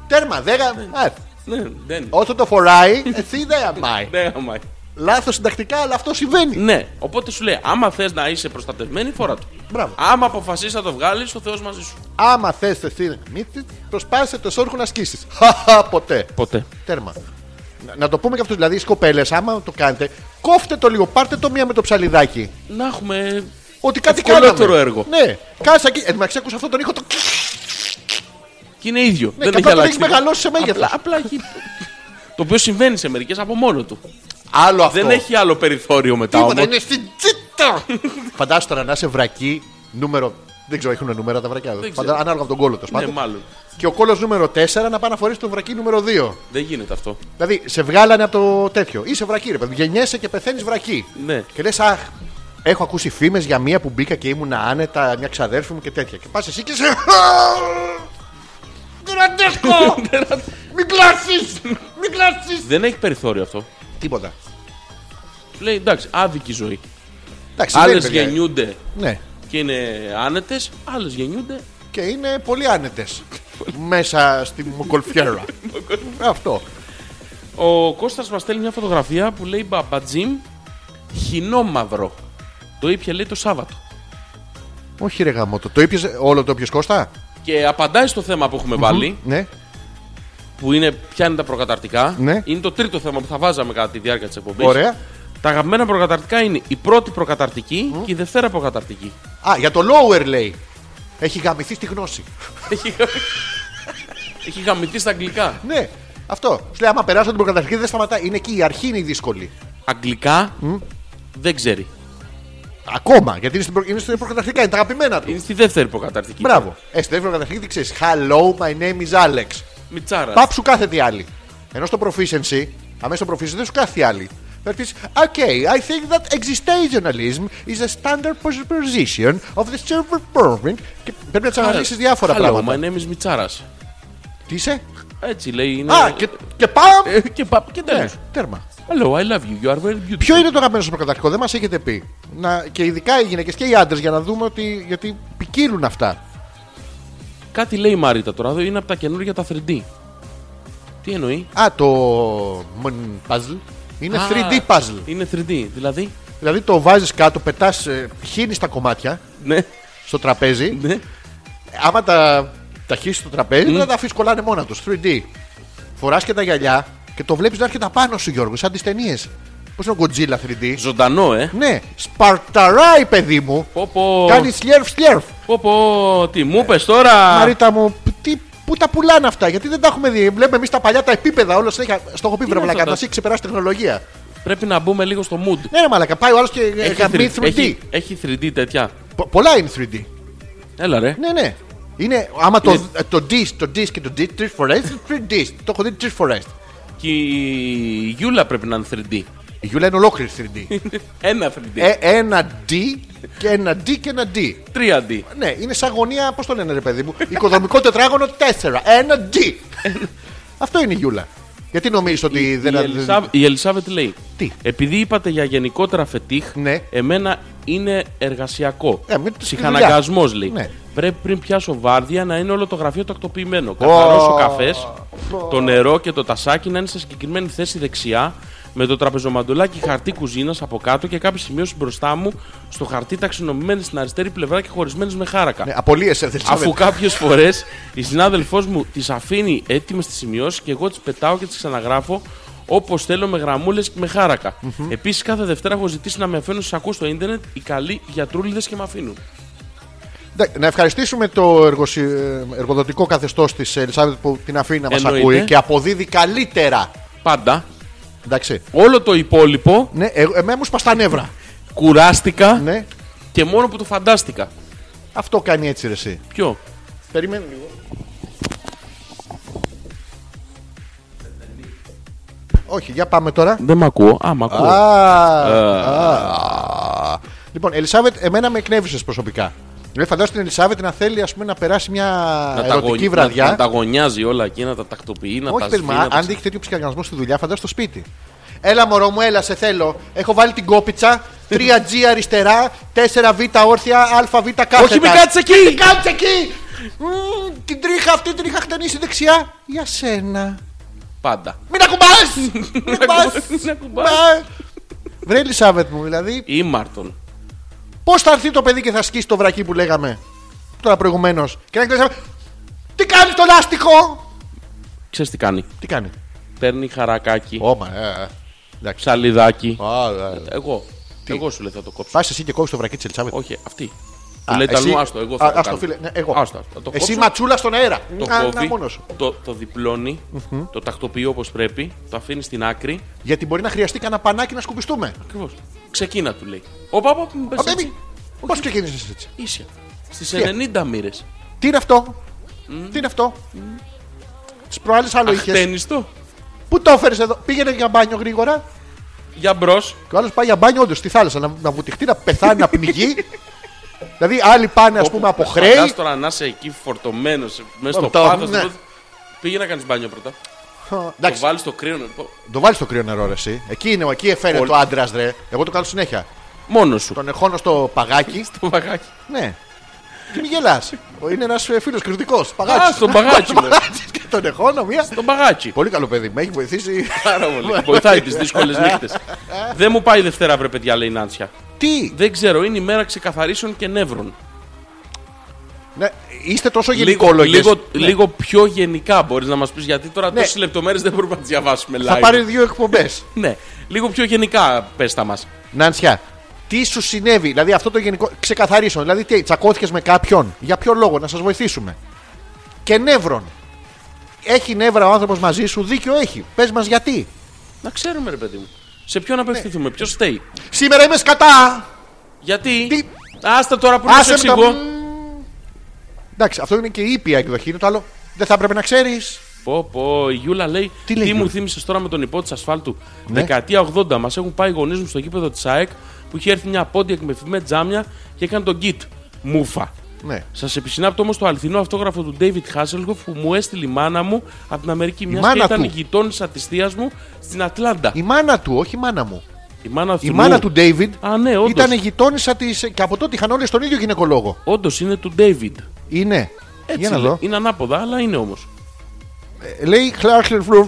Τέρμα, δέκα. Α,
Ναι, δεν.
Όσο το φοράει, εσύ δεν αμάει.
Ναι, αμά.
Λάθος συντακτικά, αλλά αυτό συμβαίνει.
Ναι, οπότε σου λέει: Άμα θες να είσαι προστατευμένη, φορά του.
Μπράβο.
Άμα αποφασίσεις να το βγάλεις, ο Θεός μαζί σου.
Άμα θες εσύ να μύθει, προσπάθησε το σόρχο να <laughs> σκίσεις. Χαχά, ποτέ.
Ποτέ.
Τέρμα. Να- Να το πούμε και αυτό. Δηλαδή, κοπέλε, άμα το κάνετε, κόφτε το λίγο. Πάρτε το μία με το ψαλιδάκι.
Να έχουμε.
Ότι κάτι
Ευκολότερο
κάναμε.
έργο.
Ναι. Κάτσε εκεί. Εν τω μεταξύ, ακούσα αυτόν τον ήχο. Το...
Και είναι ίδιο.
Ναι,
δεν
και
έχει
απλά τον
αλλάξει.
έχει
τίποτα.
μεγαλώσει σε μέγεθος.
Απλά, απλά
<laughs>
έχει. το οποίο συμβαίνει σε μερικές από μόνο του.
Άλλο αυτό.
Δεν έχει άλλο περιθώριο μετά
τίποτα.
όμως.
Είναι στην τσίτα. Φαντάσου τώρα να είσαι βρακή νούμερο. Δεν ξέρω, έχουν νούμερα τα βρακιά.
ξέρω.
Φαντα... Ανάλογα από τον κόλλο τέλος
Ναι,
πάντων.
μάλλον.
Και ο κόλλος νούμερο 4 να πάει να φορέσει το βρακί νούμερο 2.
Δεν γίνεται αυτό.
Δηλαδή, σε βγάλανε από το τέτοιο. Είσαι βρακή, ρε παιδί. Γεννιέσαι και πεθαίνεις βρακή.
Ναι.
Και λες, αχ, έχω ακούσει φήμες για μία που μπήκα και ήμουν άνετα, μια ξαδέρφη μου και τέτοια. Και πας εσύ και σε. Δεν
<laughs>
αντέχω! Μην κλάσεις! Μην κλάσεις!
Δεν έχει περιθώριο αυτό.
Τίποτα.
Σου λέει εντάξει, άδικη ζωή.
Εντάξει,
Άλλε
δεν είναι, παιδιά.
γεννιούνται
Ναι.
και είναι άνετες, άλλες γεννιούνται.
Και είναι πολύ άνετες. μέσα στη μοκολφιέρα. Αυτό.
Ο Κώστας μας στέλνει μια φωτογραφία που λέει μπαμπατζίμ χινό μαύρο. Το ήπια λέει το Σάββατο.
Όχι, ρε γαμότο. Το ήπιες, όλο το ήπιες Κώστα.
Και απαντάει στο θέμα που έχουμε βάλει,
Ναι.
που είναι ποια είναι τα προκαταρτικά.
Ναι.
Είναι το τρίτο θέμα που θα βάζαμε κατά τη διάρκεια της εκπομπής.
Ωραία.
Τα αγαπημένα προκαταρτικά είναι η πρώτη προκαταρτική και η δευτέρα προκαταρτική.
Α, για το lower λέει. Έχει γαμηθεί στη γνώση.
Έχει γαμηθεί στα αγγλικά.
Ναι, αυτό. Σου λέει, άμα περάσω την προκαταρχική δεν σταματάει. Είναι εκεί η αρχή είναι η δύσκολη.
Αγγλικά δεν ξέρει.
Ακόμα, γιατί είναι στην, προ... είναι στην προκαταρχικά, είναι τα αγαπημένα του.
Είναι στη δεύτερη προκαταρτική.
Μπράβο. Ε, στην προκαταρχική τι ξέρεις. Hello, my name is Alex.
Μιτσάρας.
Πάψου κάθε τι άλλη. Ενώ στο proficiency, αμέσως στο proficiency δεν σου κάθε τι άλλη. Θα πεις, okay, I think that existentialism is a standard position of the server movement. Και πρέπει να ξαναλύσει διάφορα πράγματα.
My name is Μιτσάρας.
Τι είσαι?
Έτσι λέει. Είναι...
Α, και, και πάμε!
Ναι. Ε, και πα- και
Ναι,
τέλος.
τέρμα.
Hello, I love you. You are very beautiful.
Ποιο είναι το αγαπημένο σου προκαταρχικό, δεν μας έχετε πει. Να, και ειδικά οι γυναίκες και οι άντρες για να δούμε ότι. Γιατί ποικίλουν αυτά.
Κάτι λέει η Μαρίτα τώρα εδώ, είναι από τα καινούργια τα 3D. Τι εννοεί.
Α, το. μον- puzzle. Είναι
Α,
3D puzzle.
Είναι 3D, δηλαδή.
Δηλαδή το βάζεις κάτω, πετάς, χύνεις τα κομμάτια
Ναι,
στο τραπέζι.
ναι.
Άμα τα, τα χύσεις στο τραπέζι, δεν θα τα αφήσεις κολλάνε μόνα τους. 3D. Φοράς και τα γυαλιά και το βλέπεις να έρχεται απάνω σου, Γιώργο, σαν τις ταινίες. Πώς είναι ο Godzilla 3D.
Ζωντανό, ε.
Ναι, σπαρταράει, παιδί μου.
Πω πω.
Κάνει σλιέρφ, σλιέρφ.
Πω πω, τι μου πες τώρα.
Ε, Μαρίτα μου, π- τι, πού τα πουλάνε αυτά, γιατί δεν τα έχουμε δει. Βλέπουμε εμείς τα παλιά τα επίπεδα, όλα συνέχεια. Στο έχω πει
είναι
βρε μαλακά,
αυτά τα-
θα σε ξεπεράσει τεχνολογία.
Πρέπει να μπούμε λίγο στο mood.
Ναι, ρε μαλακά, πάει ο άλλος και ε, γαμεί 3D.
έχει, έχει 3D τέτοια.
Πο- Πολλά είναι 3D.
Έλα ρε.
Ναι, ναι. Είναι, άμα το,
Είναι-
ε, το disc, το disc και το disc τρει φορέ, 3D. Το έχω δει τρει φορέ.
Και η Γιούλα πρέπει να είναι 3D.
Η Γιούλα είναι ολόκληρη
<laughs>
3D.
Ένα 3D.
ε, ένα D και ένα D και ένα D.
3D.
Ναι, είναι σαν γωνία, πώς το λένε ρε παιδί μου. Οικοδομικό τετράγωνο 4. Ένα D. Αυτό είναι η Γιούλα. Γιατί νομίζεις ότι δεν.
η, Ελισάβ... η Ελισάβετ λέει.
Τι?
Επειδή είπατε για γενικότερα φετίχ,
Ναι.
εμένα είναι εργασιακό.
Ε, με τη
Ψυχαναγκασμός
δουλειά.
λέει.
Ναι.
Πρέπει πριν πιάσω βάρδια να είναι όλο το γραφείο τακτοποιημένο. Καθαρός ο καφές, το νερό και το τασάκι να είναι σε συγκεκριμένη θέση δεξιά, με το τραπεζομαντολάκι χαρτί κουζίνας από κάτω και κάποιες σημειώσεις μπροστά μου στο χαρτί ταξινομημένε στην αριστερή πλευρά και χωρισμένες με χάρακα.
Ναι, απολύεσαι, δεν
Αφού κάποιες φορές η συνάδελφός μου τις αφήνει έτοιμες τις σημειώσεις και εγώ τις πετάω και τις ξαναγράφω όπως θέλω με γραμμούλες και με χαρακα Επίσης, κάθε Δευτέρα έχω ζητήσει να με αφήνουν στου ακούς στο ίντερνετ οι καλοί γιατρούλιδες και με αφήνουν.
Εντάξει, Ναι, Να ευχαριστήσουμε το εργοσυ... ε, εργοδοτικό καθεστώς της Ελισάβετ που την αφήνει να μας
Εννοείται.
ακούει και αποδίδει καλύτερα.
Πάντα.
Εντάξει. ε,
Όλο το υπόλοιπο <laughs>
Ναι, εγώ- εμένα μου σπα τα νεύρα.
κουράστηκα.
Ναι.
Και μόνο που το φαντάστηκα.
Αυτό κάνει έτσι ρε εσύ.
Ποιο.
Περιμένω λίγο. Όχι, για πάμε τώρα.
Δεν μ' ακούω. Α, μ' ακούω.
Α,
Ε.
α. Λοιπόν, Ελισάβετ, εμένα με εκνεύρισες προσωπικά. Δηλαδή, φαντάζομαι την Ελισάβετ να θέλει ας πούμε, να περάσει μια
να, τα γον-
ερωτική
να-
βραδιά.
να τα γωνιάζει όλα εκεί, να τα τακτοποιεί, να
Όχι,
τα σφεί,
παιδιά,
να τα
αν
ξε-
δείχνει τέτοιο ψυχαγιασμό στη δουλειά, φαντάζομαι στο σπίτι. Έλα, μωρό μου, έλα, σε θέλω. Έχω βάλει την κόπιτσα. 3G αριστερά, 4Β όρθια, ΑΒ κάθετα.
Όχι, μην κάτσε
Τι
εκεί!
κάτσε εκεί! Μμμ, την τρίχα αυτή την είχα χτενίσει δεξιά. Για σένα.
Πάντα.
Μην ακουμπάς! Μην ακουμπάς!
Να κουμπάς.
Μα- Βρε Ελισάβετ μου, δηλαδή,
Ήμαρτον.
πώς θα έρθει το παιδί και θα σκίσει το βρακί που λέγαμε τώρα προηγουμένως. Και να κλαίσει. Τι κάνει το λάστιχο!
Ξέρεις τι κάνει.
Τι κάνει.
Παίρνει χαρακάκι,
Όμα, ε, ε. Εντάξει.
ψαλιδάκι.
Α, ε, ε.
Εγώ. Εγώ σου λέω θα το κόψω.
Πα εσύ και κόβεις το βρακί της Ελισάβετ.
Όχι, αυτή.
Α,
Του λέει
εσύ-
τανού, άστο, εγώ θα
Α,
το
άστο,
κάνω.
φίλε, ναι, εγώ.
Άστο, άστο, θα το
Εσύ
κόψω.
ματσούλα στον αέρα.
Το
να, να,
κόβει,
μόνος σου.
το, το διπλώνει, το τακτοποιεί όπως πρέπει, το αφήνει στην άκρη.
Γιατί μπορεί να χρειαστεί κανένα πανάκι να σκουπιστούμε.
Ακριβώς. Ξεκίνα του λέει. Όπα, όπα, μην πες
Α,
έτσι.
baby, Πώς ξεκίνησε έτσι.
Ίσια. Στις
Τι
90 μοίρες.
Τι είναι αυτό. Τι είναι αυτό. Τις προάλλες άλλο είχε.
Αχτένιστο.
Πού το έφερες εδώ. Πήγαινε για μπάνιο γρήγορα.
Για μπρος.
Και ο άλλος πάει για μπάνιο, όντως στη θάλασσα. Να, να βουτυχτεί, να πεθάνει, να πνιγεί. δηλαδή, άλλοι πάνε, ας πούμε, από χρέη.
Φαντάς τώρα να είσαι εκεί φορτωμένος μέσα
Ω,
στο
το-
πάθος.
ναι.
τίποτα. Πήγε να κάνεις μπάνιο πρώτα. Το
Εντάξει,
βάλεις στο κρύο. να- πω,
το βάλεις στο κρύο νερό, ρε, εσύ. Εκεί είναι, εκεί εφέρε
Πολύ.
το άντρας, ρε. Εγώ το κάνω συνέχεια.
Μόνος σου.
Τον εχώνω στο παγάκι.
Το παγάκι.
ναι. Τι μη γελάς. Είναι ένας φίλος κριτικός. Παγάκι.
Α, στον παγάκι,
Στον
λέω.
παγάκι. Και τον εχώνω μία.
Το παγάκι.
Πολύ καλό παιδί, με έχει βοηθήσει. Ναι.
Πάρα πολύ. Βοηθάει τις δύσκολες νύχτες. Δεν μου πάει η Δευτέρα, βρε παιδιά, λέει η Νάντσια.
Τι!
Δεν ξέρω, είναι η μέρα ξεκαθαρίσεων και νεύρων.
Ναι, είστε τόσο Ναι.
Λίγο,
γενικόλογοι.
λίγο, λίγο πιο γενικά μπορείς να μας πεις, γιατί τώρα
Ναι.
τόσες λεπτομέρειες δεν μπορούμε να τις διαβάσουμε live.
Θα πάρει δύο εκπομπές.
Ναι, λίγο πιο γενικά πες τα μας.
Νάνσια, τι σου συνέβη, δηλαδή αυτό το γενικό. Ξεκαθαρίσω. Δηλαδή, τι, τσακώθηκες με κάποιον. Για ποιο λόγο, να σας βοηθήσουμε. Και νεύρων. Έχει νεύρα ο άνθρωπος μαζί σου, δίκιο έχει. Πες μας γιατί.
Να ξέρουμε, ρε παιδί μου. Σε ποιον απευθυνθούμε, ποιο στέει.
Σήμερα είμαι σκατά!
Γιατί.
Τι-
Άστα τώρα που να σου
Άσε με τα
εξηγώ.
μμμ. Εντάξει, αυτό είναι και η ήπια εκδοχή. Είναι το άλλο. Δεν θα έπρεπε να ξέρεις.
Πω, πω, η Γιούλα λέει.
Τι
Τι,
λέει η
μου
Γιούλα?
θύμισες τώρα με τον υπότη ασφάλτου.
Ναι.
Δεκαετία 80 μας έχουν πάει οι γονείς μου στο γήπεδο της ΑΕΚ που είχε έρθει μια πόντια εκμεφημένα τζάμια και έκανε τον κιτ. Μούφα.
Ναι.
Σας επισυνάπτω όμως το αληθινό αυτόγραφο του David Hasselhoff που μου έστειλε η μάνα μου από την Αμερική, μιας και
μάνα
ήταν
του.
η γειτόνισσα της θεία μου στην Ατλάντα. Η,
Η μάνα του, όχι η μάνα μου.
μάνα,
Η μάνα του David
Α, ναι, όντως.
ήταν γειτόνισσα της. και από τότε είχαν όλοι τον ίδιο γυναικολόγο.
Όντως είναι του David.
Είναι.
Έτσι
Για να
λέει.
δω.
Είναι ανάποδα, αλλά είναι όμως.
Ε, Λέει Clarkson Roof.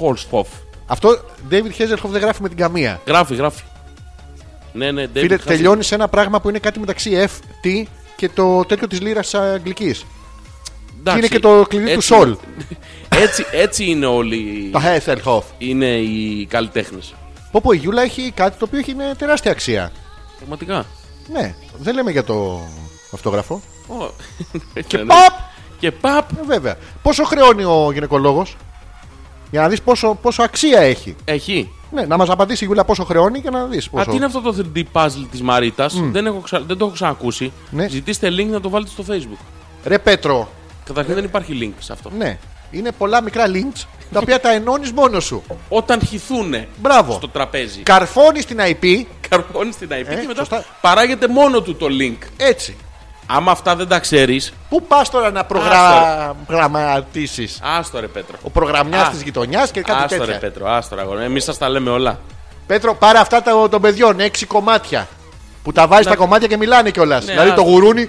Holzhoff.
Αυτό David Hazelhoff δεν γράφει με την καμία.
Γράφει, γράφει. Ναι, ναι, David
Φίλε,
Hasselhoff.
τελειώνεις σε ένα πράγμα που είναι κάτι μεταξύ F, T και το τέτοιο της λύρας αγγλικής.
Εντάξει,
είναι και το κλειδί του
έτσι-
Σολ.
Έτσι, έτσι είναι όλοι
Το Hazelhoff.
είναι οι καλλιτέχνες.
Πω πω, η Γιούλα έχει κάτι το οποίο έχει μια τεράστια αξία.
Πραγματικά.
Ναι, δεν λέμε για το αυτόγραφο.
Ω,
Και
ναι, ναι.
παπ!
Και παπ!
Ε, βέβαια. Πόσο χρεώνει ο γυναικολόγος, για να δεις πόσο, πόσο αξία έχει.
Έχει.
Ναι, να μας απαντήσει η Γιούλα πόσο χρεώνει και να δεις.
Α,
Πόσο...
τι είναι αυτό το 3D puzzle της Μαρίτας. Δεν, έχω ξα- δεν το έχω ξανακούσει.
Ναι.
Ζητήστε link να το βάλετε στο facebook.
Ρε Πέτρο,
Καταρχήν δεν υπάρχει link σε αυτό.
ναι. Είναι πολλά μικρά links τα οποία τα ενώνεις μόνος σου.
Όταν χυθούνε
Μπράβο.
στο τραπέζι, <laughs>
Καρφώνεις την IP
καρπώνει την IP και μετά
Ε, σωστά.
παράγεται μόνο του το link.
έτσι.
Άμα αυτά δεν τα ξέρεις,
Πού πας τώρα να
Άστο.
προγραμματίσεις.
άστο ρε Πέτρο.
Ο προγραμμιάς
Α.
της γειτονιάς και Ε, κάτι
Άστο ρε
τέτοια.
Πέτρο, άστο ρε αγόρι. Εμείς σας τα λέμε όλα.
Πέτρο, πάρε αυτά τα- των παιδιών, έξι κομμάτια. Που τα βάζεις τα κομμάτια και μιλάνε κιόλας.
Ναι,
δηλαδή
α-
το γουρούνι,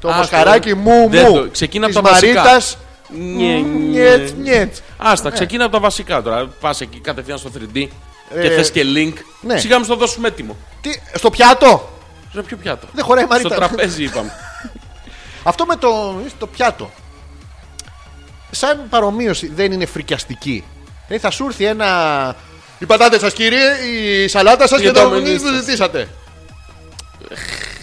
το
Άστο,
μασκαράκι
ρε.
μου,
Δεν
μου.
το- ξεκίνα
της
από τα βασικά.
Μαρίτας,
Νιε,
νιετς,
νιε.
νιετς.
Άστα, ξεκίνα από τα βασικά τώρα. Πας εκεί κατευθείαν στο 3D και
Ε,
θες και link.
ναι.
Σιγά μου στο δώσουμε έτοιμο.
Τι, στο πιάτο.
Σε ποιο πιάτο.
Δεν χωράει η
Στο
Μαρίτα.
τραπέζι είπαμε.
Αυτό με το, το πιάτο. Σαν παρομοίωση δεν είναι φρικιαστική. Δηλαδή θα σου έρθει ένα. Οι πατάτες σας, κύριε, η σαλάτα σας και
Και
το
τα μενού
που
σας.
ζητήσατε.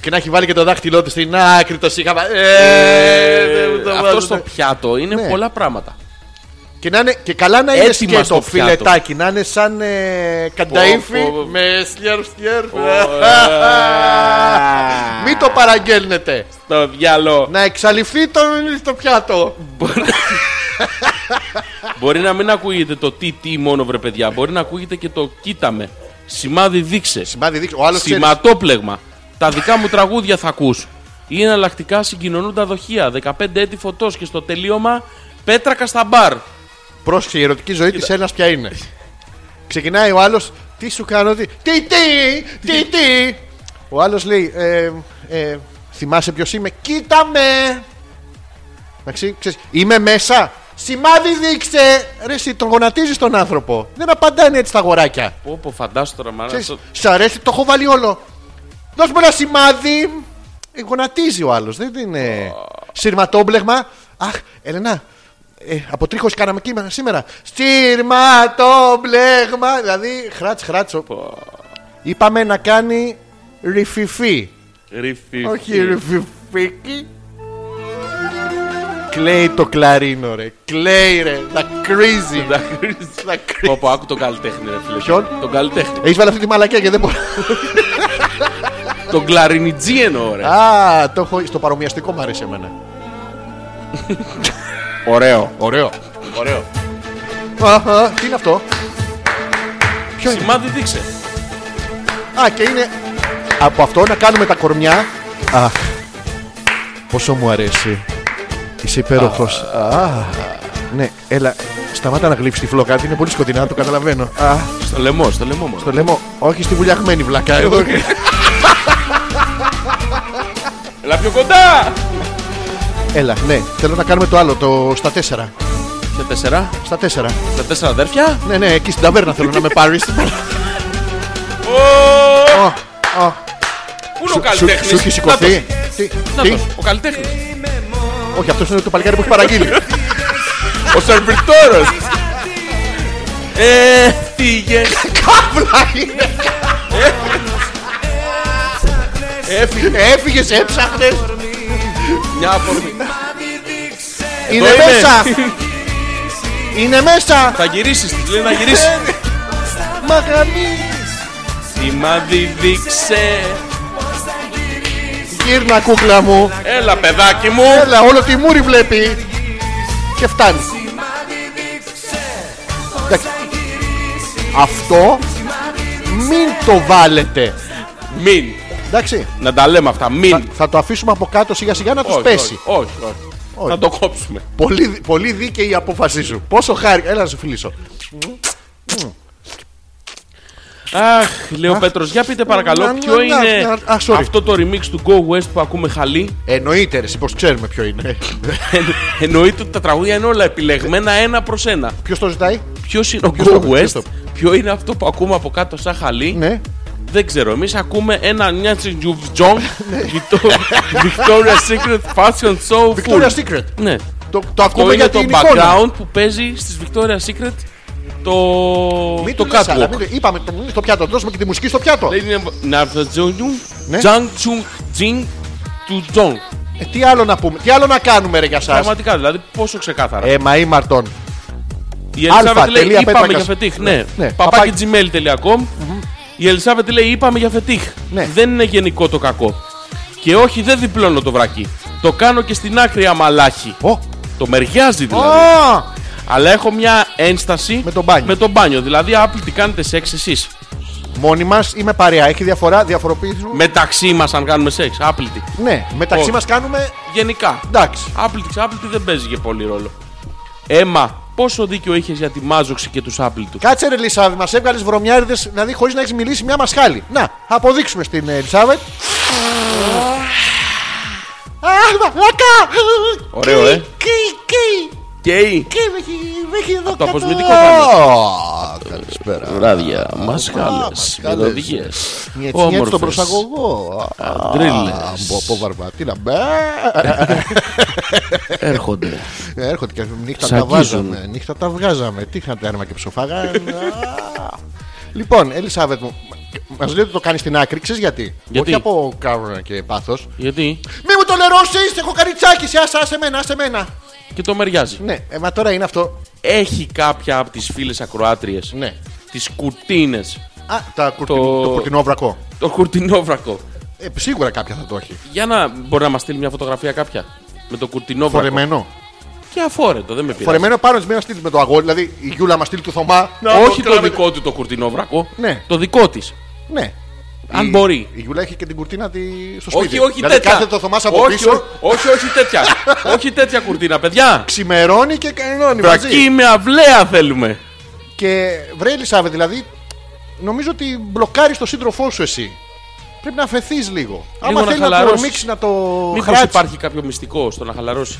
Και να έχει βάλει και το δάχτυλό τη στην άκρη το σύγχαμα. <laughs> Ε, δεν μου το
Αυτό
βάζετε.
στο πιάτο είναι
Ναι.
πολλά πράγματα.
Και, να είναι, και καλά να είναι
Έτσι μας
σκέτο,
το πιάτο.
φιλετάκι, να είναι σαν ε, κανταήφι
πω, πω.
με σλιαρ σλιαρ. <laughs>
Ωραία.
Μην το παραγγέλνετε.
Το ε. διάλο.
Να εξαλειφθεί το, το πιάτο.
Μπορεί να μην ακούγεται το τι τι μόνο βρε παιδιά. Μπορεί να ακούγεται και το κοίταμε. Σημάδι δείξε.
Σημάδι δείξε. Ο άλλος ξέρεις.
Σηματόπλεγμα. Τα δικά μου τραγούδια θα ακούς. Ή εναλλακτικά συγκοινωνούν τα δοχεία. 15 έτη φωτός και στο τελείωμα πέτρακα στα μπαρ.
Πρόσεξε, η ερωτική ζωή της Έλληνα ποια είναι. Ξεκινάει ο άλλος, τι σου κάνω, τι, τι, τι, τι, τι. Ο άλλος λέει, «Ε, ε, θυμάσαι ποιος είμαι, κοίτα με. Εντάξει, ξέρεις, είμαι μέσα. Σημάδι δείξε! Ρε, εσύ τον γονατίζει τον άνθρωπο. Δεν απαντάνε έτσι τα αγοράκια.
Πω πω φαντάσου τώρα μάνα.
Ξέρεις, Σ' αρέσει, το έχω βάλει όλο. Δώσ' μου ένα σημάδι. Ε, γονατίζει ο άλλος. Δεν είναι. Σειρματόμπλεγμα. Αχ, Ελένα. Ε, από τρίχος κάναμε κύμα σήμερα. Σειρματόμπλεγμα. Δηλαδή, χράτς, χράτς. Είπαμε να κάνει ρηφιφί.
Ρίφι.
Όχι ρηφιφίκι. Κλαίει το κλαρίνο, ρε. Κλαίει, ρε. Τα κρίζει. Τα κρίζει.
Πω πω άκου τον καλλιτέχνη ρε φίλε.
Ποιον?
Τον καλλιτέχνη.
Έχεις βάλει αυτή τη μαλακία και δεν μπορεί.
Τον κλαρινιτζή εννοώ ρε.
Α, το έχω. Στο παρομοιαστικό μου αρέσει εμένα.
Ωραίο.
Ωραίο. Ωραίο. τι είναι αυτό. Ποιο είναι.
Σημάδι δείξε.
Α, και είναι. Από αυτό να κάνουμε τα κορμιά. Αχ. Πόσο μου αρέσει. Είσαι υπέροχος. Αχ. Ναι, έλα. Σταμάτα να γλύψεις τη φλόγα. Είναι πολύ σκοτεινά, το καταλαβαίνω. Αχ.
Στο λαιμό, στο λαιμό μόνο.
Το λέμε, όχι στη βουλιαγμένη βλακά. Εδώ.
Έλα πιο κοντά!
Έλα, ναι. Θέλω να κάνουμε το άλλο, το στα τέσσερα.
Στα τέσσερα,
Στα τέσσερα.
στα τέσσερα αδέρφια.
Ναι, ναι, εκεί στην ταβέρνα θέλω να με πάρεις.
Πού είναι ο
Σου
καλλιτέχνης.
σου έχει σηκωθεί. Τι, τι,
Ο καλλιτέχνης.
όχι, αυτός είναι το παλικάρι που έχει παραγγείλει.
Ο σερβιτόρο. Ε, φύγε.
<laughs> Καύλα είναι.
Έφυγε
Έφυγες, έψαχνες.
μια αφορμή.
Είναι
είμαι.
μέσα. Είναι μέσα.
Θα γυρίσεις, τη λέει να γυρίσεις.
Μαγαμή.
Σημάδι δείξε.
Γύρνα κούκλα μου.
Έλα, παιδάκι μου.
Έλα, όλο τη μούρη βλέπει. Και φτάνει. Εντάξει. Αυτό μην το βάλετε.
Μην.
Εντάξει.
Να τα λέμε αυτά.
Θα,
Μην.
θα το αφήσουμε από κάτω σιγά σιγά να τους
Όχι,
πέσει.
Όχι, όχι, όχι. Θα το κόψουμε.
Πολύ, πολύ δίκαιη η απόφασή σου. Πόσο χάρη. Έλα να σου φιλήσω.
Αχ, λέει ο Πέτρος, για πείτε παρακαλώ,
να,
ποιο
να,
είναι
να, α, sorry.
αυτό το remix του Go West που ακούμε χαλί.
Εννοείται, ρε, εσύ πως ξέρουμε ποιο
<laughs>
είναι.
Εν- Εννοείται ότι τα τραγούδια είναι όλα επιλεγμένα ένα προς ένα.
Ποιος το ζητάει,
Ποιος είναι ο
Ποιος το-
Go
ποιος
West,
το-
ποιο είναι αυτό που ακούμε από κάτω σαν χαλί.
Ναι.
Δεν ξέρω, εμείς ακούμε ένα Νιάτσι <laughs> Τζουβτζόν Victoria's Secret Fashion Show Full.
Victoria's Secret.
Ναι.
Το, το
Το
ακούμε
είναι
για
το
την εικόνα.
background που παίζει στις Victoria's Secret το,
Μην το
το
λες, αλλά
catwalk.
μην το- Είπαμε το, στο πιάτο, δώσουμε και τη μουσική στο πιάτο.
Λέει να Ναρθατζόνιου,
Ναι.
Τζαν Τσουνγκ Τζιν του Τζον.
Ε, τι άλλο να πούμε, τι άλλο να κάνουμε, ρε για σας.
Πραγματικά δηλαδή πόσο ξεκάθαρα.
Ε, μα ή Μαρτών.
Η
αλφα
Ελισάβετ λέει
τελεία
είπαμε
πέτρακας».
για φετίχ. Ναι,
ναι.
παπάκι gmail.com. Η Ελισάβετ λέει είπαμε για φετίχ.
Ναι.
Δεν είναι γενικό το κακό. Και όχι, δεν διπλώνω το βρακί. Το κάνω και στην άκρη αμαλάχη.
Ω,
Το μεριάζει δηλαδή.
α,
Αλλά έχω μια ένσταση
Με το μπάνιο.
με το μπάνιο. Δηλαδή, Apple τι κάνετε σεξ εσείς.
μόνοι μας ή με παρέα, έχει διαφορά, διαφοροποιήσουμε.
Μεταξύ μας, αν κάνουμε σεξ. Apple τι.
Ναι, μεταξύ
Όχι.
μας κάνουμε,
Γενικά.
εντάξει.
Άπλητη, άπλητη δεν παίζει και πολύ ρόλο. Έμα, πόσο δίκιο είχες για τη μάζοξη και τους άπλητου.
Κάτσε ρε Ελισάβη, μας έβγαλες βρωμιάριδες, δηλαδή χωρίς να έχεις μιλήσει μια μασχάλη. Να, αποδείξουμε στην ε, Ελισάβετ. Αχ, μαλάκα!
Ωραίο, ε.
Κι, κι,
Καίει.
κι, με έχει- με έχει εδώ
Το
κάτω.
αποσμητικό πάνω.
Ω, Καλησπέρα.
Βράδια, μασχάλε,
μασχάλες.
μελωδίε.
Μια τσινιά στον προσαγωγό.
Γκρίλε.
Από από βαρβατίνα. Μπε.
<laughs> Έρχονται.
Ε, Έρχονται και νύχτα τα
Σαγίζουν.
βάζαμε. Νύχτα τα βγάζαμε. Τι είχαν έρμα και ψοφάγα. Α. Λοιπόν, Ελισάβετ μου, μας λέει ότι το κάνεις στην άκρη, ξέρεις γιατί.
Γιατί?
Όχι από κάρβουνα και πάθος.
Γιατί
Μη μου το νερώσεις, έχω καριτσάκι, σε άσε άσε μένα, άσε μένα.
και το μεριάζει.
Ναι, ε, μα τώρα είναι αυτό.
έχει κάποια από τις φίλες ακροάτριες
Ναι.
τις κουτίνες
Α, τα κουρτι...
Το-
το... κουρτινό βρακό.
το κουρτινόβρακο
Ε, σίγουρα κάποια θα το έχει.
για να μπορεί να μας στείλει μια φωτογραφία κάποια με το κουρτινόβρακο
Φορεμένο.
και αφόρετο δεν με πειράζει
Φορεμένο πάνω τη μέρα στείλεις με το αγόρι, δηλαδή η Γιούλα μας στείλει του Θωμά. Να,
όχι το
κλάβετε.
δικό του το κουρτινόβρακο
Ναι.
το δικό της
Ναι.
αν
Η-
μπορεί
Η Γιούλα έχει και την κουρτίνα τη στο σπίτι.
όχι, όχι
δηλαδή
τέτοια.
Κάθε το Θωμάς από
όχι,
πίσω,
όχι, όχι, όχι
<laughs>
τέτοια. όχι τέτοια κουρτίνα, παιδιά.
ξημερώνει και κανώνει μαζί.
Βρακή με αυλαία θέλουμε.
Και βρε Ελισάβε, δηλαδή, νομίζω ότι μπλοκάρεις τον σύντροφό σου εσύ. Πρέπει να αφαιθεί λίγο. Άμα
να
θέλει να το
χαλαρώσεις.
ορμήξει, να το
Μήπως
χράτσει.
υπάρχει κάποιο μυστικό στο να χαλαρώσει.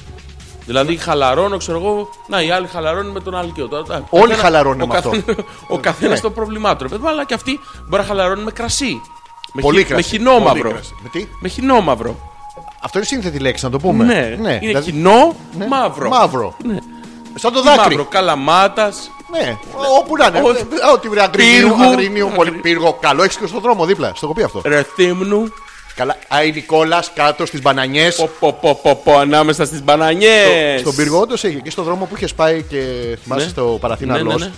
Δηλαδή χαλαρώνω, ξέρω εγώ. Να, οι άλλοι χαλαρώνουν με τον άλλον. Τώρα, τα-
Όλοι
καθένα-
χαλαρώνουν
ο
με αυτό.
καθένα- Ο καθένα
Ναι.
το πρόβλημά του. ρε παιδί μου, Αλλά και αυτοί μπορεί να χαλαρώνουν με κρασί. Με,
Πολύ
χι-
κρασί.
με
πολύ
χινόμαυρο.
κρασί. Με τι?
Με χινόμαυρο.
Αυτό είναι σύνθετη λέξη, να το πούμε.
Ναι, είναι
δηλαδή-
κοινό
ναι.
μαύρο.
Μαύρο.
Ναι.
Σαν το δάκρυ.
Μαύρο, καλαμάτας.
Ναι, όπου να είναι.
Ό-
Ε, Ό,τι βρει αγρινίου,
πύργου. Ε.
αγρινίου, πολύ πύργο. Καλό, έχεις και στον δρόμο δίπλα. Στο κοπεί αυτό.
Ρεθύμνου.
Καλά. Α, η Νικόλας κάτω στις μπανανιές.
Πο, πο, πο, πο, πο, ανάμεσα στις μπανανιές.
Στον πύργο, όντως έχει. Και στον δρόμο που είχες πάει και θυμάσαι
Ε, Ναι.
στο Παραθήνα
Ναι, ναι,
Λος.
ναι.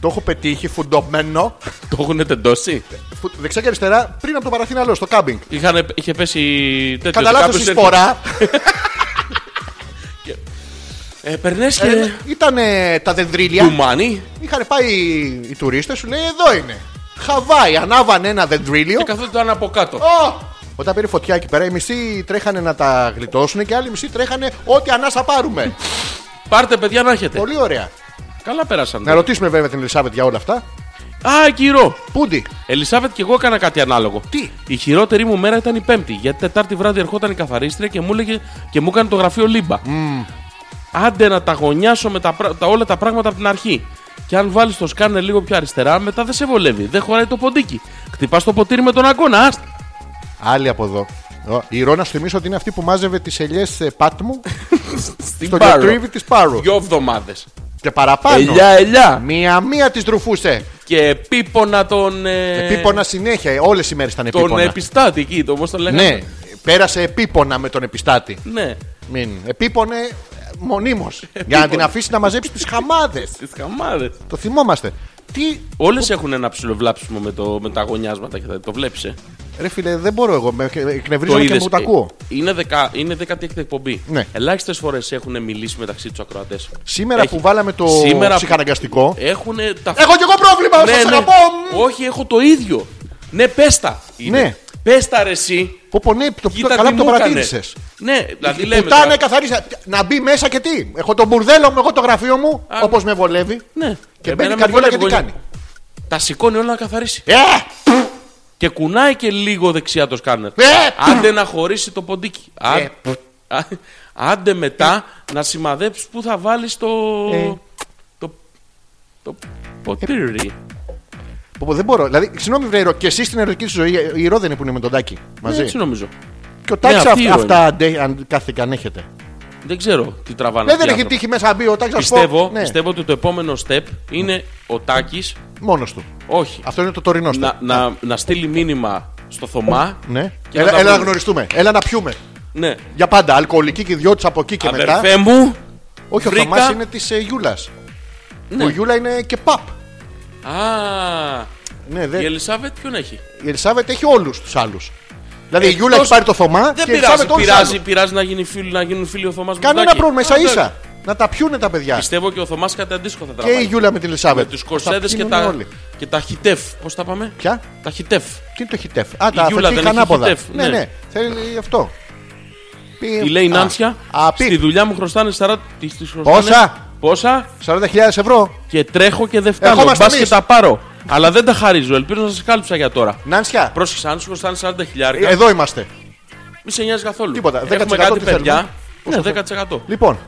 Το έχω πετύχει φουντωμένο
Το έχουν τεντώσει.
φου- δεξιά και αριστερά πριν από το Παραθήνα Λος, στο κάμπινγκ.
Είχαν, είχε πέσει τέτοιος.
Κατά
ότι
λάθος
κάποιος
η
έρχεται-
σπορά
Ε, περνές και.
ήταν ε, τα δεντρίλια.
Κουμάνι.
Είχαν πάει οι τουρίστες, σου λέει εδώ είναι. Χαβάη, ανάβανε ένα δεντρίλιο.
Και καθόταν από κάτω.
Ω! Όταν πήρε φωτιά εκεί πέρα, οι μισοί τρέχανε να τα γλιτώσουν και άλλοι μισοί τρέχανε ό,τι ανάσα πάρουμε.
Πάρτε, παιδιά, να έχετε.
Πολύ ωραία.
Καλά πέρασαν.
Να ρωτήσουμε βέβαια την Ελισάβετ για όλα αυτά.
Α, γυρό.
Πούντι,
Ελισάβετ και εγώ έκανα κάτι ανάλογο.
Τι?
Η χειρότερη μου μέρα ήταν η Πέμπτη. Γιατί Τετάρτη βράδυ ερχόταν η καθαρίστρια και μου, έλεγε, και μου έκανε το γραφείο λίμπα. Άντε να τα γωνιάσω με τα, πρά- τα- όλα τα πράγματα από την αρχή. Και αν βάλεις το σκάνερ λίγο πιο αριστερά, μετά δεν σε βολεύει. Δεν χωράει το ποντίκι. Χτυπάς το ποτήρι με τον αγκώνα. Άστα.
άλλη από εδώ. Ω, Η Ρώνα, σου θυμίσω ότι είναι αυτή που μάζευε τις ελιές πάτμου
Στην
στο
Πάρο.
γιατρίβι τη Πάρου.
Δυο εβδομάδες.
Και παραπάνω.
Ελιά, ελιά.
Μία-μία τη τρουφούσε.
Και πίπονα τον. Ε...
Επίπονα συνέχεια. Όλες οι μέρες ήταν
Τον
επίπονα.
επιστάτη εκεί, το πώς το λέγανε.
Ναι, πέρασε επίπονα με τον επιστάτη.
Ναι.
Μην. Επίπονε μονίμως.
<laughs>
Για να την αφήσει να μαζέψει τις χαμάδες.
Τις χαμάδες.
Το θυμόμαστε. Τι.
Όλες έχουν ένα ψηλό βλάψιμο με, το, με τα γωνιάσματα και τα- το βλέπεις. Ε.
Ρε φίλε, δεν μπορώ εγώ. Με
Το
εκνευρίζω και
είδες.
μου τα ακούω.
Είναι, δεκα, είναι 16η εκπομπή.
Ναι.
Ελάχιστες φορές έχουν μιλήσει μεταξύ τους ακροατές.
Σήμερα που βάλαμε το ψυχαναγκαστικό.
Έχουν τα. Ναι,
Έχω κι εγώ πρόβλημα! Σα αγαπώ!
Όχι, έχω το ίδιο. Ναι, πέστα.
Ναι.
Πέστα ρε εσύ.
Πω πω ναι, το,
Κοίτα
καλά
τι
που το
μου έκανες.
παρατήρησες.
Ναι, δηλαδή λέμε.
Πουτάνα
τώρα-
καθαρίσα. Να μπει μέσα και τι. Έχω τον μπουρδέλο μου, εγώ το γραφείο μου,
Α,
όπως με βολεύει.
Ναι.
Και
Εμένα
μπαίνει η
με
καριόλα και
βολεύει
τι
γωνιά.
κάνει.
Τα σηκώνει όλα να καθαρίσει.
Ε!
Και κουνάει και λίγο δεξιά το σκάνερ.
Ε!
Άντε να χωρίσει το ποντίκι. Α- α- Άντε μετά να σημαδέψεις που θα βάλεις το.
Ε.
το. το ποτήρι.
Πω, πω, δεν μπορώ. Δηλαδή, συγγνώμη, Βρέιρο, και εσύ στην ερωτική σου ζωή, η Ρο δεν είναι που είναι με τον Τάκη μαζί.
Ναι, Έτσι νομίζω.
και ο Τάκης
Ναι, αυτή η Ρο
αυτά αντε- αν κάθε και ανέχεται.
Δεν ξέρω τι τραβάνε.
Ναι, δεν
αυτοί οι
έχει
άνθρωποι.
τύχει μέσα να μπει ο Τάκης.
Πιστεύω,
ναι,
πιστεύω ότι το επόμενο step είναι ο Τάκης.
Μόνος του.
Όχι.
Αυτό είναι το τωρινό του.
Να, να, να στείλει μήνυμα στο Θωμά.
Ναι.
και
Έλα,
τα
έλα να
βρούμε.
γνωριστούμε. Έλα να πιούμε.
Ναι.
Για πάντα. Αλκοολική και δυο από εκεί και μετά.
Αδερφέ μου.
Όχι, ο
βρήκα- Ναι.
Θωμάς είναι της Γιούλα. Ο Γιούλα είναι και παπ.
Α.
Ναι, δεν-
Η Ελισάβετ ποιον έχει.
Η Ελισάβετ έχει όλους τους άλλους. Δηλαδή η
Εκτός-
Γιούλα έχει πάρει το Θωμά
Ε, Δεν
και η
πειράζει,
Ελισάβετ όλου του
πειράζει,
άλλου.
πειράζει να γίνει φίλο, να γίνουν φίλοι ο Θωμάς
Κανένα πρόβλημα, ίσα ίσα. Να τα πιούνε τα παιδιά.
Πιστεύω και ο Θωμάς κάτι αντίστοιχο θα
Και η
τραβάει.
Γιούλα με την
Με
Ελισάβετ.
τους
Θα
κορσέδες και,
πιούνε
τα...
όλοι.
και τα χιτεφ. Πώς τα πάμε?
Ποια?
Τα χιτεφ.
Τι είναι το χιτεφ. Α, τα
Γιούλα δεν
αφεντικά
έχει
ανάποδα.
χιτεφ,
Ναι,
ναι.
ναι. Θέλει αυτό. Πι-
Η λέει
Ε, Α,
Νάνσια.
α, πι-
Στη δουλειά μου χρωστάνε 40. τις- τις χρωστάνε-
Πόσα?
Πόσα
40.000 ευρώ.
και τρέχω και δεν φτάνω.
Ερχόμαστε
Μπας και
εμείς.
τα πάρω. Αλλά δεν τα χαρίζω. Ελπίζω να σας κάλυψα για τώρα.
Νάνσια,
Πρόσεξε, αν σου χρωστάνε 40 χιλιάρικα,
εδώ είμαστε.
μη σε νοιάζει καθόλου.
Ε, Τίποτα, 10%
Έχουμε κάτι
τι θέλουμε.
παιδιά. Ναι, 10%.
Λοιπόν,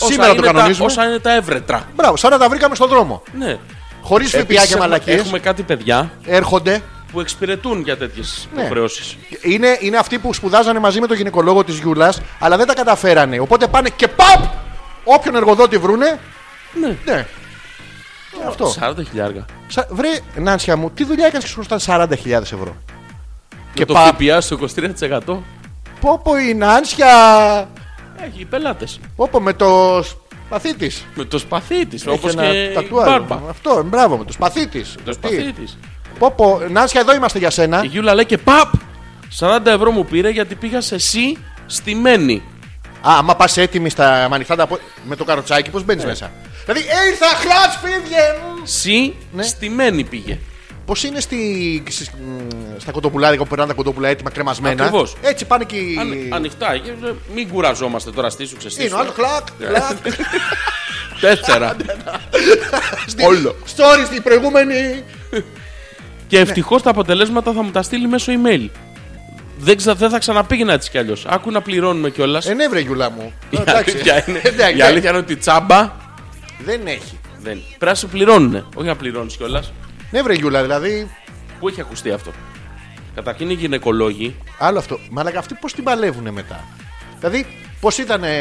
Όσα
σήμερα το
είναι τα-
κανονίζουμε.
Όσα είναι τα εύρετρα.
Μπράβο, σαν να τα βρήκαμε στον δρόμο.
Ναι.
Χωρίς
Επίσης,
ΦΠΑ και
έχουμε-
μαλακίες.
Έχουμε κάτι παιδιά
Έρχονται.
που εξυπηρετούν για τέτοιες
Ναι.
υποχρεώσεις.
Είναι, είναι αυτοί που σπουδάζανε μαζί με τον γυναικολόγο της Γιούλας, αλλά δεν τα καταφέρανε. Οπότε πάνε και παπ! Όποιον εργοδότη βρούνε.
Ναι.
Ναι. Ε, Αυτό.
40 χιλιάρικα.
Σα... Βρε, Νάνσια μου, τι δουλειά έκανες και σου χρωστάνε 40.000 ευρώ.
Και
Και
το
παπ.
ΦΠΑ στο 23%.
Πόπο η Νάνσια!
Έχει πελάτε.
Πόπο με το. Σπαθί τη.
Με το σπαθί τη. Όπω
Έχει ένα
και η
τατουάζ.
μπάρμπα.
Αυτό, μπράβο με το σπαθί τη.
Το σπαθί τη.
Πόπο, Νάσια, εδώ είμαστε για σένα.
Η Γιούλα λέει και παπ! 40 ευρώ μου πήρε γιατί πήγα σε εσύ στη μένη.
Α, άμα πας έτοιμη στα μανιχτά με το καροτσάκι, πώς
Ναι.
μπαίνει μέσα. Δηλαδή, ήρθα, χλάτ, φύγε!
Συ
Ναι.
στη μένη πήγε.
Πώ είναι στη, στις- μ, στα κοτοπουλάδικα που περνάνε τα κοτόπουλα έτοιμα κρεμασμένα.
Ακριβώς.
Έτσι πάνε και. οι-
Αν, ανοιχτά, εκεί, ε, μην κουραζόμαστε τώρα στήσου
Είναι ο
ξεστήσου.
άλλο, χλακ,
Ναι.
χλακ.
<laughs> Τέσσερα.
Ναι.
Όλο.
Stories στην προηγούμενη.
Και ευτυχώς τα αποτελέσματα θα μου τα στείλει μέσω email. Δεν, ξα, δεν θα ξαναπήγαινα έτσι κι αλλιώς. Άκου να πληρώνουμε κιόλας.
Ε, ναι, βρε, Γιούλα μου.
η
Εντάξει. Ε,
αλήθεια είναι,
<laughs> Εντάξει,
η αλήθεια είναι ότι τσάμπα
Δεν έχει.
δεν. Πρέπει να σου πληρώνουνε. Όχι να πληρώνεις κιόλας.
Ναι, βρε, Γιούλα, δηλαδή.
Πού έχει ακουστεί αυτό. Καταρχήν οι γυναικολόγοι.
Άλλο αυτό. Μαλάκα, αυτοί πώς την παλεύουνε μετά. Δηλαδή, πώς ήταν. ε,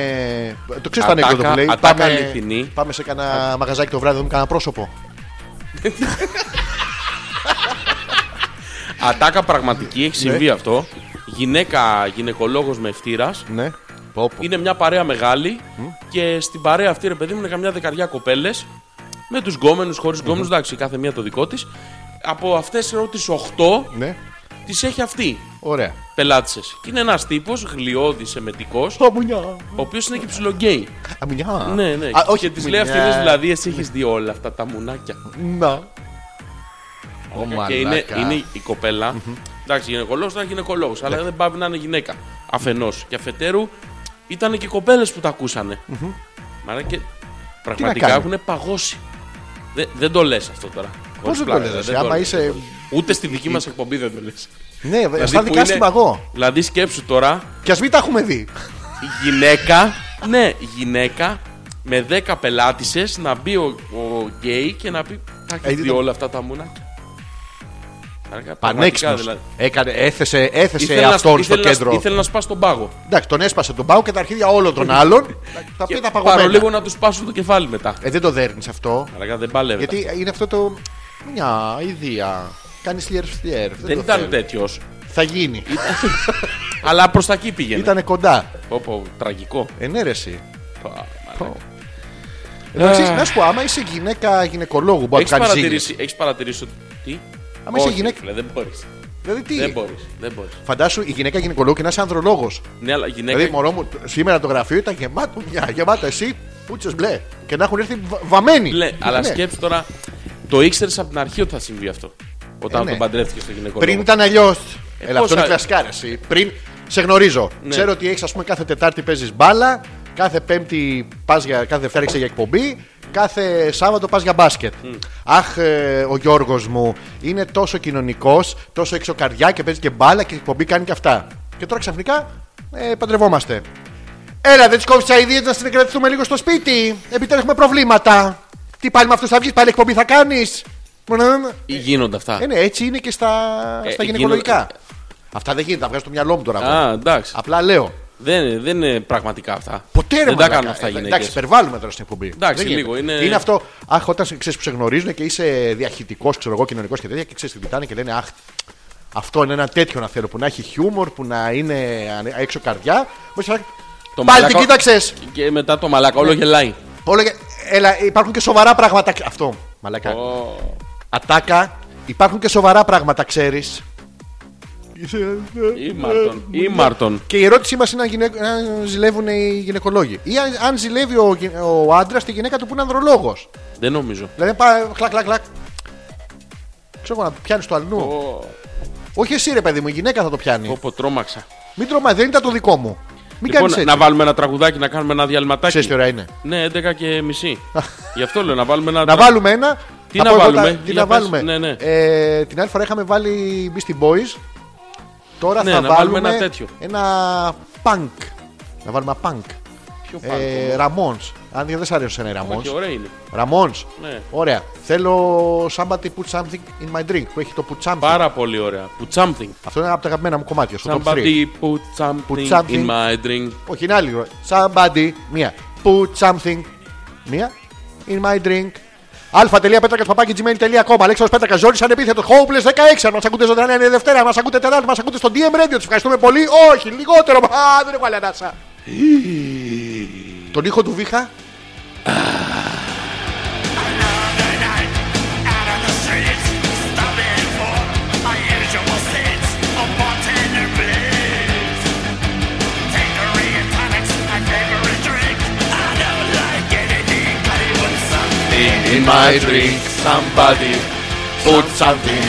Το ξέρεις το
Ατάκα-
ανέκδοτο που λέει.
ατάκα αληθινή.
πάμε σε κανένα μαγαζάκι το βράδυ, δούμε κανένα πρόσωπο.
Ατάκα πραγματική, έχει συμβεί
Ναι.
αυτό. Γυναίκα γυναικολόγος με ευθύρα.
Ναι. Πω, πω.
Είναι μια παρέα μεγάλη και στην παρέα αυτή, ρε παιδί μου, είναι καμιά δεκαριά κοπέλες. Με τους γκόμενους, χωρίς γκόμενους, εντάξει, κάθε μία το δικό της. Από αυτές τι 8
Ναι.
τις έχει αυτή
Ωραία.
πελάτησες. Και είναι ένας τύπος, γλιώδης, εμετικός,
Αμουνιά.
ο οποίος είναι και ψιλογκέι.
Αμουνιά.
Ναι, ναι.
Α, όχι,
και τη λέει αυτής,
αμουνιά.
λες, δηλαδή, εσύ έχεις δει όλα αυτά τα μουνάκια.
Να. Ο
και είναι,
μαλάκα.
είναι η κοπέλα. Εντάξει, γυναικολόγος ήταν γυναικολόγο,
Ναι.
αλλά δεν πάβει να είναι γυναίκα. Αφενός. Και αφετέρου ήταν και κοπέλες που τα ακούσανε. Μάρα και πραγματικά
κάνει.
έχουν παγώσει. Δε- δεν το λες αυτό τώρα.
Πώς
Χωρίς
δεν το
πλάκα,
λες, εσύ,
το
άμα
λες,
είσαι-
δεν το λες. Ούτε στη δική μας εκπομπή δεν το λες.
Ναι, αισθάνθηκα άσχημα εγώ.
Δηλαδή σκέψου τώρα
Και ας μην τα έχουμε δει.
γυναίκα, ναι, γυναίκα με 10 πελάτησες να μπει ο, ο γκέι και να πει Τα
Ε,
έχει δει
ήταν-
όλα αυτά τα μουνάκια. Άρα, πραγματικά,
Πανέξυπνο.
δηλαδή.
Έκανε, έθεσε, έθεσε
Ήθελε να-
αυτόν στο
ήθελε να-
κέντρο.
Ήθελε να σπάσει τον πάγο.
Εντάξει, τον έσπασε τον πάγο και τα αρχίδια όλων των
<laughs>
άλλων. τα
Και
οποία τα
Πάρω λίγο
παγωμένα.
να τους σπάσουν το κεφάλι μετά.
Ε, δεν το δέρνεις αυτό.
Αργά δεν πάλευε.
Γιατί είναι αυτό το. Μια ιδέα. Κάνεις λιέρφ λιέρφ.
Δεν
το
ήταν
θέλω.
τέτοιος.
Θα γίνει.
Αλλά προς τα εκεί πήγαινε.
Ήταν κοντά. Ε,
Πω, πω, τραγικό.
Ενέρεση.
Πα, μαλάκα. Ε,
Εντάξει, να σου πω, άμα είσαι γυναίκα γυναικολόγου, μπορεί να
Έχεις
κάνεις
παρατηρήσει, έχεις παρατηρήσει ότι. Τι.
Άμα είσαι
Όχι,
γυναίκα-
φίλε, δεν μπορείς.
Δηλαδή τι.
Δεν μπορείς, Δεν μπορείς.
Φαντάσου η γυναίκα γυναικολόγου και να είσαι ανδρολόγος.
Ναι, αλλά γυναίκα.
Δηλαδή, μωρό μου, σήμερα το γραφείο ήταν γεμάτο μια, γεμάτο εσύ, πούτσες μπλε. Και να έχουν έρθει βα- βαμμένοι.
Λε, αλλά
Ναι.
σκέψου τώρα. Το ήξερες από την αρχή ότι θα συμβεί αυτό. Όταν
Ε, ναι.
τον παντρεύτηκες στο γυναικό.
Πριν ήταν αλλιώς. Έλα,
πώς
αυτό είναι
θα-
κλασικά ρε, εσύ. Πριν σε γνωρίζω. Ξέρω ότι έχεις, ας πούμε, κάθε Τετάρτη παίζεις μπάλα, κάθε Πέμπτη πας για. κάθε Δευτέρα έχεις για εκπομπή, κάθε Σάββατο πας για μπάσκετ. Αχ, ε, ο Γιώργος μου είναι τόσο κοινωνικός, τόσο εξωκαρδιά και παίζει και μπάλα και εκπομπή κάνει και αυτά. Και τώρα ξαφνικά ε, παντρευόμαστε. Έλα, δεν τη κόβει τι αειδίε να συνεκρατηθούμε λίγο στο σπίτι. Επιτέλους έχουμε προβλήματα. Τι πάλι με αυτούς θα βγεις, πάλι εκπομπή θα κάνεις.
Ή γίνονται αυτά.
Ε, ναι, έτσι είναι και στα,
Ε,
στα
γίνονται-
γυναικολογικά. Αυτά δεν γίνεται, τα βγάζω στο μυαλό μου τώρα. εγώ.
Α, εντάξει.
Απλά λέω.
Δεν, δεν είναι πραγματικά αυτά.
Ποτέ ρε
δεν τα
μαλάκα.
κάνουν αυτά
Ε,
οι γυναίκες.
Εντάξει, υπερβάλλουμε τώρα στην εκπομπή.
Εντάξει,
Δεν
λίγο,
γίνεται.
είναι-
αυτό. Αχ, όταν σε- ξέρεις που σε γνωρίζουν και είσαι διαχειτικός, ξέρω εγώ, κοινωνικός και τέτοια και ξέρεις τι κοιτάνε και λένε Αχ, αυτό είναι ένα τέτοιο να θέλω που να έχει χιούμορ, που να είναι ανε- έξω καρδιά. Μόλις θα-
Το
Πάλι
μαλάκα-
την κοίταξες.
Και μετά το μαλάκα,
Ναι.
όλο γελάει.
Έλα, υπάρχουν και σοβαρά πράγματα. Αυτό. Μαλακά. Ατάκα. Υπάρχουν και σοβαρά πράγματα, ξέρεις.
Ήμαρτον.
Ε, ναι.
Ήμαρτον.
Και η ερώτησή μα είναι αν, γυναικ- αν ζηλεύουν οι γυναικολόγοι. Ή αν, αν ζηλεύει ο, γυ- ο άντρα τη γυναίκα του που είναι ανδρολόγο.
Δεν νομίζω.
Δηλαδή πάει χλακ, χλακ, χλακ. Ξέρω εγώ, να πιάνει το αλλού. Όχι εσύ ρε παιδί μου, η γυναίκα θα το πιάνει.
Όπω τρόμαξα.
Μην τρομάζει, δεν ήταν το δικό μου. Μην
Λοιπόν,
κάνεις κάνει
να
έτσι.
βάλουμε ένα τραγουδάκι να κάνουμε ένα διαλυματάκι.
Ξέρεις τι ώρα είναι.
Ναι, 11 και μισή. Γι' αυτό λέω να βάλουμε ένα.
Να
τρα-
βάλουμε ένα.
Τι
από
να
εδώ τα-
βάλουμε,
τι
για
να
πες.
βάλουμε.
Ναι, ναι.
Ε, την άλλη φορά είχαμε βάλει Beastie Boys. Τώρα
Ναι,
θα
να
βάλουμε,
βάλουμε ένα τέτοιο.
Ένα punk. Να βάλουμε ένα punk.
Ποιο φάνηκε,
Ε, Ramones. Αν δεν σ' αρέσει ένα
Όχι,
Ramones.
ωραία είναι.
Ramones.
Ναι.
Ωραία. Θέλω somebody put something in my drink που έχει το put something.
Πάρα πολύ ωραία. Put something.
Αυτό είναι από τα αγαπημένα μου κομμάτια. Στο top 3.
Somebody put
Put
something
something.
in my drink.
Όχι, είναι άλλη. Somebody. Μία. Put something. Μία. In my drink. αλφα.πέτρακα παπάκι gmail.com Αλέξαρο Πέτρακα Ζόρι ανεπίθετο. Hopeless 16. Αν μας ακούτε ζωντανά είναι Δευτέρα, μας ακούτε Τετάρτη, μας ακούτε στο DM Radio. Τους ευχαριστούμε πολύ. Όχι, λιγότερο. Α, δεν έχω άλλη ανάσα. Τον ήχο του βήχα. In my drink, somebody put something.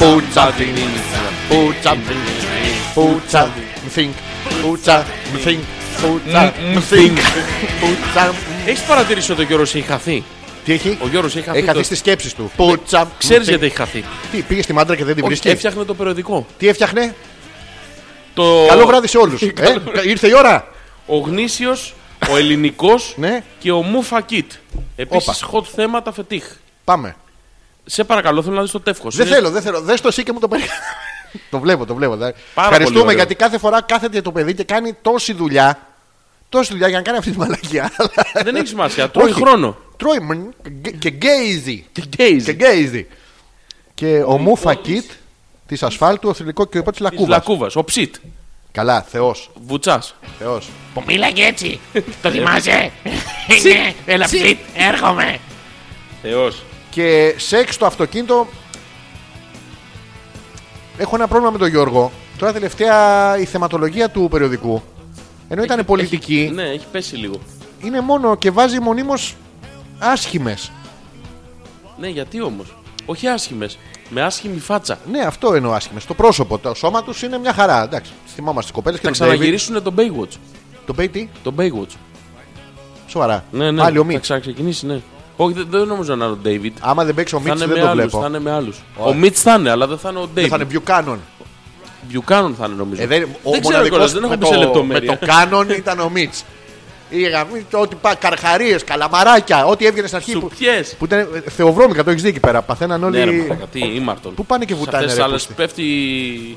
Put something in. Put something in. Put something. Think. Put something. Think. Put something. Think. Put something.
Έχεις παρατηρήσει ότι ο Γιώργο έχει χαθεί.
Τι έχει?
Ο Γιώργο έχει χαθεί.
Έχει
το-
χαθεί στις σκέψεις του. Put something.
Ξέρεις γιατί έχει χαθεί.
Τι, πήγε στη μάντρα και δεν την
Όχι,
βρίσκει.
Έφτιαχνε το περιοδικό.
Τι έφτιαχνε.
Το...
Καλό βράδυ σε
<laughs>
όλους. Ε, Ήρθε η ώρα.
Ο γνήσιος, ο ελληνικός
Ναι.
και ο Μούφα Κιτ. Επίσης, hot θέματα φετίχ. Ναι.
Πάμε.
Σε παρακαλώ, θέλω να δεις το τεύχος.
Δεν θέλω, δεν θέλω. Δες το εσύ και μου το
<laughs>
παίρνει. το βλέπω, το βλέπω. δε.
πολύ
Ευχαριστούμε
ωραίο.
γιατί κάθε φορά κάθεται το παιδί και κάνει τόση δουλειά. Τόση δουλειά για να κάνει αυτή τη μαλακία. <laughs>
Δεν έχει σημασία. Τρώει
Όχι.
χρόνο.
Τρώει μν, και- και γκέιζι.
Τι
Και
days.
γκέιζι. Και ο Μούφα Κιτ της ασφάλτου, ο θρηλυκό και ο υπό
Της
Λακούβας.
Λακούβας. Ο Ψιτ.
Καλά, Θεός.
Βουτσάς.
Θεός.
Που μίλαγε έτσι. Το θυμάσαι. <laughs> Ναι, έλα ψιτ, έρχομαι.
Θεός.
Και σεξ στο αυτοκίνητο. Έχω ένα πρόβλημα με τον Γιώργο. Τώρα τελευταία η θεματολογία του περιοδικού. Ενώ ήταν πολιτική.
Ναι, έχει ναι. πέσει λίγο.
είναι μόνο και βάζει μονίμως άσχημες.
Ναι, γιατί όμως. Όχι άσχημες. Με άσχημη φάτσα.
Ναι, αυτό εννοώ άσχημες. Το πρόσωπο, το σώμα τους είναι μια χαρά. Εντάξει, θυμόμαστε τις κοπέλες και
Θα
τον David.
ξαναγυρίσουν τον Baywatch.
Τον Πέιτι,
Τον Baywatch.
σοβαρά.
Ναι, ναι.
Πάλι ο
Θα
Μίτς.
ξαναξεκινήσει, ναι. Όχι, δεν, δεν νομίζω να είναι ο David.
Άμα δεν παίξει ο
Θα
Μίτς
είναι,
δεν
με
το
άλλους,
βλέπω.
θα είναι με άλλους. Ο Μίτ θα είναι, αλλά δεν θα είναι ο
Δεν θα είναι
David.
πιο κάνον.
Buchanan θα είναι νομίζω.
Ε, δεν, ο
ξέρω
μοναδικός
κιόλας, δεν έχω
με,
μπει σε
το, με
λεπτομέρεια.
το κάνον ήταν ο Μίτς. Είχε γαμίσει ό,τι πά, καρχαρίες, καλαμαράκια, ό,τι έβγαινε στην αρχή. Που,
Σουπιές.
που ήταν ε, θεοβρώμικα, το έχεις δει εκεί πέρα. Παθαίναν
Ναι, ρε,
όλοι.
μαλάκα, τι ήμαρτον.
Πού πάνε και βουτάνε,
Σε αυτές
ρε,
τις άλλες
πούστη.
πέφτει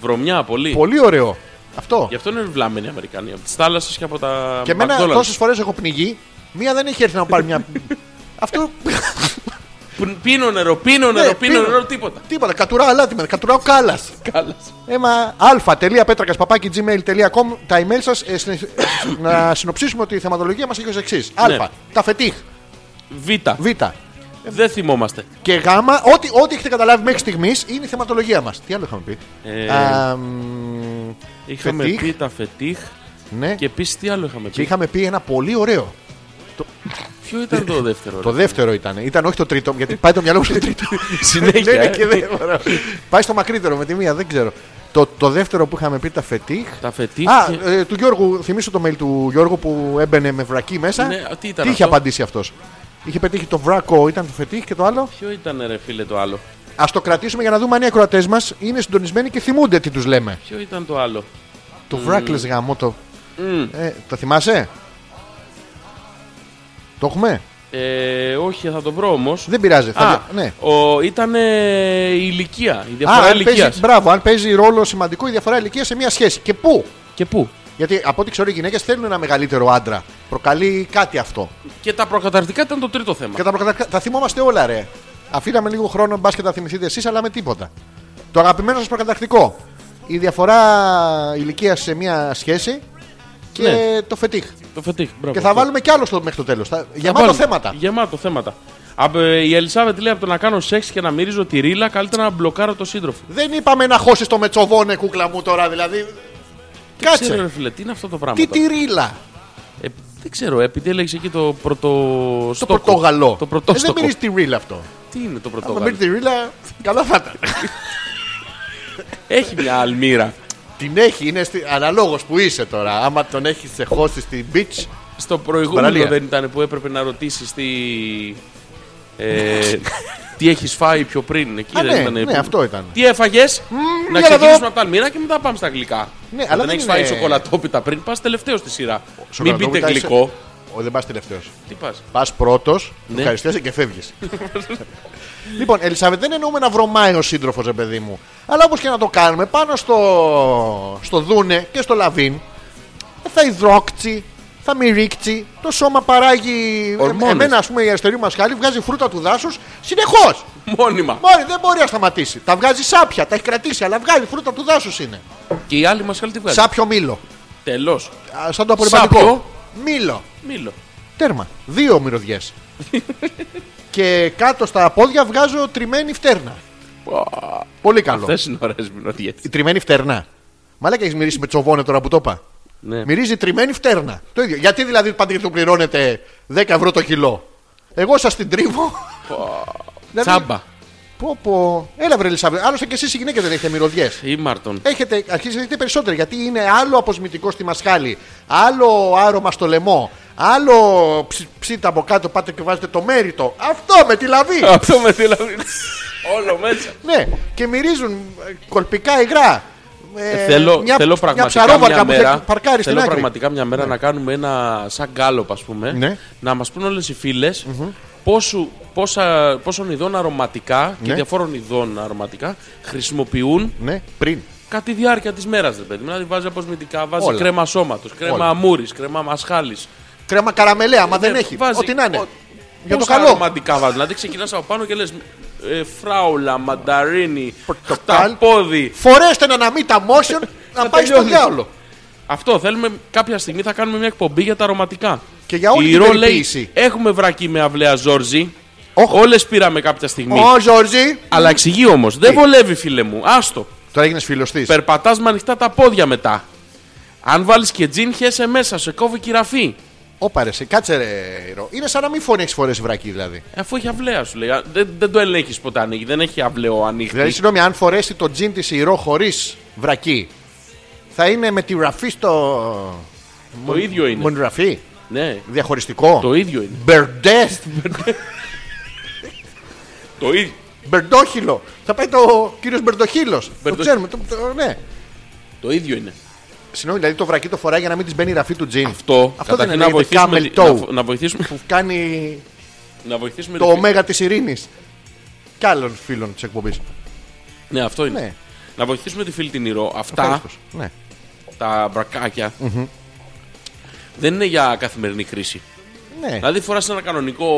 βρωμιά πολύ.
Πολύ ωραίο. Αυτό.
Γι' αυτό είναι βλάμενοι οι Αμερικανοί. Από τις θάλασσες και από τα.
Και εμένα
McDonald's.
τόσες φορές έχω πνιγεί. Μία δεν έχει έρθει να μου πάρει
<laughs>
μια. Αυτό.
Πν- Πίνω νερό, πίνω
Ναι,
νερό, πίνω
πίνω.
νερό, τίποτα.
Τίποτα. Κατουράω αλάτι με. Κατουράω κάλας.
Κάλας.
Έμα αλφα.πέτρακα παπάκι gmail.com τα email ε, σα. να συνοψίσουμε ότι η θεματολογία μας έχει ως εξής.
Ναι.
Α. Τα φετίχ.
Β.
Β.
Δεν θυμόμαστε.
Και Γ. Ό,τι, ό,τι έχετε καταλάβει μέχρι στιγμής είναι η θεματολογία μας. Τι άλλο είχαμε πει.
Ε,
Α, μ,
Είχαμε
φετίχ.
πει τα φετίχ
ναι.
και
Και,
επίσης τι άλλο είχαμε πει.
είχαμε πει ένα πολύ ωραίο.
Ποιο ήταν το δεύτερο.
Το
ρε.
δεύτερο ήταν. Ήταν όχι το τρίτο, γιατί πάει το μυαλό μου στο τρίτο.
<laughs> Συνέχεια,
Ναι, ναι,
ε.
και δεν μπορώ. Πάει στο μακρύτερο με τη μία, δεν ξέρω. Το, το δεύτερο που είχαμε πει τα φετίχ.
Τα φετίχ.
Α,
και-
ε, του Γιώργου, θυμίσω το mail του Γιώργου που έμπαινε με βρακί μέσα.
Ναι, τι ήταν
είχε
αυτό?
απαντήσει αυτός. Είχε πετύχει το βρακό, ήταν το φετίχ και το άλλο.
Ποιο ήταν ρε φίλε το άλλο.
Ας το κρατήσουμε για να δούμε αν οι ακροατές μας είναι συντονισμένοι και θυμούνται τι τους λέμε.
Ποιο ήταν το άλλο.
Το
Mm.
βράκλες γαμό το.
Μμμ.
Ε, το θυμάσαι. Το έχουμε.
Ε, όχι, θα το βρω όμως.
Δεν πειράζει. Θα...
Α,
δια- ναι.
ο, ήταν ε, η ηλικία. Η
Α,
διαφορά
αν
ηλικίας.
παίζει, μπράβο, αν παίζει ρόλο σημαντικό η διαφορά ηλικίας σε μια σχέση. Και πού.
Και πού.
Γιατί από ό,τι ξέρω οι γυναίκες θέλουν ένα μεγαλύτερο άντρα. Προκαλεί κάτι αυτό.
Και τα προκαταρτικά ήταν το τρίτο θέμα.
Και τα, προκατα- τα θυμόμαστε όλα, ρε. Αφήναμε λίγο χρόνο, μπας και τα θυμηθείτε εσείς, αλλά με τίποτα. Το αγαπημένο σας προκατακτικό. Η διαφορά ηλικίας σε μια σχέση και
Ναι.
το φετίχ.
Το φετίχ. Μπράβο,
Και θα
Αυτό.
βάλουμε κι άλλος στο, μέχρι το τέλος. Θα... Γεμάτο
Βάλουμε.
θέματα.
Γεμάτο θέματα. Από, ε, η Ελισάβετ λέει από το να κάνω σεξ και να μυρίζω τη ρίλα, καλύτερα να μπλοκάρω το σύντροφο.
Δεν είπαμε να χώσει το μετσοβόνε, κούκλα μου τώρα, δηλαδή. Κάτσε.
Ξέρω, ρε φίλε, τι είναι αυτό το πράγμα.
Τι
τώρα.
τυρίλα.
Ε, δεν ξέρω, επειδή έλεγες εκεί το πρωτο.
Το πρωτόγαλο.
Το
Ε, δεν
πρωτόστοκο.
πήρε τυρίλα αυτό.
Τι είναι το
Αν δεν πήρε
πρωτόγαλο.
τυρίλα, καλά θα ήταν.
Έχει μια αλμύρα.
Την έχει, είναι στη... αναλόγως που είσαι τώρα. Άμα τον έχεις εχώσει στην beach,
Στο προηγούμενο
Παραλία.
δεν ήταν που έπρεπε να ρωτήσεις τι. Ε, τι έχεις φάει πιο πριν. Εκεί
Α,
δεν
ναι,
ήταν.
ναι, αυτό ήταν.
Τι έφαγες. να
για να δω.
ξεκινήσουμε από τα αλμύρα και μετά πάμε στα γλυκά.
Ναι, αλλά
δεν
δεν
έχεις φάει
είναι-
σοκολατόπιτα πριν, πας τελευταίος στη σειρά. Μην
Σοκολατόπιτα
πείτε
είσαι-
γλυκό.
Ο, δεν πας τελευταίος.
Τι πας.
Πας πρώτος,
Ναι.
ευχαριστιέσαι και φεύγεις. λοιπόν, Ελισάβετ, δεν εννοούμε να βρωμάει ο σύντροφος, ρε παιδί μου. Αλλά όπως και να το κάνουμε, πάνω στο, στο Δούνε και στο Λαβίν, θα υδρόκτσι, θα μυρίξει, το σώμα παράγει.
Ορμόνες.
Εμένα, ας πούμε, η αριστερή μου ασχάλη βγάζει φρούτα του δάσους συνεχώς.
Μόνιμα.
Μόλι δεν μπορεί να σταματήσει. Τα βγάζει σάπια, τα έχει κρατήσει, αλλά βγάζει φρούτα του δάσους είναι.
Και η άλλη μας καλή τι βγάζει.
Σάπιο μήλο.
Τελώς.
Α, Σαν το απορριπαντικό.
Σάπιο.
Μήλο.
Μήλο.
Τέρμα. Δύο μυρωδιές.
<laughs>
και κάτω στα πόδια βγάζω τριμμένη φτέρνα. Πολύ καλό.
Αυτές είναι ωραίες μυρωδιές.
Η τριμμένη φτέρνα. Μαλάκα έχεις μυρίσει με τσοβόνε τώρα που το είπα.
Ναι.
Μυρίζει τριμμένη φτέρνα. Το ίδιο. Γιατί δηλαδή πάντα και του πληρώνετε 10 ευρώ το κιλό. Εγώ σας την τρίβω. <laughs> Δηλαδή,
Τσάμπα.
Πω, πω. Έλα, βρε Ελισάβετ. Άλλωστε και εσείς οι γυναίκες δεν έχετε μυρωδιές.
Ήμαρτον.
Έχετε, αρχίζει να έχετε περισσότερο γιατί είναι άλλο αποσμητικό στη μασχάλη, άλλο άρωμα στο λαιμό, άλλο ψ, ψήτα από κάτω. Πάτε και βάζετε το μέριτο. Αυτό με τη λαβή.
Αυτό με τη λαβή. Όλο μέσα.
ναι, και μυρίζουν ε, κολπικά υγρά. Ε,
Ε, θέλω,
μια,
θέλω πραγματικά μια,
ψαρόβαρκα που
μέρα,
θα παρκάρει στην
θέλω
άκρη.
πραγματικά μια μέρα να κάνουμε ένα σαν γκάλωπ ας πούμε
Ναι.
να μας πούν όλες οι φιλες πόσου, πόσα, πόσων ειδών αρωματικά και
Ναι.
διαφόρων ειδών αρωματικά χρησιμοποιούν
Ναι, πριν.
κατά τη διάρκεια της μέρας ρε παιδί μου. δηλαδή βάζει αποσμητικά, βάζει
Όλα.
κρέμα σώματος κρέμα
Όλα.
αμούρης, κρέμα μασχάλης
Κρέμα καραμελέα, μα δεν
Ε,
έχει.
βάζει-
Ό,τι να είναι.
ο-
Για το
πόσα
καλό.
αρωματικά βάζει δηλαδή ξεκινάς από πάνω και λες ε, φράουλα, μανταρίνι,
Πορτοκάλ.
χταπόδι
Φορέστε ένα να μην τα motion να
Να
πάει στο
τελειώνει.
διάολο.
Αυτό θέλουμε κάποια στιγμή θα κάνουμε μια εκπομπή για τα αρωματικά.
Και για όλη
Η
την
Ρο
περιποίηση.
λέει, Έχουμε βρακεί με αυλαία Ζόρζη.
Όχ.
Όλες πήραμε κάποια στιγμή.
Ω Ζόρζι.
Αλλά εξηγεί όμως. Δεν βολεύει, φίλε μου. Άστο.
Τώρα έγινες φιλωστή.
Περπατάς με ανοιχτά τα πόδια μετά. Αν βάλεις και τζιν, χέσε μέσα. Σε κόβει και η ραφή.
Όπα ρε, σε κάτσε ρε. Ρο. Είναι σαν να μην φορέσει φορές βρακή δηλαδή.
Ε, Αφού έχει αυλαία, σου λέει. Α, Δεν, δεν το ελέγχεις ποτέ ανοίγει. Δεν έχει αυλαίο ανοίχτη.
Δηλαδή, συγγνώμη, αν φορέσει το τζιν της ηρώ χωρίς βρακή, θα είναι με τη ραφή στο.
Το ίδιο είναι.
Μονογραφή.
Ναι,
Διαχωριστικό.
το ίδιο είναι.
Μπερντέστ.
Το ίδιο.
Μπερντόχυλο. Θα πάει το κύριος Μπερντοχύλος. Το
Μπερντο-
ξέρουμε. το- το- ναι.
Το ίδιο είναι.
Συγγνώμη, δηλαδή το βρακί το φοράει για να μην της μπαίνει η ραφή του τζιν.
Αυτό,
δεν
καταρχήν
είναι
να
λέγεται
βοηθήσουμε,
camel
τη- να,
toe
φο- να βοηθήσουμε,
που κάνει
να βοηθήσουμε
το
τη-
ωμέγα της ειρήνης. Κι άλλων φίλων της εκπομπής.
Ναι, αυτό είναι.
Ναι.
Να βοηθήσουμε τη φίλη την Ηρώ. Αυτά
Ναι.
τα μπρακακια δεν είναι για καθημερινή χρήση.
ναι.
Δηλαδή φοράς ένα κανονικό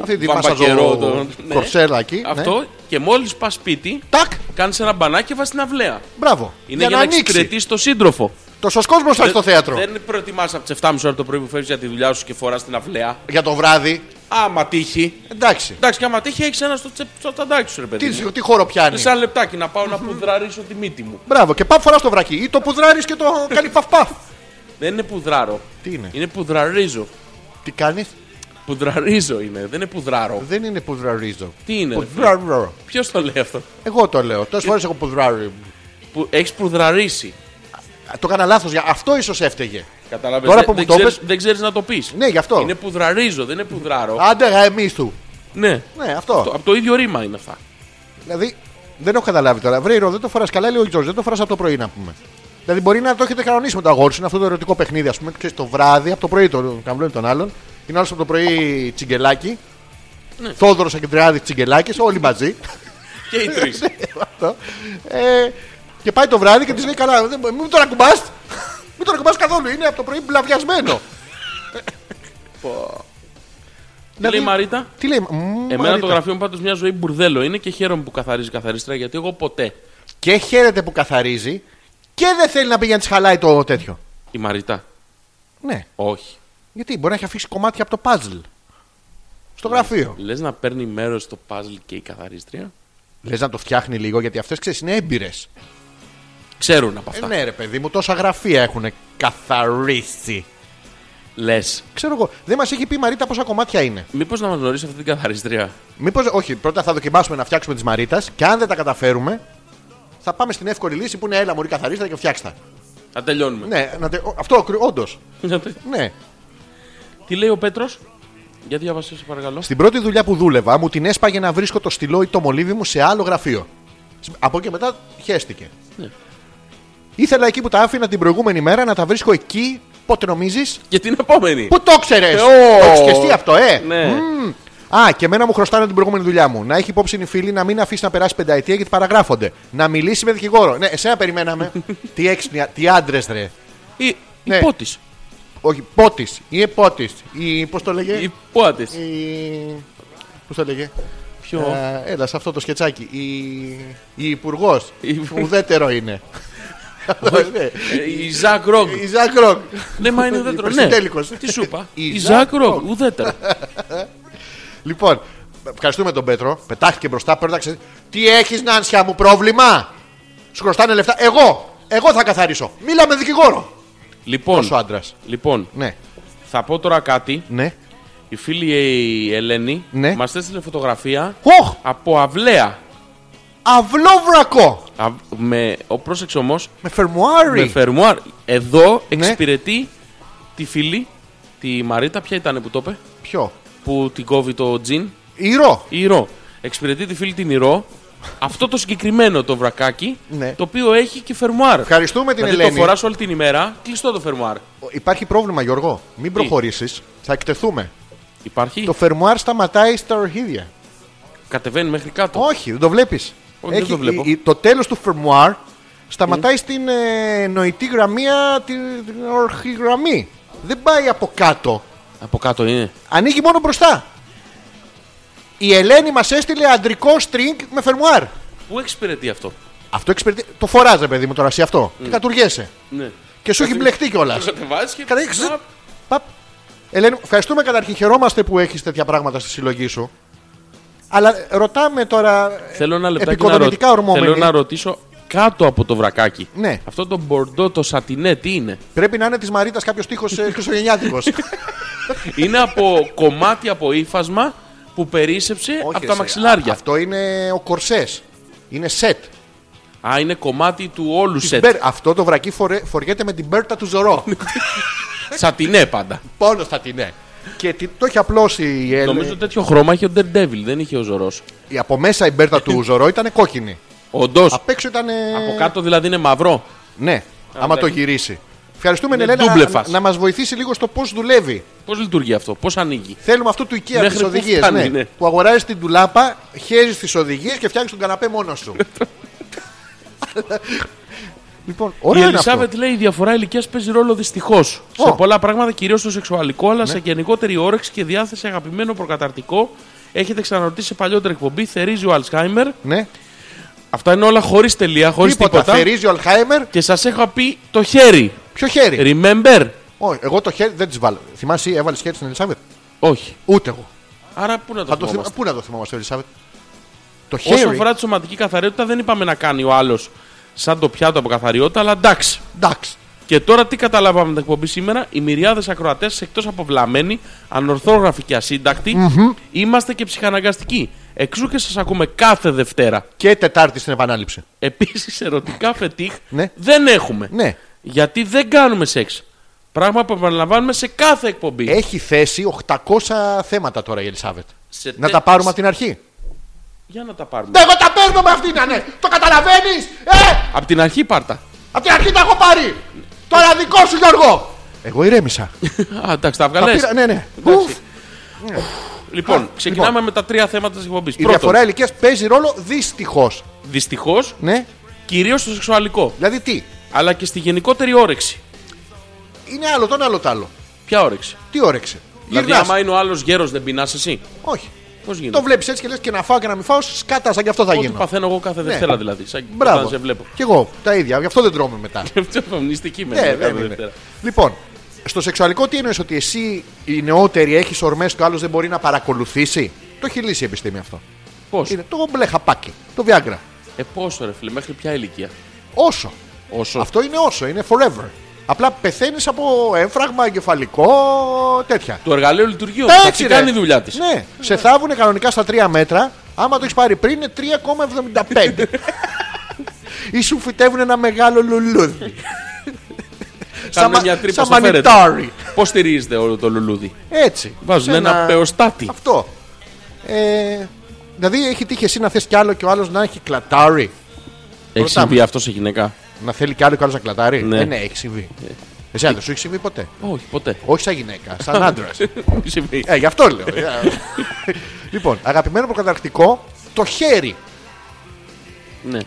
Αυτή τη
βαμβακερό.
μασαζό
Το... ναι.
κορσέλακι. ναι.
Αυτό και μόλις πας σπίτι,
Τάκ,
κάνεις ένα μπανάκι και βάζεις την αυλαία.
μπράβο.
Είναι για, να, εξυπηρετεί τον σύντροφο.
Τόσος κόσμος θα
Δεν-
έχει στο θέατρο.
Δεν προετοιμά από τις 7.30 ώρα το πρωί που φεύγεις για τη δουλειά σου και φοράς την αυλαία.
Για το βράδυ.
Άμα τύχει.
Εντάξει.
Εντάξει, και άμα τύχει, έχεις ένα στο, τσεπ... στο τσαντάκι σου, ρε παιδί. μου.
Τι, τι χώρο πιάνει.
Σαν λεπτάκι να πάω να πουδραρίσω τη μύτη μου.
Μπράβο, και παπ φοράς το βρακί. Ή το πουδράρεις και το κάνει παφ παφ.
Δεν είναι πουδράρω.
Τι είναι?
Είναι πουδραρίζω.
Τι κάνεις,
Πουδραρίζω είναι, δεν είναι πουδράρω.
δεν είναι πουδραρίζω.
Τι είναι, ρε Ε-
Πουδραρώ.
Ποιος το λέει αυτό.
Εγώ το λέω. Τόσες φορές έχω πουδράρει.
Που έχεις πουδραρίσει.
Α, Το έκανα λάθος. Αυτό ίσως έφταιγε.
Κατάλαβε.
Τώρα που μου το πες-
Δεν ξέρεις να το πεις.
Ναι, γι' αυτό.
Είναι πουδραρίζω, δεν είναι πουδράρω.
Άντε γαμί του.
Ναι.
Ναι, αυτό.
από το ίδιο ρήμα είναι αυτά.
Δηλαδή δεν έχω καταλάβει τώρα. Βρε, Ρο, δεν το φοράς καλά, λέει ο Τζορτζ. Δεν το φοράς από το πρωί να πούμε. Δηλαδή μπορεί να το έχετε κανονίσει με το αγόρι σου. Είναι αυτό το ερωτικό παιχνίδι, ας πούμε. Ξέρεις, το βράδυ, από το πρωί το καμπλώνει τον άλλον. Είναι άλλος από το πρωί τσιγκελάκι. Ναι. Θόδωρος Ακεντριάδη τσιγκελάκι, όλοι μαζί.
Και οι
<laughs>
τρεις.
Ναι, Αυτό. Ε, και πάει το βράδυ και της λέει καλά, δεν μπο- μην τον ακουμπά. <laughs> Μην τον ακουμπά καθόλου. Είναι από το πρωί
<laughs>
μπλαβιασμένο. ναι.
Τι λέει η Μαρίτα.
Τι λέει. μμμ,
Εμένα
Μαρίτα.
το γραφείο μου πάντως μια ζωή μπουρδέλο είναι και χαίρομαι που καθαρίζει καθαρίστρια γιατί εγώ ποτέ.
Και χαίρεται που καθαρίζει και δεν θέλει να πηγαίνει να της χαλάει το τέτοιο.
Η Μαρίτα.
Ναι.
Όχι.
Γιατί μπορεί να έχει αφήσει κομμάτια από το puzzle. Στο
Ναι.
γραφείο.
Λες να παίρνει μέρος στο puzzle και η καθαρίστρια.
Λες να το φτιάχνει λίγο γιατί αυτές ξέρεις είναι έμπειρες.
Ξέρουν από
Ε,
αυτά.
ναι, ρε παιδί μου, τόσα γραφεία έχουν καθαρίσει.
Λες.
Ξέρω εγώ, δεν μας έχει πει η Μαρίτα πόσα κομμάτια είναι.
Μήπως να μας γνωρίσει αυτή την καθαριστρία.
Μήπως, όχι, πρώτα θα δοκιμάσουμε να φτιάξουμε τη Μαρίτας και αν δεν τα καταφέρουμε, θα πάμε στην εύκολη λύση που είναι έλα μωρή καθαρίστε και φτιάξτε.
Να τελειώνουμε.
Ναι, να τε... ο- αυτό όντω. Ναι.
Τι λέει ο Πέτρος. Για διάβασε, σε παρακαλώ.
Στην πρώτη δουλειά που δούλευα, μου την έσπαγε να βρίσκω το στυλό ή το μολύβι μου σε άλλο γραφείο. Σ- Από εκεί και μετά χέστηκε.
Ναι.
Ήθελα εκεί που τα άφηνα την προηγούμενη μέρα να τα βρίσκω εκεί. Πότε νομίζει.
Και την επόμενη.
Πού το ξέρε!
Ε,
Το
ο.
έχεις σκεφτεί αυτό, ε!
Ναι.
Μμμ. Α, και εμένα μου χρωστάνε την προηγούμενη δουλειά μου. Να έχει υπόψη η φίλη να μην αφήσει να περάσει πενταετία γιατί παραγράφονται. Να μιλήσει με δικηγόρο. Ναι, εσένα
<laughs>
περιμέναμε. τι έξυπνοι, τι άντρες ρε.
Η, η
Ναι.
Πότης.
Όχι, πότης ή επότης. Ή πώς το λέγε.
Η Πότης.
Η... Πώς το λέγε.
Ποιο.
Ε, έλα, σε αυτό το σκετσάκι. Η, η υπουργός.
Η-
Ουδέτερο είναι. <laughs> Ναι.
Ε, Η Ζακ Ρογκ.
Η Ζακ Ρογκ.
Ναι, μα είναι
<laughs>
ουδέτερος. Ναι.
υπερσυντέλικος.
Τι σου είπα.
Η
Η
Ζακ
Ζακ Ρογκ.
<laughs>
Ουδέτερο.
Λοιπόν, ευχαριστούμε τον Πέτρο. Πετάχτηκε μπροστά, πέρταξε. Τι έχεις, Νάνσια μου, πρόβλημα. Σου χρωστάνε λεφτά. Εγώ, εγώ θα καθαρίσω. Μίλα με δικηγόρο.
Λοιπόν,
Τόσο άντρας.
λοιπόν,
Ναι,
θα πω τώρα κάτι
ναι.
η φίλη ε, η Ελένη
Ναι.
μας έστειλε φωτογραφία
Οχ!
από αυλαία.
Αυλόβρακο!
Α, με, ο πρόσεξε όμως,
Με φερμουάρι!
με φερμουάρ.
Ναι.
Εδώ εξυπηρετεί τη φίλη, τη Μαρίτα, ποια ήταν που το είπε,
Ποιο?
που την κόβει το τζιν,
Ήρω!
η Ηρώ. Εξυπηρετεί τη φίλη την Ηρώ. Αυτό το συγκεκριμένο το βρακάκι,
Ναι.
το οποίο έχει και φερμουάρ.
Ευχαριστούμε την
δηλαδή
Ελένη.
το φοράς όλη την ημέρα, κλειστό το φερμουάρ.
Υπάρχει πρόβλημα, Γιώργο. Μην προχωρήσεις. Θα εκτεθούμε.
Υπάρχει,
Το φερμουάρ σταματάει στα ορχίδια.
κατεβαίνει μέχρι κάτω.
Όχι, δεν το βλέπεις.
δεν το βλέπω.
το τέλος του φερμουάρ σταματάει στην ε, νοητή γραμμία, την, την ορχηγραμμή. Δεν πάει από κάτω.
Από κάτω είναι.
Ανοίγει μόνο μπροστά. Η Ελένη μας έστειλε αντρικό string με φερμουάρ.
Πού εξυπηρετεί αυτό.
Αυτό εξυπηρετεί. Το φοράζε, παιδί μου τώρα, εσύ αυτό.
Mm.
Και κατουργέσαι.
Ναι.
Και σου έχει μπλεχτεί κιόλας.
Το κατεβάζεις και...
Καταρχήν, ξε-
Α,
Παπ. Ελένη, μου, ευχαριστούμε καταρχήν. Χαιρόμαστε που έχεις τέτοια πράγματα στη συλλογή σου. Αλλά ρωτάμε τώρα.
Θέλω ένα λεπτάκι να,
Επικοδομητικά
ρω-
ορμόμενοι.
θέλω να ρωτήσω κάτω από το βρακάκι.
Ναι.
Αυτό το μπορντό, το σατινέ, τι είναι.
Πρέπει να είναι της Μαρίτας κάποιος τείχο χριστουγεννιάτικος.
<laughs> είναι από κομμάτι από ύφασμα που περίσεψε από τα μαξιλάρια.
Αυτό είναι ο κορσές. Είναι σετ.
Α, είναι κομμάτι του όλου
Της
σετ.
Μπέρ- Αυτό το βρακί φορε... φοριέται με την μπέρτα του
<laughs>
Ζωρό.
Σατινέ πάντα.
Πόνο θα την είναι. Και τι- το έχει απλώσει η Ελένη.
Νομίζω τέτοιο χρώμα είχε ο Daredevil, δεν είχε ο Ζωρός.
Η- Από μέσα η μπέρτα
<laughs>
του Ζωρό ήταν κόκκινη.
Όντως.
Απ' έξω ήταν.
Από κάτω δηλαδή είναι μαυρό.
Ναι, άμα
ναι.
το γυρίσει. Ευχαριστούμε,
Είναι
Ελένα,
ντούμπλε
να,
φάση.
να μας βοηθήσει λίγο στο πώς δουλεύει.
Πώς λειτουργεί αυτό, πώς ανοίγει.
Θέλουμε αυτό του IKEA
Μέχρι
τις
πού
οδηγίες.
φτάνει,
Ναι.
ναι.
Που αγοράζεις την τουλάπα, χέζεις τις οδηγίες και φτιάχνεις τον καναπέ μόνος
<laughs>
σου. λοιπόν, ωραίο
η
είναι αυτό.
Ελισάβετ λέει: Η διαφορά ηλικίας παίζει ρόλο δυστυχώς. Σε πολλά πράγματα, κυρίως στο σεξουαλικό, αλλά σε γενικότερη όρεξη και διάθεση αγαπημένο προκαταρτικό. Έχετε ξαναρωτήσει σε παλιότερη εκπομπή, θερίζει ο Αλσχάιμερ.
Ναι.
Αυτά είναι όλα χωρίς τελεία, χωρίς
Τίποτα.
τίποτα.
Θερίζει ο Αλχάιμερ.
Και σας έχω πει το χέρι.
Ποιο χέρι.
Remember.
Όχι, εγώ το χέρι δεν τη βάλω. Θυμάσαι, έβαλες χέρι στην Ελισάβετ.
Όχι.
Ούτε εγώ.
Άρα πού να το
Θα το θυμ-
θυμόμαστε.
Πού να το θυμόμαστε, Ελισάβετ. Το
Όσον
χέρι.
αφορά τη σωματική καθαριότητα, δεν είπαμε να κάνει ο άλλος σαν το πιάτο από καθαριότητα, αλλά εντάξει.
Εντάξει.
Και τώρα τι καταλάβαμε με την εκπομπή σήμερα, οι μυριάδες ακροατές εκτός από βλαμμένοι, ανορθόγραφοι και ασύντακτοι, είμαστε και ψυχαναγκαστικοί. Εξού και σας ακούμε κάθε Δευτέρα.
Και Τετάρτη στην επανάληψη.
Επίσης,
<laughs>
ερωτικά φετίχ
Ναι.
δεν έχουμε.
Ναι.
Γιατί δεν κάνουμε σεξ. Πράγμα που επαναλαμβάνουμε σε κάθε εκπομπή.
Έχει θέσει 800 θέματα τώρα η Ελισάβετ.
Σε
Να
τε-
τα πάρουμε από την αρχή.
Για να τα πάρουμε.
Ναι, εγώ τα παίρνω με αυτήν, ναι. Το καταλαβαίνεις, ε!
Απ' την αρχή πάρτα.
Απ' την αρχή τα έχω πάρει! Τώρα δικό σου Γιώργο! Εγώ ηρέμησα.
Α, εντάξει, τα
Τα
βγαλέ.
πήρα, ναι, ναι.
Εντάξει.
Ουφ.
Λοιπόν,
Α,
ξεκινάμε
λοιπόν.
με τα τρία θέματα της εκπομπής.
Η διαφορά ηλικίας παίζει ρόλο δυστυχώς.
δυστυχώς,
Ναι,
κυρίως στο σεξουαλικό,
δηλαδή τι.
αλλά και στη γενικότερη όρεξη.
Είναι άλλο το ένα, άλλο το άλλο.
Ποια όρεξη.
Τι όρεξε.
Δηλαδή,
Γυρνάς.
άμα είναι ο άλλος γέρος, δεν πεινάς εσύ.
Όχι.
Πώς γίνεται.
Το βλέπεις έτσι και λες και να φάω και να μην φάω, σκάτα σαν και αυτό θα
Ό,τι
γίνω. Ναι.
παθαίνω εγώ κάθε Δευτέρα δηλαδή. Σαν
Μπράβο.
όταν σε βλέπω. <laughs>
Κι εγώ τα ίδια, γι' αυτό δεν τρώμε μετά.
Αυτό φαμνιστική με
Ναι,
κάθε
δεν είναι.
Δευτέρα.
Λοιπόν, στο σεξουαλικό τι εννοείς ότι εσύ η νεότερη έχεις ορμές και ο άλλο δεν μπορεί να παρακολουθήσει. Το έχει λύσει η επιστήμη αυτό.
Πώς.
Είναι το μπλε χαπάκι, το Viagra.
Ε, πόσο ρε φίλε, μέχρι ποια ηλικία.
Όσο.
Όσο.
Αυτό είναι όσο, είναι forever. Απλά πεθαίνεις από έμφραγμα, εγκεφαλικό, τέτοια.
Το εργαλείο λειτουργεί όμως. Αυτή
ρε.
κάνει η δουλειά της.
Ναι. Σε θάβουνε κανονικά στα 3 μέτρα. Άμα το έχεις πάρει πριν είναι
<laughs>
3,75. Ή σου φυτεύουν ένα μεγάλο λουλούδι.
Κάνουν
μα-
μια
σαν
τρύπα στο φέρετρο.
μανιτάρι.
Πώς στηρίζεται όλο το λουλούδι.
Έτσι.
Βάζουν
Σε
ένα πεοστάτι.
Αυτό. Ε, δηλαδή έχει τύχει εσύ να θες κι άλλο και ο άλλος να έχει κλατάρι.
Έχει
Ρωτάμε.
συμβεί αυτό σε γυναίκα.
Να θέλει κι άλλο και ο άλλος να κλατάρι.
Ναι.
Ε, ναι, έχει συμβεί. Εσύ δεν σου έχει συμβεί ποτέ.
Όχι, ποτέ.
Όχι σαν γυναίκα, σαν άντρα.
Τι <laughs> συμβεί.
ε, γι' αυτό λέω. Ε, λοιπόν, αγαπημένο προκαταρκτικό, το χέρι.
Ναι.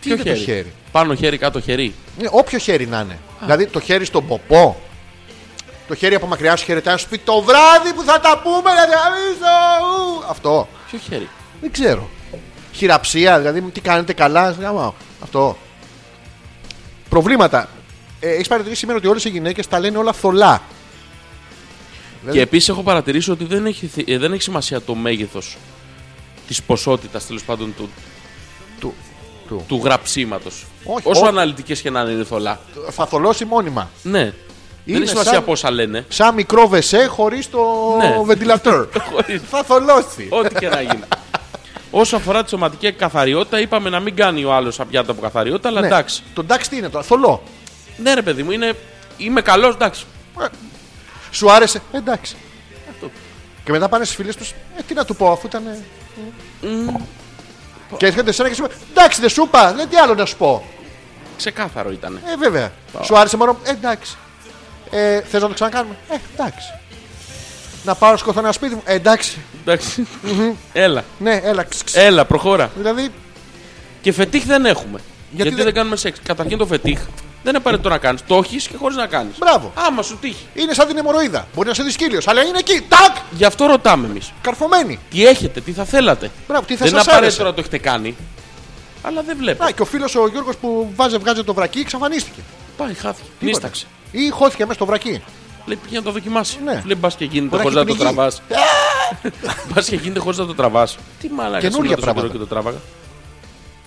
Τι
είναι το χέρι?
Πάνω χέρι, κάτω χέρι.
Ναι, όποιο χέρι να είναι. Δηλαδή το χέρι στον ποπό. Το χέρι από μακριά σου χαιρετάει, να σου πει το βράδυ που θα τα πούμε, να διαβήσω. ου». Αυτό.
Ποιο χέρι.
Δεν ξέρω. Χειραψία, δηλαδή τι κάνετε καλά. σε γαμάω. Αυτό. Προβλήματα. Ε, Έχεις παρατηρήσει σήμερα ότι όλες οι γυναίκες τα λένε όλα θολά.
Και επίσης έχω παρατηρήσει ότι δεν έχει, θυ- ε, δεν έχει σημασία το μέγεθος της ποσότητας τέλος πάντων του,
Του, του.
του γραψίματος.
Όχι,
Όσο
όχι.
αναλυτικές και να είναι θολά.
Θα θολώσει μόνιμα.
Ναι. Δεν έχει σημασία πόσα λένε. <laughs>
σαν μικρό βεσέ χωρίς το
Ναι.
ventilator.
Χωρίς-
Θα θολώσει.
Ό,τι και να γίνει. Όσο αφορά τη σωματική καθαριότητα, είπαμε να μην κάνει ο άλλος απιάτα από καθαριότητα, αλλά
Ναι.
εντάξει.
Το εντάξει τι είναι τώρα, θολό.
Ναι, ρε παιδί μου, είναι... είμαι καλός, εντάξει.
Σου άρεσε, εντάξει. Και μετά πάνε στις φίλες τους, ε, τι να του πω, αφού ήταν. ε,
Mm.
Και έρχεται εσένα και σου λέει: Εντάξει, δεν σου είπα, δεν τι άλλο να σου πω.
Ξεκάθαρο ήταν.
Ε, βέβαια. Σου άρεσε μόνο. Ε, εντάξει. Ε, Θες να το ξανακάνουμε. Ε, εντάξει. Να πάω να σκοτώ ένα σπίτι μου. Ε, εντάξει.
Εντάξει. Έλα,
Ναι, έλα. ξ, ξ.
έλα, προχώρα.
Δηλαδή,
Και φετίχ δεν έχουμε. Γιατί,
δεν-
δεν... κάνουμε σεξ. Καταρχήν το φετίχ δεν είναι απαραίτητο να κάνεις. Το έχεις και χωρίς να κάνεις.
Μπράβο.
Άμα σου τύχει.
είναι σαν την αιμορροίδα. Μπορεί να σε δει σκύλιο, αλλά είναι εκεί. Τάκ!
Γι' αυτό ρωτάμε εμείς.
Καρφωμένη.
Τι έχετε, τι θα θέλατε.
Μπράβο, τι θα
δεν είναι
σας
απαραίτητο
άρεσε.
να το έχετε κάνει. Αλλά δεν βλέπω.
Α, και ο φίλος ο Γιώργος που βάζε, βγάζε το βρακί εξαφανίστηκε.
Πάει, χάθηκε.
Τίποτα.
Νίσταξε.
Ή χώθηκε μέσα στο βρακί.
Λέει πήγαινε να το δοκιμάσει.
Ναι.
Λέει μπας και γίνεται
Μπορεί
χωρίς
να
να το
έχει
τραβά. Μπας και γίνεται χωρίς να το τραβάς. Τι μάλακα
Καινούργια
ήμουν τόσο
πράγματα.
καιρό και το τράβαγα.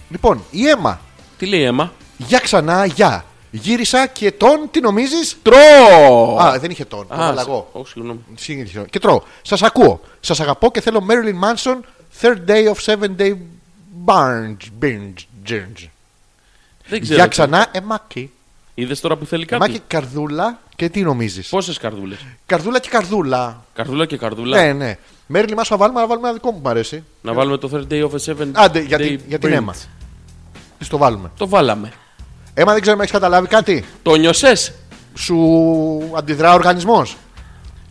Λοιπόν, η αίμα.
Τι λέει η αίμα.
Για ξανά, για. Γύρισα και τον, τι νομίζεις.
Τρώω!
Α, δεν είχε τον. τον βάλα εγώ.
Όχι, συγγνώμη.
Συγγνώμη. Και τρώω. Σας ακούω. Σας αγαπώ και θέλω Marilyn Manson, third day of seven day barge. Binge. binge.
Δεν ξέρω.
Για ξανά, εμάκι.
Είδες τώρα που θέλει
Εμάκι
κάτι.
καρδούλα και τι νομίζεις.
Πόσες καρδούλες.
Καρδούλα και καρδούλα.
Καρδούλα και καρδούλα.
Ναι, ναι. Marilyn Manson θα βάλουμε, αλλά βάλουμε ένα δικό μου που μου αρέσει.
Να βάλουμε το third day of a seven.
Άντε, για
day
την- για την
print.
αίμα. Τι στο βάλουμε.
Το βάλαμε.
Έμα δεν ξέρουμε, έχεις καταλάβει κάτι.
Το νιωσέ.
Σου αντιδρά ο οργανισμός.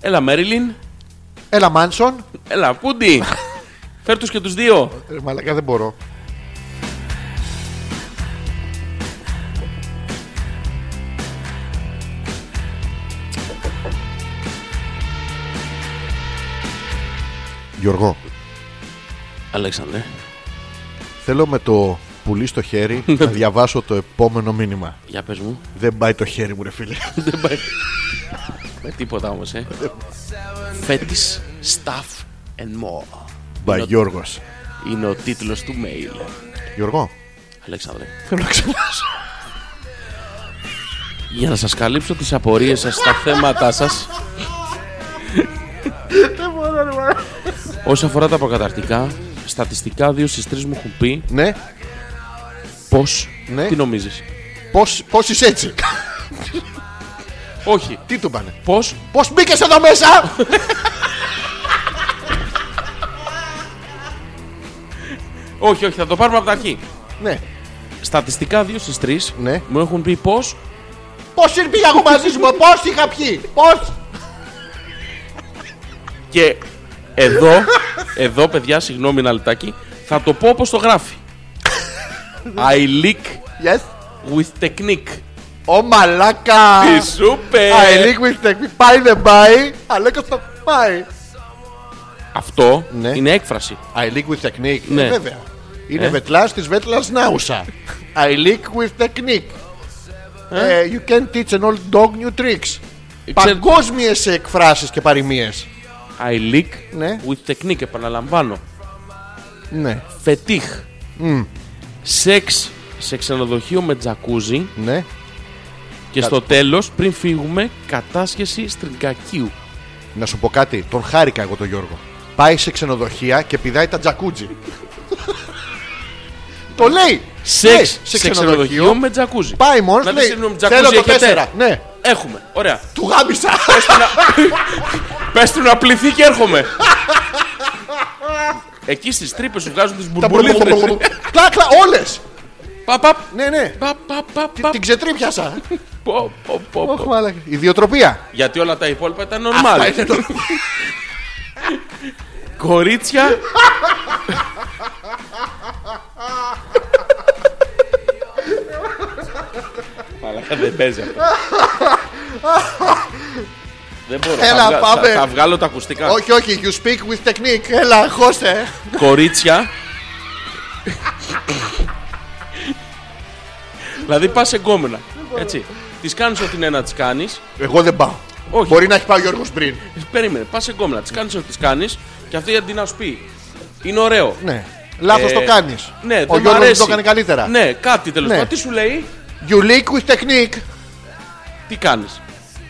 Έλα, Μέριλιν.
Έλα, Μάνσον.
Έλα,
<laughs>
Πούντι. Φέρ τους και τους δύο.
Ε, Μαλακά δεν μπορώ. Γιώργο,
Αλέξανδρε.
θέλω με το πουλί στο χέρι να διαβάσω το επόμενο μήνυμα.
Για πες μου.
Δεν πάει το χέρι μου, ρε φίλε.
Δεν πάει. Με τίποτα όμως, ε. Φέτης, stuff and more.
Μπα Γιώργος.
Είναι ο τίτλος του mail.
Γιώργο,
Αλέξανδρε. Θέλω να ξελάσω. Για να σας καλύψω τις απορίες σας στα θέματά σας Όσον αφορά τα προκαταρτικά Στατιστικά δύο στις τρεις μου έχουν πει
ναι,
Πώς
Ναι.
Τι νομίζεις
πώς, πώς είσαι <laughs> έτσι.
Όχι
Τι του πάνε.
Πώς
Πώς μπήκες εδώ μέσα.
Όχι όχι θα το πάρουμε από τα αρχή
<laughs> ναι,
Στατιστικά δύο στις τρεις
Ναι.
Μου έχουν πει πώς
πώς πήγα εγώ μαζί σου, πώς είχα πιει, πώς.
Και εδώ Εδώ παιδιά συγγνώμη ένα λεπτάκι Θα το πω όπως το γράφει I leak
Yes.
with technique
Ω μαλάκα!
Τι σου είπε.
I link with technique. Πάει δεν πάει, αλλά και θα πάει.
Αυτό
Ναι.
είναι έκφραση.
I link with technique.
Ναι.
Ε, βέβαια. Είναι ε? βετλάς της βέτλα Νάουσα. I link with technique. Ε, you can teach an old dog new tricks.
Ξέρετε-
Παγκόσμιες εκφράσεις και παροιμίες.
I leak
Ναι.
with technique, επαναλαμβάνω.
Ναι,
Φετίχ. Σεξ σε ξενοδοχείο με τζακούζι
ναι.
και στο τέλος πριν φύγουμε κατάσχεση
Ναι,
στριγκακίου.
Να σου πω κάτι, τον χάρηκα εγώ τον Γιώργο. Πάει σε ξενοδοχεία και πηδάει τα τζακούτζι.
<laughs>
το λέει! Λέει,
Σεξ σε ξενοδοχείο με τζακούζι.
Πάει μόνος,
Να
λέει.
τη συγγνώμη,
Θέλω
τζακούζι
το
έχετε.
4. Ναι,
Έχουμε. Ωραία.
του <laughs> γάμισα.
Πες του να πληθεί και
<laughs>
έρχομαι. Εκεί στις τρύπες σου βγάζουν τις
Τα
μπουρμπουλίδες.
Κλάκλα, όλε.
Παπ, παπ.
Ναι, ναι.
Παπ, παπ, παπ,
Την- Την ξετρίπιασα.
Πω, πω, πω, πω.
Ωχ, μάλακα. Ιδιοτροπία.
Γιατί όλα τα υπόλοιπα ήταν normal. Κορίτσια. Μαλάκα δεν παίζει αυτό. Δεν μπορώ.
Έλα,
θα, βγα-
πάμε.
θα, θα βγάλω τα ακουστικά.
Όχι, όχι, you speak with technique. Έλα, χώστε.
Κορίτσια. δηλαδή πας εγκόμενα. Έτσι. Της κάνεις ό,τι είναι να της κάνεις.
Εγώ δεν πάω.
Όχι.
Μπορεί να έχει πάει ο Γιώργος πριν.
Περίμενε, πας εγκόμενα. Της κάνεις ό,τι της κάνεις και αυτή αντί να σου πει. Είναι ωραίο.
Ναι. Λάθος
Ε,
το κάνεις.
Ναι,
Ο
δεν μ'
Γιώργος
αρέσει.
το έκανε καλύτερα.
Ναι, κάτι τέλος
Ναι.
πάντων. Τι σου λέει,
You leak with technique.
τι κάνεις.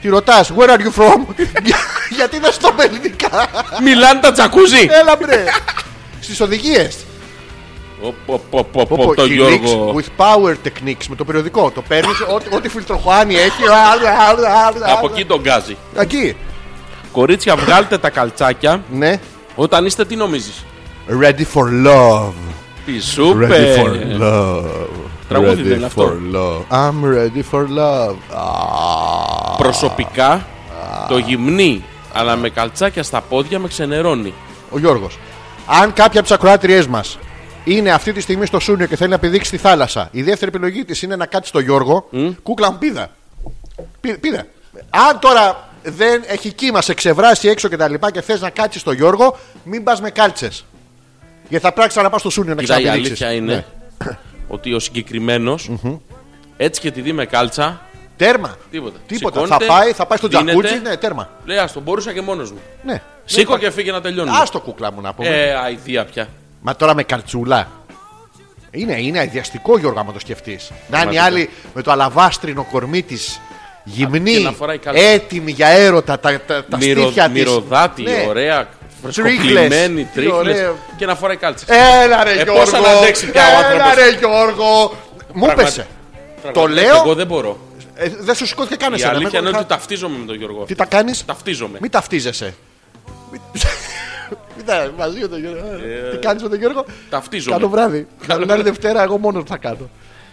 Τη ρωτά, where are you from? Για- Γιατί δεν στο με ελληνικά.
Μιλάνε τα τζακούζι.
Έλα μπρε. Στις οδηγίες.
Οπ, οπ, οπ, οπ, οπ, Το Γιώργο.
With power techniques με το περιοδικό. Το παίρνεις, ό,τι φιλτροχάνει έχει.
Από εκεί τον γκάζει.
Εκεί.
Κορίτσια, βγάλτε τα καλτσάκια
Ναι.
όταν είστε τι νομίζεις.
Ready for love.
Τι
Ready
σούπε.
for love.
Τραγούδι δεν
ready
είναι
for
αυτό.
love. I'm ready for love. Α,
Προσωπικά το γυμνή, αλλά με καλτσάκια στα πόδια με ξενερώνει.
Ο Γιώργος. Αν κάποια από τις ακροάτριές μας είναι αυτή τη στιγμή στο Σούνιο και θέλει να πηδήξει στη θάλασσα, η δεύτερη επιλογή της είναι να κάτσει στο Γιώργο. Κούκλα μου πήδα. Πή- Πήδα. Αν τώρα δεν έχει κύμα, σε ξεβράσει έξω και τα λοιπά και θες να κάτσεις στο Γιώργο, μην πας με κάλτσες. Γιατί θα πράξεις να πας στο Σούνιο να Ναι.
Κοίτα, η
ξαναπηδήξεις.
αλήθεια είναι <coughs> ότι ο συγκεκριμενο έτσι και τη δει με κάλτσα,
Τέρμα.
Τίποτα.
Τίποτα. Θα
Σηκώνεται, πάει,
πάει, θα πάει στο τζακούτσι. Ναι, τέρμα.
Λέει, άστο, μπορούσα και μόνος μου.
Ναι.
Σήκω και φύγε να τελειώνουμε.
Άστο ναι. κούκλα μου να πούμε.
Ε, αηδία πια.
Μα τώρα με καλτσούλα. Είναι, είναι αειδιαστικό Γιώργο, άμα το σκεφτείς. Να είναι η άλλη με το αλαβάστρινο κορμί της.
Και
Γυμνή,
να φοράει κάλτσα.
έτοιμη για έρωτα, τα, τα, τα
Μυρο,
στήθια της.
μυρωδάτη,
Ναι.
ωραία.
Τρίχλες.
Φρεσκοκλειμένη,
Τι
τρίχλε.
ωραία.
Και να φοράει κάλτσες.
Έλα ρε
Ε,
Γιώργο.
πώς αναντέξει πια ο
Έλα
άνθρωπος.
ρε Γιώργο. Μου
Πραγματι-
πέσε.
Πραγματικά
Το
και
λέω.
Εγώ δεν μπορώ.
Ε, δεν σου σηκώθηκε καν
Η
εσένα. Με
αλήθεια είναι
κόλλησα.
ότι ταυτίζομαι με τον Γιώργο.
Τι τα κάνεις.
Ταυτίζομαι.
Μην ταυτίζεσαι. Μην- Μην τα μαζί με τον Γιώργο. Τι κάνεις με τον Γιώργο.
Ε, Ταυτίζομαι.
Καλό βράδυ.
Καλό
Την άλλη Δευτέρα, εγώ μόνος θα κάνω.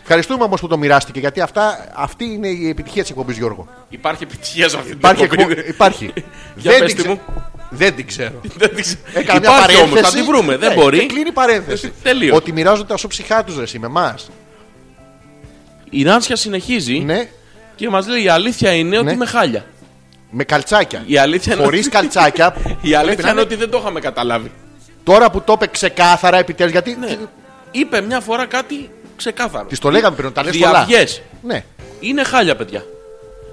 Ευχαριστούμε όμως που το μοιράστηκε γιατί αυτά, αυτή είναι η επιτυχία της εκπομπής Γιώργο.
Υπάρχει επιτυχία σε αυτή την
Υπάρχει.
εκπομπή.
εκπομπή- υπάρχει.
Για
Δεν
πες
την
τη μου.
ξε- Δεν την ξέρω.
<laughs> Δεν την ξέρω.
Έκανα μια
Υπάρχει
Ε, παρένθεση.
όμως, θα τη βρούμε. Δεν
Ναι, και
μπορεί. Ε,
κλείνει η παρένθεση.
Τελείως.
Ότι μοιράζονται τα ψυχά τους ρε εσύ, με εμάς.
Η Νάνσια συνεχίζει
Ναι,
και μας λέει: Η αλήθεια είναι
Ναι.
ότι είμαι χάλια.
με καλτσάκια.
Η αλήθεια είναι
Χωρίς
ότι-
καλτσάκια.
Η
πρέπει να
αλήθεια είναι
είναι-
ότι δεν το είχαμε καταλάβει.
Τώρα που το είπε ξεκάθαρα επιτέλους. Γιατί.
Ναι. Είπε μια φορά κάτι ξεκάθαρο.
Της το λέγαμε πριν, τα λες πολλά.
Διαυγές.
Ναι.
Είναι χάλια, παιδιά.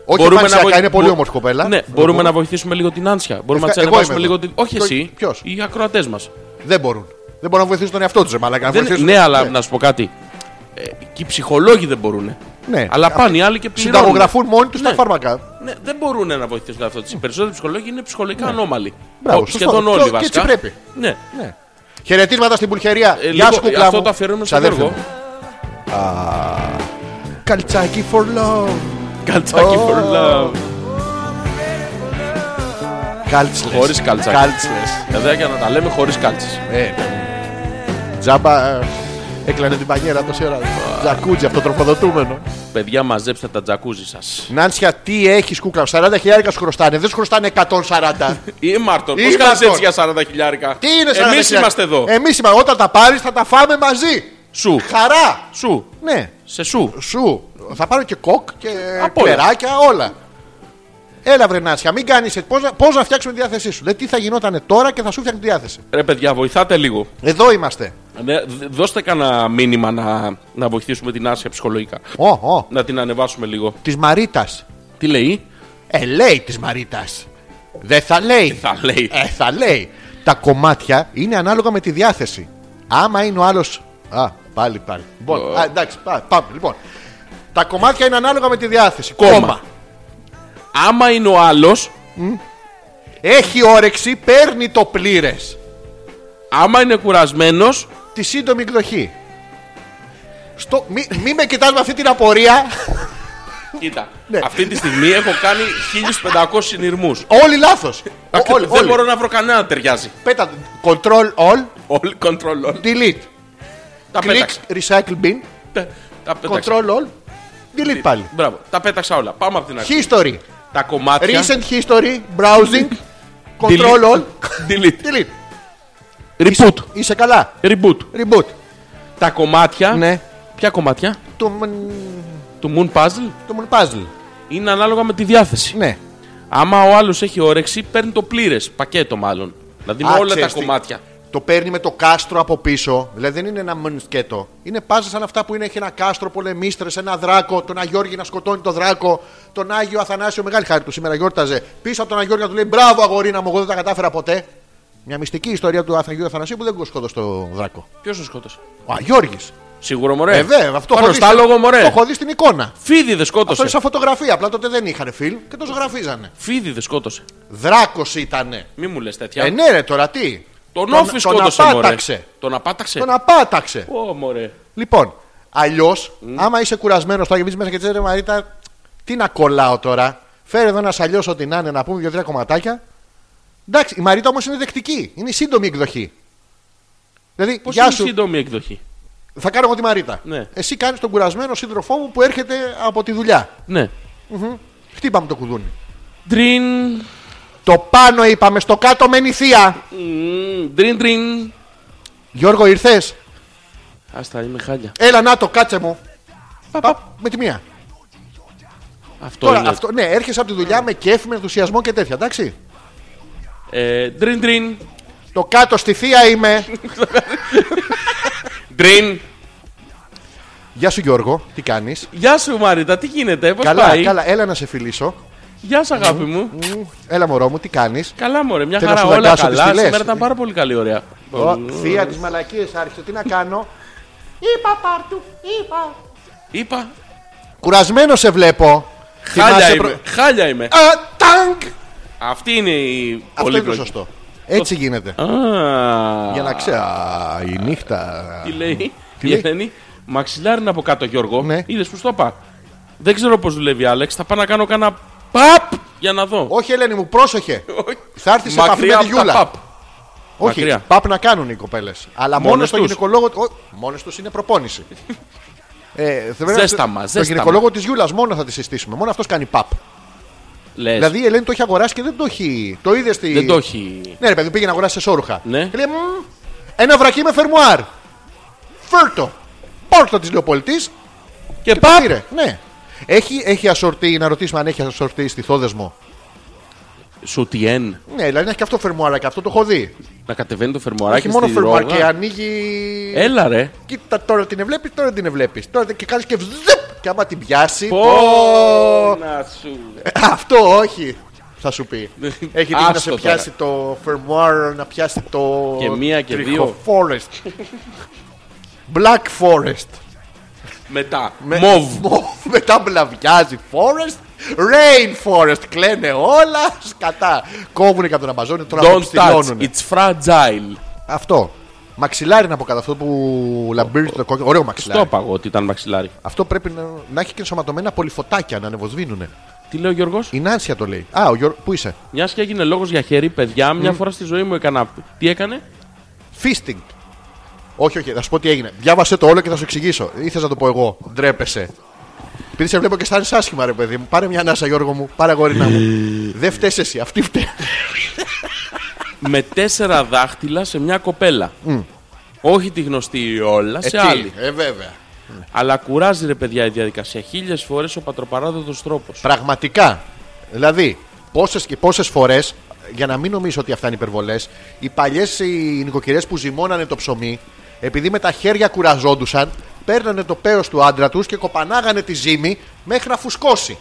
Όχι εμφανισιακά, είναι πολύ
μπο-
όμορφη κοπέλα.
Ναι, μπορούμε να βοηθήσουμε λίγο την Άνσια. Μπορούμε να
Ευχα-
τη
εγώ
ανεβάσουμε
είμαι
λίγο
εδώ.
την. Όχι
Το-
εσύ.
ποιος?
Οι ακροατές μας.
Δεν μπορούν. Δεν μπορούν να βοηθήσουν τον εαυτό τους, ρε Μαλάκα. να βοηθήσουν-
Ναι, αλλά να σου πω κάτι. Ε, και οι ψυχολόγοι δεν μπορούν.
Ναι.
Αλλά πάνε οι άλλοι και πληρώνουν.
Συνταγογραφούν μόνοι τους τα
Ναι.
φάρμακα.
Ναι, δεν μπορούν να βοηθήσουν αυτό. Οι περισσότεροι ψυχολόγοι είναι ψυχολογικά ανώμαλοι.
Ναι. Μπράβο,
Ο-
σωστό.
σχεδόν
Και-
όλοι
και
βασικά.
έτσι πρέπει.
Ναι.
Ναι. Χαιρετίσματα στην Πουλχερία.
Ε,
Γεια
λίγο-
σου, κουκλά
αυτό
μου.
το αφιερώνουμε στον
Ξαδέρφια
Γιώργο.
μου. Καλτσάκι for love.
Καλτσάκι for love.
Κάλτσλες.
Χωρίς καλτσάκι.
Κάλτσλες.
Εδώ και να τα λέμε χωρίς κάλτσες.
Ε, Τζάμπα ε, έκλανε την πανιέρα το σέρα. Τζακούτζι, αυτοτροφοδοτούμενο.
Παιδιά, μαζέψτε τα τζακούζι σας.
Νάνσια, τι έχεις κούκλα. 40 χιλιάρικα σου χρωστάνε. Δεν σου χρωστάνε 140.
<laughs> Ή Μάρτον, πώς
Ή
κάνεις
Μάρτον.
έτσι για 40 χιλιάρικα.
Τι είναι Ε, 40
Εμεί είμαστε εδώ.
Εμείς είμαστε. Όταν τα πάρεις θα τα φάμε μαζί.
Σου.
Χαρά.
Σου.
Ναι.
Σε σου.
Σου. Θα πάρω και κοκ και
Απ' όλα.
κλεράκια, όλα. Έλα, Βρενάσια, μην κάνεις. Πώς να φτιάξουμε τη διάθεσή σου. Δηλαδή, τι θα γινόταν τώρα και θα σου φτιάχνει τη διάθεση.
Ρε παιδιά, βοηθάτε λίγο.
Εδώ είμαστε.
Ναι, δ- δώστε κανένα μήνυμα να, να βοηθήσουμε την Άσια ψυχολογικά.
Ω, ω.
Να την ανεβάσουμε λίγο.
Της Μαρίτας.
Τι λέει,
Ε, λέει της Μαρίτας. Δεν θα λέει.
θα λέει.
Ε, θα λέει. Τα κομμάτια είναι ανάλογα με τη διάθεση. Άμα είναι ο άλλος. Α, πάλι, πάλι. Λοιπόν, α, εντάξει, πά- πάμε. Λοιπόν. Τα κομμάτια είναι ανάλογα με τη διάθεση. Κόμμα.
Κόμμα. Άμα είναι ο άλλος,
Έχει όρεξη, παίρνει το πλήρες.
άμα είναι κουρασμένος,
τη σύντομη εκδοχή. Στο... Μη, μη με κοιτάς με αυτή την απορία.
κοίτα.
Ναι.
Αυτή τη στιγμή έχω κάνει 1500 συνειρμούς.
όλοι λάθος. Ο- όλοι,
Δεν
όλοι.
μπορώ να βρω κανένα να ταιριάζει.
Πέτα. Control all,
All control all.
delete.
Τα
Click
πέταξα.
recycle bin,
Τα- Τα πέταξα.
control all, delete πάλι.
Μπράβο, τα πέταξα όλα. Πάμε από την αρχή.
History.
Τα κομμάτια.
Recent history, browsing, control all, <laughs>
Delete.
delete.
Reboot.
Είσαι καλά.
Reboot.
Reboot.
Τα κομμάτια.
Ναι.
Ποια κομμάτια
Το, μν-
του Moon Puzzle
το μν puzzle.
είναι ανάλογα με τη διάθεση.
Ναι.
Άμα ο άλλος έχει όρεξη, παίρνει το πλήρες πακέτο μάλλον. Δηλαδή με
Α,
όλα τα
ξέρεις τι.
κομμάτια.
Το παίρνει με το κάστρο από πίσω. Δηλαδή δεν είναι ένα μνσκέτο. Είναι πάζα σαν αυτά που είναι, έχει ένα κάστρο, πολεμίστρες, ένα δράκο. Τον Αγιώργη να σκοτώνει τον δράκο. Τον Άγιο Αθανάσιο, μεγάλη χάρη του σήμερα γιόρταζε. Πίσω από τον Αγιώργη να του λέει Μπράβο, αγορίνα μου, εγώ δεν τα κατάφερα ποτέ. Μια μυστική ιστορία του Αγίου Αθανασίου που δεν σκότωσε τον δράκο.
Ποιος τον σκότωσε.
Ο Αγιώργη.
Σίγουρο μωρέ.
Ε, βέβαια, αυτό
Πάνω
έχω δει
στα
στην-
λόγο μωρέ.
Το έχω δει στην εικόνα.
Φίδι δεν
Αυτό
σκότωσε.
είναι σαν φωτογραφία. Απλά τότε δεν είχαν φιλμ και το ζωγραφίζανε.
Φίδι δεν σκότωσε.
Δράκος ήτανε.
Μη μου λες τέτοια.
Ε, ναι, ρε, τώρα τι.
Τον
Τον-
όφη
τον
σκότωσε μωρέ.
απάταξε.
Τον απάταξε.
Τον απάταξε.
Ω, μωρέ.
Λοιπόν, αλλιώς, άμα είσαι κουρασμένος, θα γεμίσει μέσα και τσέρε Μαρίτα, τι να κολλάω τώρα. Φέρε εδώ ένα αλλιώ ό,τι να είναι, να πούμε δύο-τρία κομματάκια. Εντάξει, η Μαρίτα όμως είναι δεκτική. Είναι η σύντομη εκδοχή. Δηλαδή,
Πώς
γεια
είναι
σου,
η σύντομη εκδοχή.
θα κάνω εγώ τη Μαρίτα.
Ναι.
Εσύ κάνεις τον κουρασμένο σύντροφό μου που έρχεται από τη δουλειά.
Ναι.
Χτύπαμε το κουδούνι.
Τρίν.
Το πάνω είπαμε, στο κάτω μένει θεία.
μμμ, Τρίν, τρίν.
Γιώργο, ήρθες.
Άστα, είμαι χάλια.
Έλα, να το, κάτσε μου. Παπ, με τη μία.
Αυτό
Τώρα,
είναι.
αυτό, ναι, έρχεσαι από τη δουλειά με κέφι, με ενθουσιασμό και τέτοια, εντάξει.
Ε, Τρίν, τρίν.
Το κάτω στη θεία είμαι.
Τρίν.
Γεια σου Γιώργο, τι κάνεις.
Γεια σου Μαρίτα, τι γίνεται, πώς
Καλά,
πάει.
καλά, έλα να σε φιλήσω.
Γεια σου αγάπη μου.
Μ, Έλα μωρό μου, τι κάνεις.
Καλά μωρέ, μια
Θέλω να
χαρά
σου
όλα
δαγκάσω τις
καλά.
φυλές.
Σήμερα ήταν πάρα πολύ καλή ωραία.
Θεία της μαλακίας άρχισε, τι να κάνω.
Είπα,
Κουρασμένος σε βλέπω.
χάλια
Θυμάσαι προ-
είμαι. Χάλια είμαι.
Α, τάγκ!
Αυτή είναι η
Αυτό είναι το
πολύπλοκη.
σωστό. Έτσι γίνεται.
Α,
Για να ξέρει. Α, Η νύχτα.
Τι λέει
Τι
η
λέει?
Ελένη, μαξιλάρι είναι από κάτω Γιώργο.
Ναι.
Είδες που στο είπα. Δεν ξέρω πώς δουλεύει Άλεξ, θα πάω να κάνω κάνα παπ για να δω.
Όχι, Ελένη μου, πρόσεχε. Θα έρθεις σε επαφή με τη
απ' τα
Γιούλα.
παπ.
Όχι,
Μακριά.
παπ να κάνουν οι κοπέλες. Αλλά μόνο
Μόνες
στο
τους.
γυναικολόγο. Μόνε τους είναι
<laughs>
προπόνηση. Ε, θα πρέπει να-
Ζέσταμα,
Το
ζέσταμα.
γυναικολόγο της Γιούλας μόνο θα τη συστήσουμε. Μόνο αυτός κάνει παπ.
Λες,
Δηλαδή η Ελένη το έχει αγοράσει και δεν το έχει. Το είδες στη.
δεν το έχει.
Ναι, ρε παιδί, πήγε να αγοράσει σε σόρουχα.
Ναι.
Και λέει, «Μμμ, ένα βρακί με φερμουάρ. Φέρτο. Πόρτο τη Λεοπολιτή.
Και
Το
παπ,
πήρε. Ναι. Έχει, έχει ασορτή, να ρωτήσουμε αν έχει ασορτή στη θόδεσμο.
σουτιέν,
Ναι, δηλαδή έχει και αυτό φερμουάρα και αυτό το έχω δει.
να κατεβαίνει το
Έχει
φερμοράκι
μόνο
στη
φερμουάρ και
ρόγα.
ανοίγει.
Έλα ρε.
Κοίτα τώρα την βλέπει, τώρα την βλέπει. Τώρα και κάνεις και βζουπ. Και άμα την πιάσει.
Πω, να σου.
Αυτό όχι. Θα σου πει. Έχει δει να
Άστο
σε
τώρα.
πιάσει το φερμουάρ, να πιάσει το.
Και μία και
τριχο-
δύο.
Forest. Black Forest.
Μετά. Μοβ.
Μοβ. Μετά μπλαβιάζει Forest. Rain Forest. Κλαίνε όλα. Σκατά. Κόβουνε και από τον Αμαζόνιο. Τώρα
Don't touch.
αποψηλώνουνε.
It's fragile.
Αυτό. Μαξιλάρι να πω κατά αυτό που λαμπύρει το κόκκινο. Ωραίο
Το
μαξιλάρι.
είπα εγώ ότι ήταν μαξιλάρι.
Αυτό πρέπει να, να έχει και ενσωματωμένα πολυφωτάκια να ανεβοσβήνουνε.
Τι λέει ο Γιώργος.
Η Νάνσια το λέει. Α, ο Γιώργος, πού είσαι.
Μιας και έγινε λόγος για χέρι, παιδιά, μια φορά στη ζωή μου έκανα. Τι έκανε.
Fisting. Όχι, όχι, θα σου πω τι έγινε. Διάβασε το όλο και θα σου εξηγήσω. Ήθελα να το πω εγώ. Ντρέπεσαι. Επειδή σε βλέπω και αισθάνεσαι άσχημα, ρε παιδί μου. Πάρε μια ανάσα, Γιώργο μου. Πάρε αγόρινα μου. Δεν φταίει εσύ. Αυτή φταίει.
με τέσσερα δάχτυλα σε μια κοπέλα. Όχι τη γνωστή η όλα, σε
Ε, τι,
άλλη.
Ε, βέβαια.
Αλλά κουράζει ρε παιδιά η διαδικασία. Χίλιες φορές ο πατροπαράδοτος τρόπος.
Πραγματικά. Δηλαδή, πόσες και πόσες φορές, για να μην νομίζω ότι αυτά είναι υπερβολές, οι παλιές οι νοικοκυρές που ζυμώνανε το ψωμί, επειδή με τα χέρια κουραζόντουσαν, παίρνανε το πέος του άντρα τους και κοπανάγανε τη ζύμη μέχρι να φουσκώσει.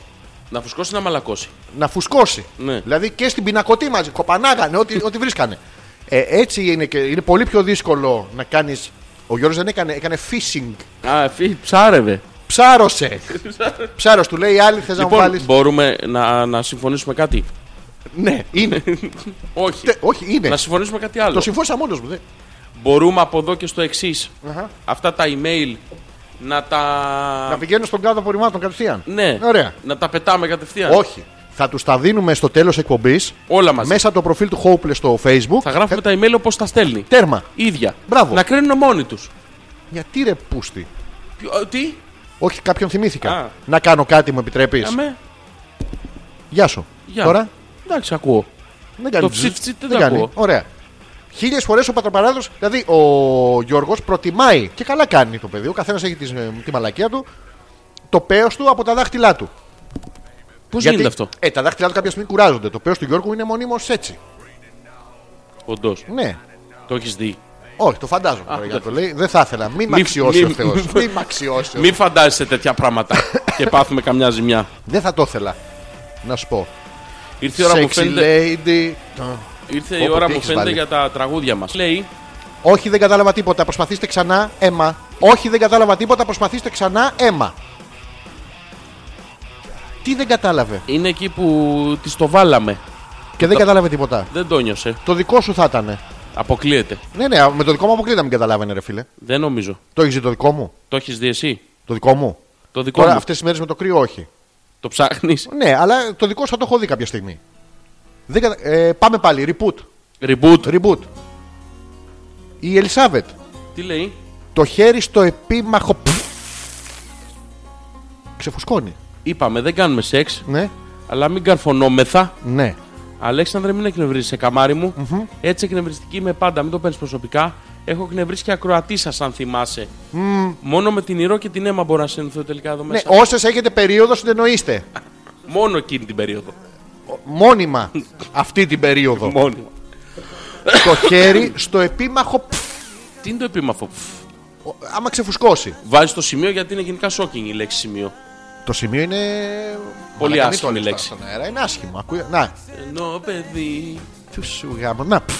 Να φουσκώσει να μαλακώσει.
να φουσκώσει.
Ναι.
Δηλαδή και στην πινακωτή μα κοπανάγανε ό,τι, ό,τι βρίσκανε. Ε, έτσι είναι και είναι πολύ πιο δύσκολο να κάνεις. Ο Γιώργος δεν έκανε, έκανε fishing. ε,
Α, φύ, ψάρευε.
Ψάρωσε. Ψάρος του λέει, άλλη θες να μου
Λοιπόν,
βάλεις.
μπορούμε να, να συμφωνήσουμε κάτι.
Ναι, είναι.
Όχι.
Τε- Όχι, είναι.
Να συμφωνήσουμε κάτι άλλο.
Το συμφώνησα μόνος μου. δεν-
Μπορούμε από εδώ και στο εξής. Αυτά τα email να τα.
Να πηγαίνω στον κάδο απορριμμάτων κατευθείαν.
Ναι,
Ωραία.
να τα πετάμε κατευθείαν.
Όχι. Θα τους τα δίνουμε στο τέλος εκπομπής.
Όλα μαζί.
Μέσα από το προφίλ του Hopeless στο Facebook.
Θα γράφουμε τα email όπως τα στέλνει.
Τέρμα.
Ίδια.
Μπράβο.
Να κρίνουν μόνοι τους.
Γιατί ρε πούστη.
Τι.
Όχι, κάποιον θυμήθηκα.
Α.
Να κάνω κάτι, μου επιτρέπεις.
Αμέ.
Γεια σου.
Γεια.
Τώρα.
Εντάξει, ακούω.
Δεν κάνει
Το
τζζζ,
ψιτ-ψιτ δεν το ακούω.
Ωραία. Χίλιες φορές ο πατροπαράδο, δηλαδή ο Γιώργος προτιμάει και καλά κάνει το παιδί. Ο καθένας έχει τις, ε, τη μαλακία του, το πέος του από τα δάχτυλά του.
Πώς
Γιατί-
γίνεται αυτό.
Ε, τα δάχτυλά του κάποια στιγμή κουράζονται. Το πέος του Γιώργου είναι μονίμως έτσι.
Όντως.
Ναι.
Το έχεις δει.
Όχι, το φαντάζομαι τώρα γιατί το λέει. Δεν θα ήθελα. Μην μ'
ναι. Μη-
αξιώσει
μη-
ο Θεός.
μη-
Μην μ' αξιώσει. ο-
Μην φαντάζεσαι τέτοια
<laughs>
πράγματα και πάθουμε καμιά ζημιά.
Δεν θα το ήθελα. Να σου πω.
Ήρθε η ώρα που
Sexy
φαίνεται,
lady. το-
ήρθε
Πω,
η
πω,
ώρα
τι
που
έχεις
φαίνεται
βάλει.
για τα τραγούδια μας. Λέει
Όχι, δεν κατάλαβα τίποτα. Προσπαθήστε ξανά, αίμα. Όχι, δεν κατάλαβα τίποτα. Προσπαθήστε ξανά, αίμα. Τι δεν κατάλαβε
Είναι εκεί που τη το βάλαμε.
και δεν κατάλαβε τίποτα.
Δεν το νιώσε.
Το δικό σου θα ήταν.
αποκλείεται.
Ναι, ναι, με το δικό μου αποκλείται να μην καταλάβαινε, ρε φίλε.
Δεν νομίζω.
Το έχεις το δικό μου.
Το έχεις δει εσύ.
Το δικό μου.
Το δικό
Τώρα
μου.
αυτές τις μέρες με το κρύο, όχι.
Το ψάχνεις.
Ναι, αλλά το δικό σου θα το έχω δει κάποια στιγμή. Δεν κατα- ε, πάμε πάλι. Reboot.
Reboot.
Reboot. Η Ελισάβετ.
Τι λέει.
Το χέρι στο επίμαχο. πφ. Ξεφουσκώνει.
Είπαμε, δεν κάνουμε σεξ,
Ναι,
αλλά μην καρφωνόμεθα.
ναι.
Αλέξανδρε, μην εκνευρίζει, καμάρι μου. Έτσι εκνευριστική είμαι πάντα, μην το παίρνεις προσωπικά. Έχω εκνευρίσει και ακροατή σας, αν θυμάσαι. Μόνο με την ηρώ και την αίμα μπορώ να συνηθώ τελικά εδώ
ναι
μέσα.
Όσες έχετε περίοδο, συνεννοείστε.
Μόνο εκείνη την περίοδο.
Μόνιμα αυτή την περίοδο.
Μόνο.
το χέρι στο επίμαχο. πφ.
Τι είναι το επίμαχο.
Ο- Άμα ξεφουσκώσει.
Βάζεις το σημείο γιατί είναι γενικά shocking η λέξη σημείο.
Το σημείο είναι.
Πολύ
Μαλακανή
άσχημη
το λες τώρα
λέξη.
Στον αέρα. Είναι άσχημο. Ακούει... Να,
Ενώ παιδί,
του σου γάμο. Να, πφ.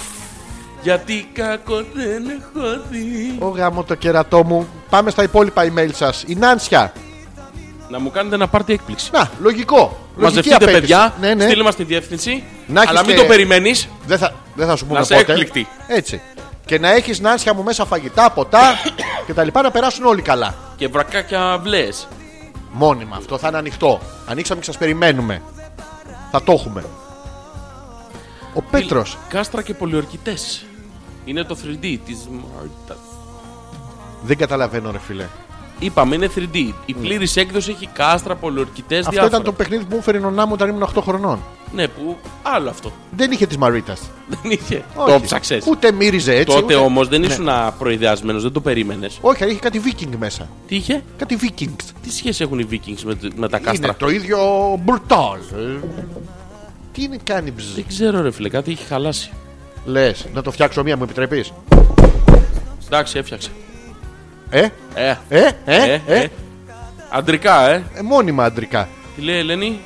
γιατί κακό δεν έχω δει.
Ω γάμο το κερατό μου. Πάμε στα υπόλοιπα email σας. Η Νάνσια.
Να μου κάνετε ένα πάρτι έκπληξη.
Να, λογικό. Λογική
Μαζευτείτε,
απέτηση.
παιδιά,
Ναι, ναι.
στείλε μας τη διεύθυνση.
Να έχεις
αλλά μην
και-
το περιμένεις.
Δεν, θα, δεν θα σου πούμε
Να σε
πότε.
έκπληκτη.
Έτσι. Και να έχεις Νάνσια μου μέσα φαγητά,
<coughs>
ποτά και τα λοιπά να περάσουν όλοι καλά.
Και βρακάκια βλέ.
Μόνιμα. Αυτό θα είναι ανοιχτό. Ανοίξαμε και σας περιμένουμε. Θα το έχουμε. Ο Πέτρος.
Κάστρα και πολιορκητές. Είναι το 3D της Μάρτας.
Δεν καταλαβαίνω, ρε φίλε.
Είπαμε, είναι 3D. Η πλήρης έκδοση έχει κάστρα, πολιορκητές, διάφορα.
Ναι. Αυτό ήταν το παιχνίδι που μου έφερε η νονά μου όταν ήμουν 8 χρονών.
Ναι, που άλλο αυτό. <laughs>
Δεν είχε της Μαρίτας.
Δεν είχε. Το ψάξες.
Ούτε μύριζε έτσι.
Τότε
ούτε- Ναι.
όμως δεν ήσουν προειδεασμένος, δεν το περίμενες.
Όχι, αλλά είχε κάτι Viking μέσα.
Τι είχε,
Κάτι Viking.
τι σχέση έχουν οι Vikings με, με τα
Είναι
κάστρα.
το ίδιο μπουρτάλ. ε. Τι είναι κάνει μπζ.
Δεν ξέρω, ρε φίλε, κάτι έχει χαλάσει.
Λες, να το φτιάξω μία, μου επιτρέπεις.
Εντάξει, έφτιαξε.
Ε,
Ε,
ε, ε, ε,
ε. Αντρικά, ε.
ε, μόνιμα αντρικά.
Τι λέει η Ελένη.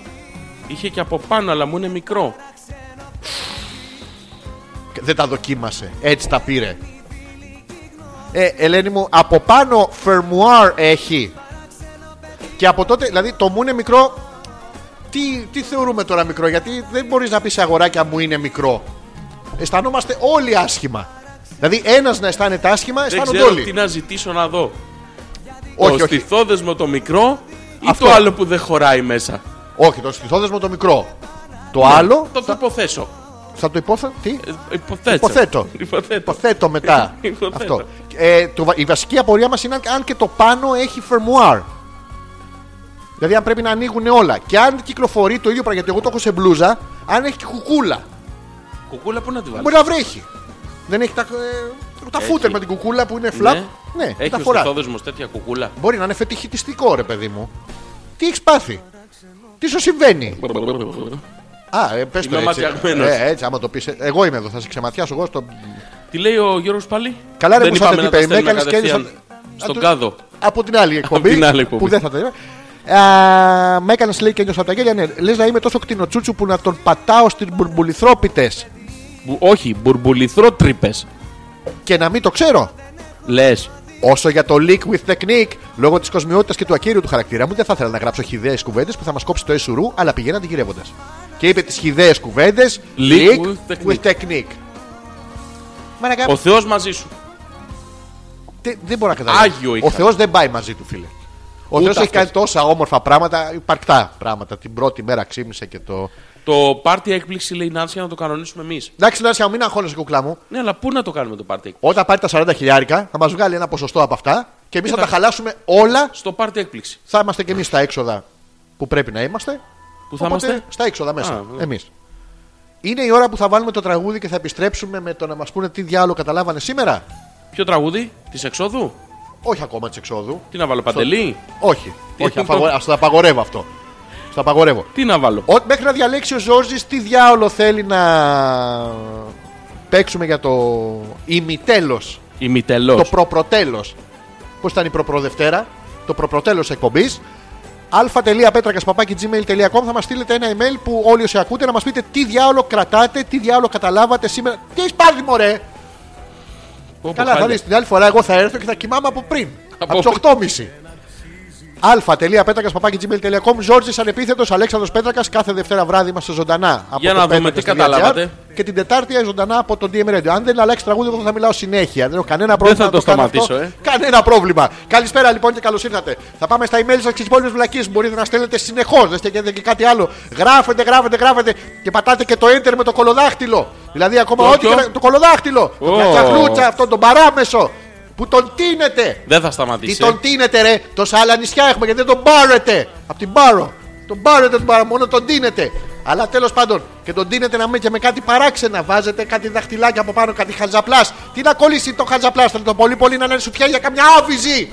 Είχε και από πάνω, αλλά μου είναι μικρό.
Ε, Δεν τα δοκίμασε. Έτσι τα πήρε. Ε, Ελένη μου, από πάνω φερμουάρ έχει. Και από τότε, δηλαδή το μου είναι μικρό. Τι, τι θεωρούμε τώρα μικρό, γιατί δεν μπορείς να πεις σε αγοράκια μου είναι μικρό. Αισθανόμαστε όλοι άσχημα. Δηλαδή, ένας να αισθάνεται άσχημα,
Δεν
αισθάνονται
ξέρω
όλοι.
τι να ζητήσω να δω.
Όχι, όχι.
το στιθόδεσμο το μικρό ή
Αυτό.
το άλλο που δεν χωράει μέσα.
Όχι, το στιθόδεσμο το μικρό. Το άλλο
Ναι. Το
θα,
τοποθέσω.
θα το υπόθεω. Τι,
Ε, Υποθέτω.
Υποθέτω.
<laughs> Υποθέτω.
υποθέτω μετά.
<laughs> Υποθέτω.
Αυτό. Ε, το, βα- η βασική απορία μας είναι αν- αν και το πάνω έχει φερμουάρ. Δηλαδή αν πρέπει να ανοίγουν όλα. Και αν κυκλοφορεί το ίδιο πράγμα, γιατί εγώ το έχω σε μπλούζα, αν έχει και κουκούλα.
Κουκούλα, πού να τη βάλω.
Μπορεί να βρέχει. Δεν έχει τα, ε, τα φούτερ με την κουκούλα που είναι φλαπ. Ναι,
Έχει
τα
ο
φορά.
στιθόδεσμος τέτοια κουκούλα.
Μπορεί να είναι φετιχητιστικό, ρε παιδί μου. Τι έχεις πάθει. Τι σου συμβαίνει. Α, ε, πες το
Είμαι
έτσι.
ματιαγμένος.
Ε, έτσι, άμα το πεις. ε, Εγώ είμαι εδώ, θα σε ξεματιάσω εγώ στο...
Τι λέει ο Γιώργος πάλι.
Καλά ρε
Δεν
που θα
είπαμε
την
να
είπε,
τα
με
στέλνουμε
έκανες και
κατευθείαν
έδειξα-
Στον
Α, το-
κάδο.
Από την άλλη εκπομπή.
την άλλη εκπομπή.
Που δεν θα τα είπα. Α, με έκανε λέει και νιώσα από τα γέλια. Ναι, λες να είμαι τόσο κτηνοτσούτσου που να τον πατάω στι μπουρμπουλιθρόπιτε
Μπου- Όχι, μπουρμπουλιθρό τρύπες.
και να μην το ξέρω.
Λες.
Όσο για το leak with technique, λόγω της κοσμιότητας και του ακύρου του χαρακτήρα μου, δεν θα ήθελα να γράψω χιδαίε κουβέντες που θα μας κόψει το εσουρού, αλλά πηγαίνατε γυρεύοντας. Και είπε τις χιδαίε κουβέντε, leak,
with
with technique. Μαρακα,
Ο Θεός μαζί σου.
τε- δεν μπορώ να καταλάβω.
Άγιο
Ο
είχα.
Θεός δεν πάει μαζί του, φίλε. Ο
Ούτε
Θεός έχει
αυτός.
κάνει τόσα όμορφα πράγματα, υπαρκτά πράγματα. Την πρώτη μέρα ξύπνησε και το.
Το πάρτι έκπληξη λέει η Νάνση για να το κανονίσουμε εμείς.
Εντάξει, Νάσια, μην αγχώνεσαι, κουκλά μου.
Ναι, αλλά πού να το κάνουμε το πάρτι έκπληξη.
Όταν πάρει τα 40 χιλιάρικα, θα μας βγάλει ένα ποσοστό από αυτά και εμείς θα τα χαλάσουμε όλα.
Στο πάρτι έκπληξη.
Θα είμαστε και εμείς στα έξοδα που πρέπει να είμαστε.
Πού θα
Οπότε,
είμαστε.
Στα έξοδα
Α,
μέσα.
βέβαια.
Εμείς. Είναι η ώρα που θα βάλουμε το τραγούδι και θα επιστρέψουμε με το να μας πούνε τι διάλογο καταλάβανε σήμερα.
Ποιο τραγούδι της εξόδου.
Όχι ακόμα της εξόδου.
Τι να βάλω, Παντελή.
Όχι.
Τι
όχι,
είναι
απαγο...
το-
ας το απαγορεύω αυτό. Στα απαγορεύω.
Τι να βάλω.
Ο, μέχρι να διαλέξει ο Ζόρζης τι διάολο θέλει να παίξουμε για το ημιτέλος το
Ημιτελό.
προπροτέλος. Πώς ήταν η προπροδευτέρα, το προπροτέλος εκπομπής. αλφα.πέτρακα.gmail.com Θα μας στείλετε ένα email που όλοι όσοι ακούτε να μας πείτε τι διάολο κρατάτε, τι διάολο καταλάβατε σήμερα. Τι έχεις πάθει, μωρέ!
πω,
Καλά, θα
χάλια.
δεις την άλλη φορά. Εγώ θα έρθω και θα κοιμάμαι από πριν.
Από
από τις 8.30. αλφα.πέτρακα.gmail.com Ζόρτζη ανεπίθετος Αλέξανδρος Πέτρακας. Κάθε Δευτέρα βράδυ είμαστε ζωντανά. Από
Για
το
να δούμε
Πέτρακας
τι
στο
καταλάβατε.
GR Και την Τετάρτη ζωντανά από τον DM Radio. Αν δεν αλλάξει τραγούδι, εγώ θα μιλάω συνέχεια. Δεν έχω κανένα πρόβλημα.
θα
να
το
κάνω αυτό.
σταματήσω, ε.
Κανένα πρόβλημα. Καλησπέρα λοιπόν και καλώς ήρθατε. Θα πάμε στα email σας και τι υπόλοιπε βλακίε που μπορείτε να στέλνετε συνεχώς. Δεν στέλνετε και κάτι άλλο. Γράφετε, γράφετε, γράφετε και πατάτε και το enter με το κολοδάχτυλο. Δηλαδή ακόμα
Το
ό,τι.
ποιο?
και να- Το κολοδάχτυλο.
Ω.
Oh. Τσαχνούτσα αυτόν τον παράμεσο που τον τίνετε.
Δεν θα
Τι
σταματήσει. ε.
τον τίνετε ρε, τόσα άλλα νησιά έχουμε γιατί δεν τον πάρετε. Απ' την πάρο. Τον πάρετε τον πάρο, μόνο τον τίνετε. Αλλά τέλος πάντων και τον τίνετε να μην και με κάτι παράξενα. Βάζετε κάτι δαχτυλάκια από πάνω, κάτι χαζαπλάς. Τι να κολλήσει το χαζαπλάς, θέλει το πολύ πολύ να είναι σου πια για καμιά άβυζη.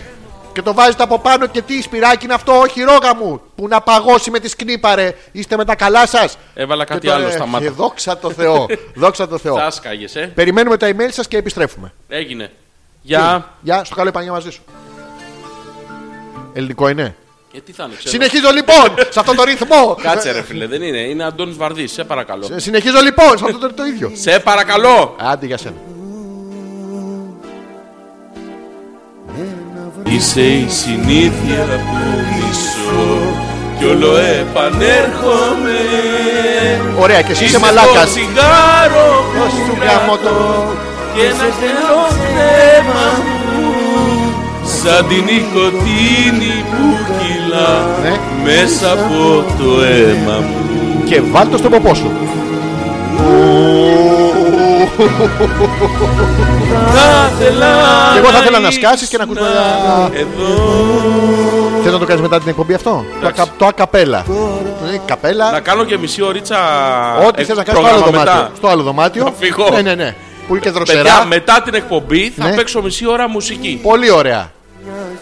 Και το βάζετε από πάνω και τι σπυράκι είναι αυτό, όχι ρόγα μου. Που να παγώσει με τη σκνήπα, ρε. Είστε με τα καλά σας.
Έβαλα κάτι άλλο στα
Και ε,
μάτια.
δόξα το Θεό. δόξα το
<laughs>
Θεό.
Θα σκάγες, ε.
Περιμένουμε τα email σας και επιστρέφουμε.
Έγινε. Για.
Γεια, στο καλό επανειά μαζί σου. Ελληνικό είναι.
Ε, τι θα είναι, ξέρω.
Συνεχίζω λοιπόν σε αυτόν τον ρυθμό.
Κάτσε ρε φίλε, δεν είναι. Είναι Αντώνης Βαρδής, σε παρακαλώ.
Ε, Συνεχίζω λοιπόν σε αυτόν τον το ίδιο.
Σε παρακαλώ.
Άντε για σένα.
Είσαι η συνήθεια που μισώ κι όλο επανέρχομαι
Ωραία, και εσύ είσαι μαλάκα.
το σιγάρο που
Σου
σου
γάμο το.
και ένα στενό θέμα μου σαν την νοικοτήνη που κυλά
Ναι.
μέσα από το αίμα μου
Και βάλ' το στον ποπό σου.
Θα θέλα
Και εγώ θα ήθελα να σκάσεις και να ακούσουμε. ένα-
Εδώ
Θες να το κάνεις μετά την εκπομπή αυτό. Το
Εντάξει.
ακα- Το ακαπέλα. Ε,
Να Ε,
Καπέλα.
κάνω και μισή ωρίτσα
Ό,τι
εκ-
θες να κάνεις στο άλλο
πρόγραμμα
δωμάτιο. Στο άλλο δωμάτιο.
Θα φύγω.
Ναι, ναι, ναι. Που είναι και
Παιδιά,
δροσερά.
μετά την εκπομπή θα
Ναι.
παίξω μισή ώρα μουσική.
Πολύ ωραία.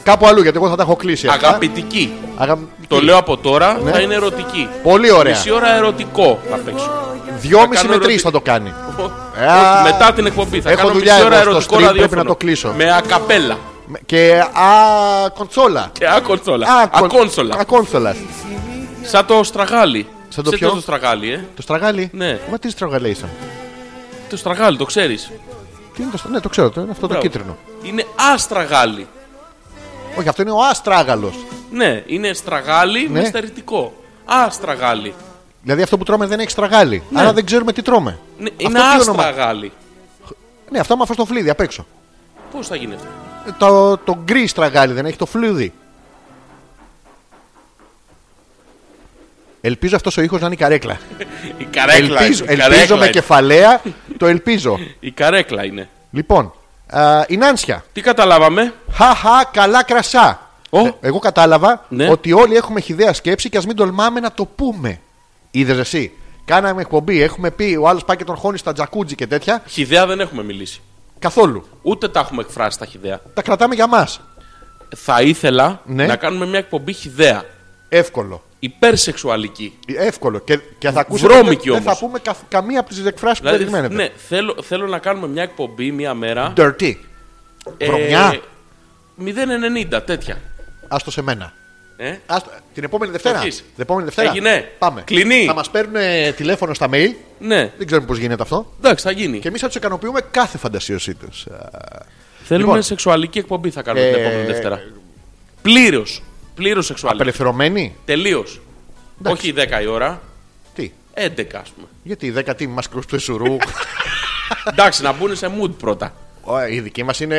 Κάπου αλλού γιατί εγώ θα τα έχω κλείσει. αυτά.
Αγαπητική.
Αγαπη-
Το λέω από τώρα,
Ναι.
θα είναι ερωτική.
Πολύ ωραία.
Μισή ώρα ερωτικό θα παίξω.
Δυόμιση με
κάνω
τρει
ερωτική.
θα το κάνει.
Όχι,
Ε, Α,
Ε, Μετά την εκπομπή θα
έχω
κάνω
δουλειά
μισή ώρα
εγώ στο
ερωτικό
stream,
ραδιόφωνο.
πρέπει να το κλείσω.
Με ακαπέλα.
Με- Και α, κονσόλα.
Και ακονσόλα.
Α, κον-
Ακόνσολα.
Ακόνσολα.
Σαν το στραγάλι.
Σαν το
Ξέρεις
ποιο?
το στραγάλι, ε.
Το στραγάλι.
Ναι.
Μα τι στραγαλέ ήταν.
Το στραγάλι, το ξέρεις.
Τι είναι το στραγάλι. Ναι, το ξέρω. Το, είναι αυτό το
Μπράβο.
κίτρινο.
Είναι αστραγάλι.
Όχι, αυτό είναι ο αστράγαλο.
Ναι, είναι στραγάλι
Ναι.
με στερητικό. Αστραγάλι.
Δηλαδή αυτό που τρώμε δεν έχει στραγάλι. Άρα δεν ξέρουμε τι τρώμε.
Ναι,
Αυτό
Είναι
τι όνομα?
αστραγάλι.
Ναι, αυτό με αυτό το φλίδι απ' έξω.
Πώς θα γίνει αυτό.
Ε, Το, το γκρι στραγάλι δεν έχει το φλούδι. Ελπίζω αυτός ο ήχος να είναι η καρέκλα.
Η καρέκλα.
ελπίζω,
είναι, η
ελπίζω
καρέκλα
με
είναι.
κεφαλαία. το ελπίζω.
Η καρέκλα είναι.
Λοιπόν, α, η Νάνσια.
Τι καταλάβαμε.
Χαχα, καλά κρασά.
Ω.
Ε, εγώ κατάλαβα
Ναι.
ότι όλοι έχουμε χιδέα σκέψη και ας μην τολμάμε να το πούμε. Είδες εσύ. Κάναμε εκπομπή, έχουμε πει ο άλλος πάει και τον χώνει στα τζακούτζι και τέτοια.
Χιδέα δεν έχουμε μιλήσει.
Καθόλου.
Ούτε τα έχουμε εκφράσει τα χιδέα.
Τα κρατάμε για μας.
Θα ήθελα
Ναι.
να κάνουμε μια εκπομπή χιδέα.
Εύκολο.
Υπερσεξουαλική.
Ε, Εύκολο. Και, και θα ακούσετε.
Βρώμικη
δεν- Δεν
όμως.
θα πούμε καθ- καμία από τις εκφράσεις που περιμένετε.
ναι, θέλω, θέλω να κάνουμε μια εκπομπή μια μέρα.
Dirty. βρωμιά.
090 τέτοια.
Άστο σε μένα.
Ε?
Άστο- την επόμενη Δευτέρα.
Αρχίζει.
Την επόμενη Δευτέρα.
Έγινε.
Πάμε.
Κλείνει.
Θα μας παίρνουν ε, τηλέφωνο στα mail.
Ναι,
Δεν ξέρουμε πώς γίνεται αυτό.
εντάξει, θα γίνει.
Και εμείς θα τους ικανοποιούμε κάθε φαντασίωσή Ε, του.
Θέλουμε
Λοιπόν.
σεξουαλική εκπομπή θα κάνουμε την
Ε,
επόμενη Δευτέρα. Πλήρως. Πλήρως σεξουαλική.
Απελευθερωμένοι.
Τελείω. Όχι 10 η ώρα,
Τι.
11 ας πούμε.
Γιατί οι δέκατοι μα κρούστου
<laughs>
σουρού.
εντάξει, να μπουν σε mood πρώτα.
Ω, Οι δικοί μας είναι.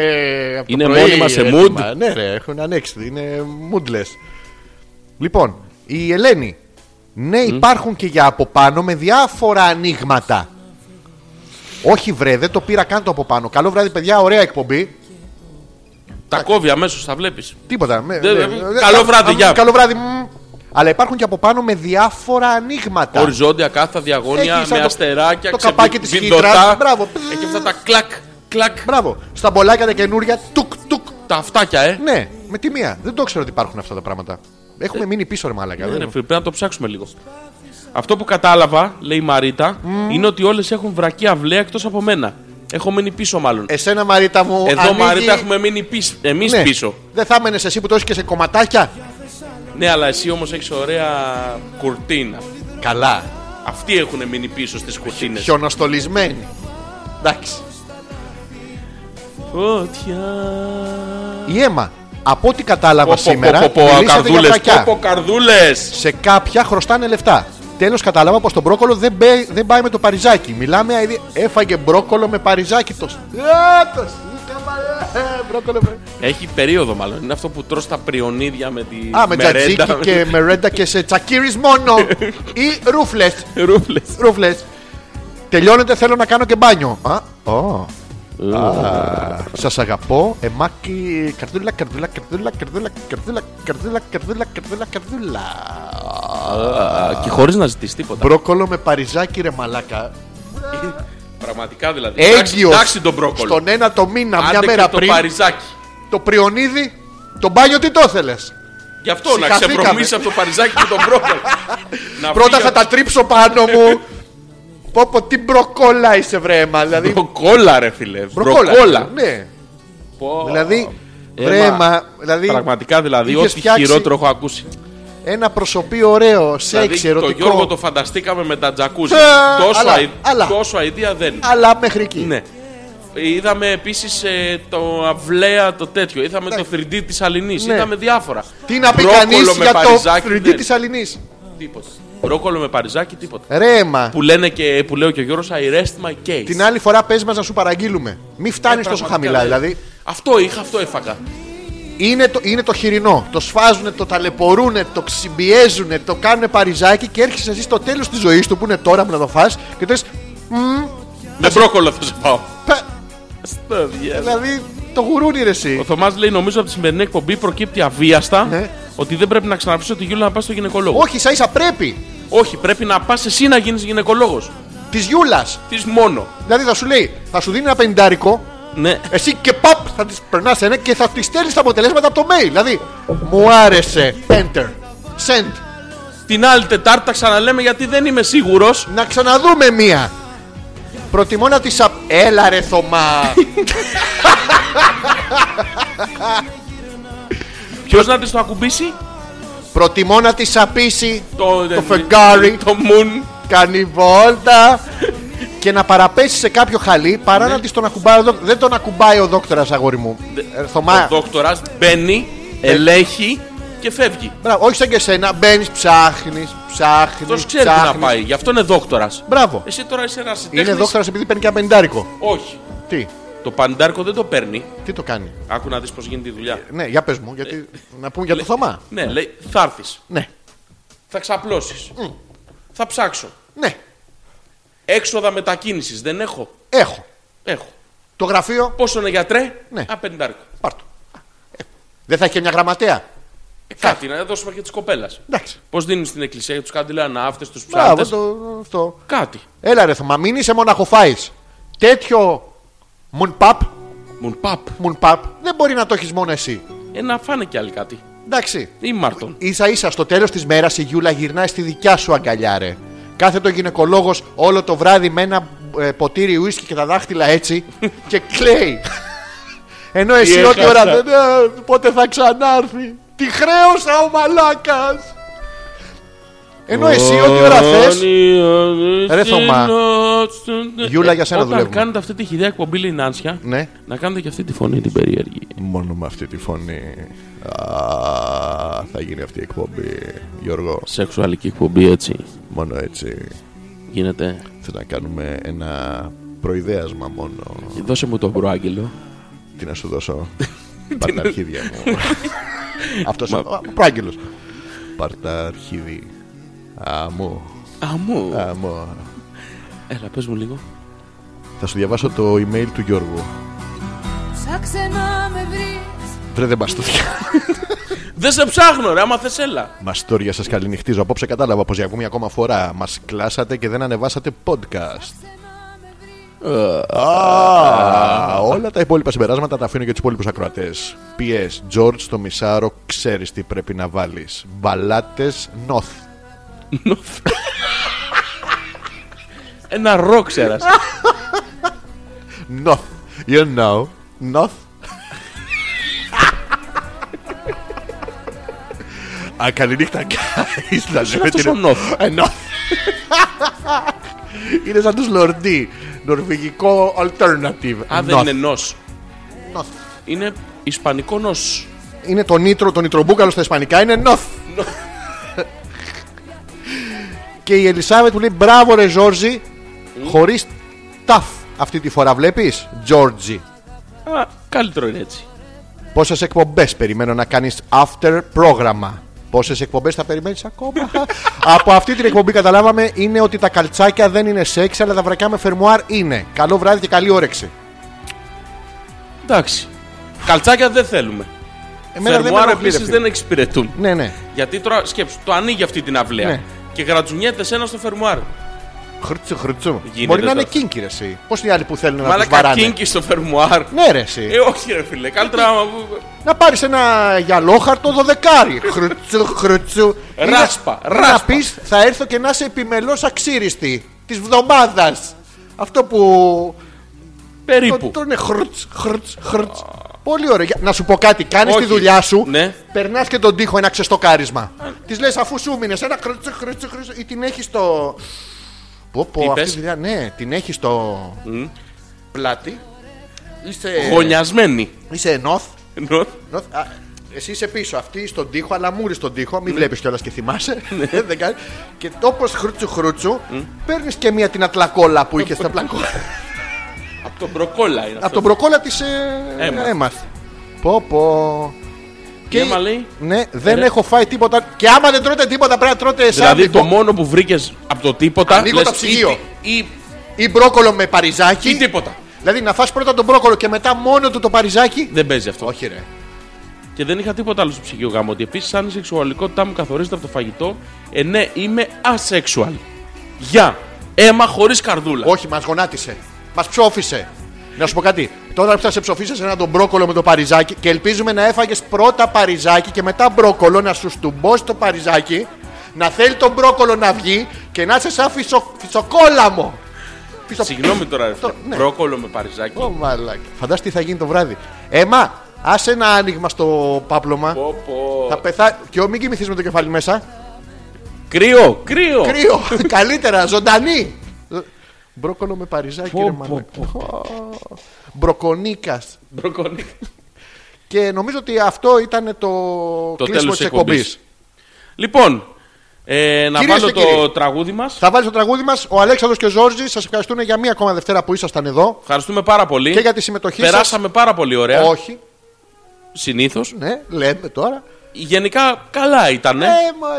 από το
Είναι
πρωί
μόνιμα σε
έτοιμα. Ναι, ρε, έχουν ανέξει. Είναι moodless. Λοιπόν, η Ελένη. Ναι, υπάρχουν και για από πάνω με διάφορα ανοίγματα. Όχι, βρε, δεν το πήρα καν το από πάνω. Καλό βράδυ, παιδιά, ωραία εκπομπή.
Τα κόβει αμέσως, τα βλέπεις.
Τίποτα. με-
Δεν-
ναι,
καλό
ναι, α-
βράδυ,
α-
γεια.
Καλό βράδυ. μμ. Αλλά υπάρχουν και από πάνω με διάφορα ανοίγματα.
Οριζόντια, κάθα, διαγώνια,
Έχει σαν
με
το-
αστεράκια,
το
ξεβι-
καπάκι της
βινδωτά.
χύτρας, μπράβο.
Έχει αυτά τα κλακ, κλακ,
Μπρavo. Στα μπολάκια τα καινούρια, τουκ, τουκ.
τα αυτάκια, ε.
Ναι, με τη μία. Δεν το ξέρω ότι υπάρχουν αυτά τα πράγματα. Έχουμε μείνει πίσω, ρε Μαλάκα.
Ναι,
δεν-
ρε, φίλε, πρέπει να το ψάξουμε λίγο. Αυτό που κατάλαβα, λέει η Μαρίτα, είναι ότι όλες έχουν βρακεί αυλαία εκτός από μένα. Έχω μείνει πίσω, μάλλον.
Εσένα, Μαρίτα μου.
Εδώ,
ανοίγει-
Μαρίτα, έχουμε μείνει πίσω. Εμεί
Ε, Ναι.
πίσω.
Δεν θα έμενε εσύ που το έχεις και σε κομματάκια.
Ναι, αλλά εσύ όμως έχεις ωραία κουρτίνα.
Καλά.
Αυτοί έχουν μείνει πίσω στις κουρτίνες.
Χιονοστολισμένη. Εντάξει.
Φωτιά.
Η αίμα, από ό,τι κατάλαβα
Πω, πω,
σήμερα,
πω, πω, πω,
μιλήσατε για
καρδούλες.
βρακιά.
Πω, πω, καρδούλες.
Σε κάποια χρωστάνε λεφτά. Τέλος, κατάλαβα πως το μπρόκολο δεν, μπε- δεν πάει με το παριζάκι. Μιλάμε, αηδι- έφαγε μπρόκολο με παριζάκι. Το σ- Α, το σ- ε, μπρόκολο με-
Έχει περίοδο μάλλον. Είναι αυτό που τρως τα πριονίδια με τη
Α, με
μερέντα.
τζατζίκι και μερέντα και σε τσακίρις μόνο. Ή ρούφλες.
Ρούφλες.
Ρούφλες. Τελειώνεται, θέλω να κάνω και μπάνιο. Α, ω. Σας αγαπώ, εμάκι. Καρδούλα, καρδούλα, καρδούλα, καρδούλα, καρδούλα, καρδούλα, καρδούλα, καρδούλα, καρδούλα.
Α, Και χωρίς να ζητήσεις τίποτα.
Μπρόκολο με παριζάκι, ρε μαλάκα.
Πραγματικά δηλαδή. Εντάξει-
Έγκυος.
Εντάξει τον πρόκολο.
Στον ένα το μήνα,
Άντε
μια
και
μέρα
το
πριν.
παριζάκι.
Το πριονίδι, το μπάνιο τι το ήθελε.
Γι' αυτό να
Συγχαθήκαμε.
ξεπρομίσει από το παριζάκι και τον
<laughs>
πρόκολο. Να
Πρώτα
φύγει
θα
από
τα τρίψω πάνω
<laughs>
μου. Πω πω τι μπροκόλα είσαι βρέμα. Δηλαδή.
Μπροκόλα, ρε φίλε.
Μπροκόλα.
Μπροκόλα.
Ναι.
Πω.
Δηλαδή.
Έμα.
Βρέμα. Δηλαδή
Πραγματικά δηλαδή,
Είχες
ό,τι
φτιάξει-
χειρότερο έχω ακούσει.
ένα προσωπεί ωραίο, σεξ,
Δηλαδή, το Γιώργο το
ερωτικό.
φανταστήκαμε με τα τζακούζι.
Ε,
Τόσο
αλλά,
αη-
αλλά.
Τόσο αηδία δεν.
Αλλά μέχρι εκεί.
Ναι. Είδαμε επίσης το αυλαία το τέτοιο. Είδαμε το 3D της Αλληνής.
Ναι.
Είδαμε διάφορα.
Τι να πει
Μπρόκολο
κανείς
με
για το
παριζάκι, ναι.
3D
δεν.
της Αλληνής.
Τίποτα. Μπρόκολο με παριζάκι, τίποτα.
Ρέμα.
Που, λένε και, που λέει και ο Γιώργος, I rest my case.
Την άλλη φορά πες μας να σου παραγγείλουμε. Μη φτάνεις τόσο
Ε, Πραγματικά, ναι.
χαμηλά. Δηλαδή
Αυτό είχα, αυτό έφαγα.
είναι το, είναι το χοιρινό. Το σφάζουνε, το ταλαιπωρούνε, το ξυμπιέζουνε, το κάνουνε παριζάκι και έρχεσαι εσύ στο τέλος της ζωής του που είναι τώρα που να το φας και το λες, «Μμμ,
με μπρόκολο θα σε πάω.
πα»,
Στο διάλογο.
Δηλαδή το γουρούνι ρε
Ο
εσύ.
Θωμάς λέει: Νομίζω από τη σημερινή εκπομπή προκύπτει αβίαστα
Ναι.
ότι δεν πρέπει να ξαναπείς ότι Γιούλα να πας στο γυναικολόγο.
Όχι, σα ίσα πρέπει.
Όχι, πρέπει να πας εσύ να γίνεις γυναικολόγος.
Της Γιούλας.
Της μόνο.
Δηλαδή θα σου λέει, θα σου δίνει ένα πεντάρικο,
Ναι.
εσύ και παπ θα της περνάς ένα και θα της στέλνεις τα αποτελέσματα από το mail. Δηλαδή, μου άρεσε. Enter. Send.
Την άλλη Τετάρτη τα ξαναλέμε γιατί δεν είμαι σίγουρος.
Να ξαναδούμε μία. Προτιμώ να της απ... Έλα ρε Θωμά.
Ποιος να της το ακουμπήσει,
Προτιμώ να της σαπίσει
Το, ε,
το φεγγάρι,
Το Moon.
κάνει βόλτα και να παραπέσει σε κάποιο χαλί παρά
Ναι.
να της τον ακουμπάει ο δόκτωρα. Δεν τον ακουμπάει ο δόκτωρας, αγόρι μου. Ε, Θωμά,
Ο δόκτορα μπαίνει,
Ναι.
ελέγχει και φεύγει.
Μπράβο, όχι σαν και εσένα, μπαίνεις, ψάχνεις, ψάχνεις.
Αυτός ξέρει τι να πάει. Γι' αυτό είναι δόκτορα.
Μπράβο.
Εσύ τώρα είσαι ένας τέχνης.
Είναι δόκτωρας επειδή παίρνει και ένα πεντάρικο.
Όχι.
Τι,
Το παντάρκο δεν το παίρνει.
τι το κάνει.
Άκου να δεις πώς γίνεται η δουλειά.
Ναι, για πες μου, γιατί να πούμε για το
Ε, Λε-
Θωμά.
Ναι, λέει, θα έρθεις.
Ναι,
Θα ξαπλώσεις. Θα ψάξω.
ναι,
Έξοδα μετακίνησης δεν έχω.
έχω.
Έχω.
Το γραφείο,
Πόσο είναι γιατρέ,
Ναι.
Α, πεντάρκο.
πάρτο. Δεν θα έχει και μια γραμματέα.
Ε, Κάτι να δώσουμε και της κοπέλας.
Εντάξει.
Πώς δίνεις στην εκκλησία για τους καντιλανάφτε, του ψάρτε.
Ναι. Μπράβο, το, αυτό.
Κάτι.
Έλα ρε Θωμά, μην είσαι μοναχοφάης. Τέτοιο μουνπαπ,
Μουν παπ.
μουνπαπ, δεν μπορεί να το έχεις μόνο εσύ.
Ε, να φάνε κι άλλοι κάτι.
Εντάξει.
Ή Μάρτον.
Ίσα ίσα στο τέλος της μέρας η Γιούλα γυρνάει στη δικιά σου αγκαλιά ρε. Κάθε το γυναικολόγος όλο το βράδυ με ένα ε, ποτήρι ουίσκι και τα δάχτυλα έτσι και κλαίει. Ενώ εσύ ό,τι ώρα δεν... ε, πότε θα ξανάρθει. Τη χρέωσα ο μαλάκας. Ενώ εσύ ό,τι ώρα θες... Ρε Θωμά. Γιούλα, για σένα
Ε, Όταν
δουλεύουμε.
κάνετε αυτή τη χιδέα εκπομπή, λέει η Νάνσια,
Ναι.
να κάνετε και αυτή τη φωνή την περίεργη.
Μόνο με αυτή τη φωνή θα γίνει αυτή η εκπομπή, Γιώργο.
Σεξουαλική εκπομπή έτσι
Μόνο έτσι.
γίνεται.
Θέλω να κάνουμε ένα προειδέασμα μόνο.
Δώσε μου τον προάγγελο.
Τι να σου δώσω. Πάρ' τα αρχίδια μου. Αυτός είναι ο προάγγελος. Πάρ' τα αρχίδι. Αμό,
Αμού.
αμό.
Έλα, πες μου λίγο.
Θα σου διαβάσω το email του Γιώργου.
Ψάξε να με βρεις
Βρε δεν μαστούρια.
Δεν σε ψάχνω, ρε, άμα θες έλα.
Μαστούρια σας καληνυχτίζω. Απόψε κατάλαβα πως για ακόμη ακόμα φορά μας κλάσατε και δεν ανεβάσατε podcast. Ε, Α, όλα τα υπόλοιπα συμπεράσματα τα αφήνω για τους υπόλοιπους ακροατές. PS, George το μισάρο, ξέρεις τι πρέπει να βάλεις. Μπαλάτες, νοθ.
Ένα ρο
<laughs>
ξέρας.
Νοθ. You know. Νοθ. Α, καληνύχτα, guys. Να ζούμε
αυτός
την-
ο νοθ?
Ε, νοθ. Είναι σαν τους Λορντί. Νορβηγικό alternative.
Α, δεν
Νοθ.
είναι νος.
Νόθ.
Είναι ισπανικό νος.
Είναι το νήτρο, το νητρομπούκαλο στα ισπανικά είναι Νόθ. και η Ελισάβετ που λέει μπράβο ρε Ζόρζι, χωρίς ταφ. Αυτή τη φορά βλέπεις, Τζόρτζι.
Α, καλύτερο είναι έτσι.
Πόσες εκπομπές περιμένω να κάνεις after πρόγραμμα. Πόσες εκπομπές θα περιμένεις
<laughs>
ακόμα. Από αυτή την εκπομπή καταλάβαμε είναι ότι τα καλτσάκια δεν είναι σεξ, αλλά τα βρακιά με φερμουάρ είναι. Καλό βράδυ και καλή όρεξη.
Εντάξει. Καλτσάκια δεν θέλουμε.
Εμένα δεν με
Φερμουάρ
ενοχλεί, ρε
επίσης
φίλε.
δεν εξυπηρετούν.
Ναι, ναι.
Γιατί τώρα σκέψου, το ανοίγει αυτή την αυλαία.
Ναι.
Και γρατζουνιέται σένα στο φερμουάρ.
Χρουτσου, χρουτσου.
Γίνεται
Μπορεί να είναι
αυτός.
κίνκι, ρε, εσύ. Πώς οι άλλοι που θέλουν να του
Μαλάκα
βαράνε.
κίνκι στο φερμουάρ.
Ναι, ρε, εσύ.
Ε, όχι, ρε φίλε. Καλύτερα. άμα-
Να πάρεις ένα γυαλόχαρτο δωδεκάρι. χρουτσου, χρουτσου. Ή να-
Ε, Ράσπα,
Να
ράσπα.
πεις θα έρθω και να είσαι επιμελώς αξίριστη της βδομάδας. Αυτό που
Περίπου.
Το, το είναι χρτς, χρτς, χρτς. Πολύ ωραία. Για- Να σου πω κάτι. Κάνεις
Όχι.
τη δουλειά σου.
Ναι.
Περνάς και τον τοίχο ένα ξεστοκάρισμα. Της λες αφού σου μείνες ένα χρτς, χρτς, χρτς, ή την έχεις το. Πω, πω,
Τι
αυτή
είπες?
τη δουλειά. Ναι, την έχεις το. Πλάτη. Είσαι.
Γωνιασμένη.
Είσαι ενώθ.
Νο-
ενώθ- α, Εσύ είσαι πίσω, αυτή στον τοίχο, αλλά μουρι στον τοίχο. Μην βλέπεις κιόλας και θυμάσαι.
Ναι.
<laughs> Δεν κάνει. Και όπω χρούτσου χρούτσου, παίρνεις και μία την ατλακόλα που είχες στα πλακόλα.
Από τον Μπροκόλα είναι
Από
αυτό.
τον προκόλα τη
Έμαθ.
ε, έμαθ. Πω πω.
Και άμα λέει.
Ναι, δεν
Ρε.
έχω φάει τίποτα. Και άμα δεν τρώτε τίποτα, πρέπει να τρώτε εσά. λοιπόν,
Δηλαδή το μόνο που βρήκες από το τίποτα.
Ανοίγω
λες,
το ψυγείο.
Ή, ή,
Ή μπρόκολο με παριζάκι.
ή τίποτα.
Δηλαδή να φας πρώτα τον μπρόκολο και μετά μόνο του το παριζάκι.
Δεν παίζει αυτό.
Όχι, ρε.
Και δεν είχα τίποτα άλλο στο ψυγείο γάμο. Ότι επίσης, αν η σεξουαλικότητά μου καθορίζεται από το φαγητό, ε, ναι, είμαι asexual. Γεια. Αίμα χωρίς καρδούλα.
Όχι, μας γονάτισε. Μας ψόφισε. Να σου πω κάτι. Τώρα που θα σε ψοφίσει έναν τον μπρόκολο με το παριζάκι και ελπίζουμε να έφαγες πρώτα παριζάκι και μετά μπρόκολο να σου στουμπώσει το παριζάκι, να θέλει τον μπρόκολο να βγει και να είσαι σαν φυσο... φυσοκόλαμο. Φυσο-
Συγγνώμη τώρα, ρε.
Το-
φίλε.
ναι.
Μπρόκολο με παριζάκι.
Ω, μαλάκα. Φαντάσου τι θα γίνει το βράδυ. Έμα, άσε ένα άνοιγμα στο πάπλωμα.
Πω, πω.
Θα πεθά... Και ο, μην κοιμηθείς με το κεφάλι μέσα.
Κρύο, κρύο.
Κρύο. Καλύτερα, ζωντανή. Μπρόκολο με παριζάκι,
Πω,
ρε
πω,
μαλάκα. Μπροκονίκα.
Μπροκολί.
Και νομίζω ότι αυτό ήταν το,
Το
κλείσιμο
τέλος
της εκπομπής.
εκπομπής. Λοιπόν, ε, να
Κυρίες
βάλω
και
το
κύριοι.
τραγούδι μας.
Θα βάλεις το τραγούδι μας. Ο Αλέξανδρος και ο Ζόρζη σας ευχαριστούν για μία ακόμα Δευτέρα που ήσασταν εδώ
Ευχαριστούμε πάρα πολύ.
και για τη συμμετοχή σας.
Περάσαμε πάρα πολύ ωραία.
Όχι,
Συνήθως.
ναι, λέμε τώρα.
Γενικά καλά ήταν.
Ε, μωρέ,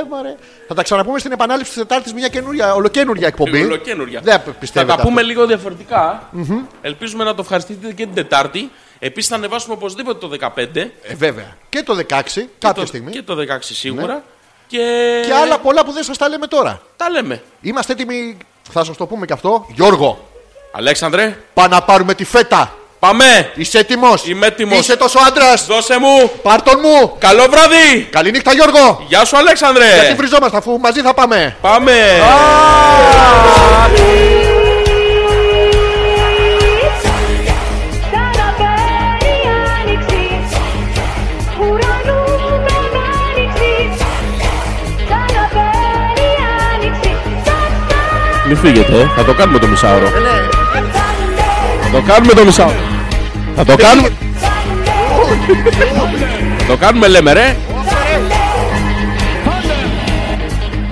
ε, μωρέ. Θα τα ξαναπούμε στην επανάληψη της Τετάρτης μια καινούργια, ολοκένουργια εκπομπή.
Ολοκένουργια.
Δεν πιστεύετε.
Ε, Θα τα
αυτό.
πούμε λίγο διαφορετικά. Ελπίζουμε να το ευχαριστείτε και την Τετάρτη. Επίσης θα ανεβάσουμε οπωσδήποτε το 15.
Ε, βέβαια. Και το 16, κάποια
το,
στιγμή.
Και
Και...
το 16 σίγουρα. Και...
άλλα πολλά που δεν σας τα λέμε τώρα.
Τα λέμε.
Είμαστε έτοιμοι, θα σας το πούμε και αυτό. Γιώργο,
Αλέξανδρε,
πάμε να πάρουμε τη φέτα.
πάμε!
Είσαι έτοιμος.
Είμαι έτοιμος.
Είσαι τόσο άντρας.
Δώσε μου!
Πάρτον μου.
Καλό βράδυ!
Καληνύχτα, Γιώργο.
Γεια σου Αλέξανδρε!
Γιατί βριζόμαστε αφού μαζί θα πάμε.
Πάμε!
Σαραπέρι άνοιξη, ουρανού προμάνοιξη. Σαραπέρι άνοιξη, σαν
Μην φύγετε, ε. θα το κάνουμε το μισάωρο.
σαν
Το κάνουμε το μισάωρο. Θα το κάνουμε. Το κάνουμε λέμε ρε.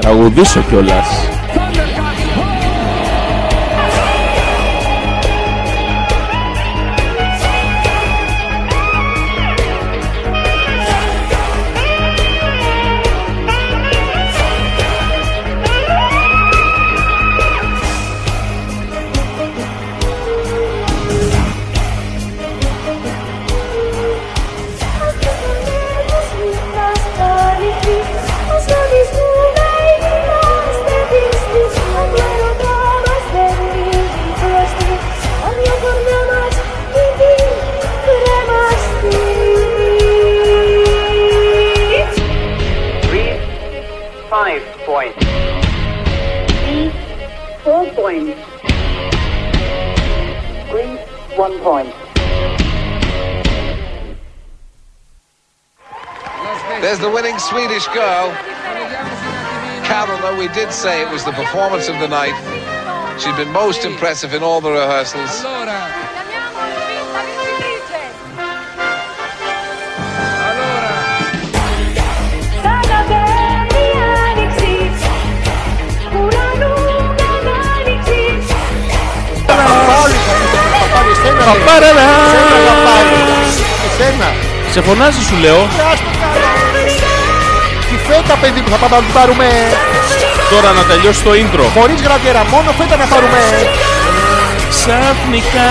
Τραγουδίσω κιόλα.
Three, five points. Three, four points. Three, one point.
There's the winning Swedish girl. Carol, though we did say it was the performance of the night, she'd been most impressive in all the rehearsals.
La mia colpita vittrice
Παραρα.
Εσένα.
Σε φωνάζει σου λέω.
Τη φέτα, παιδί μου, θα πάμε να την πάρουμε.
Τώρα να τελειώσει το intro.
Χωρίς γραβιέρα, μόνο φέτα να πάρουμε.
Ξαφνικά.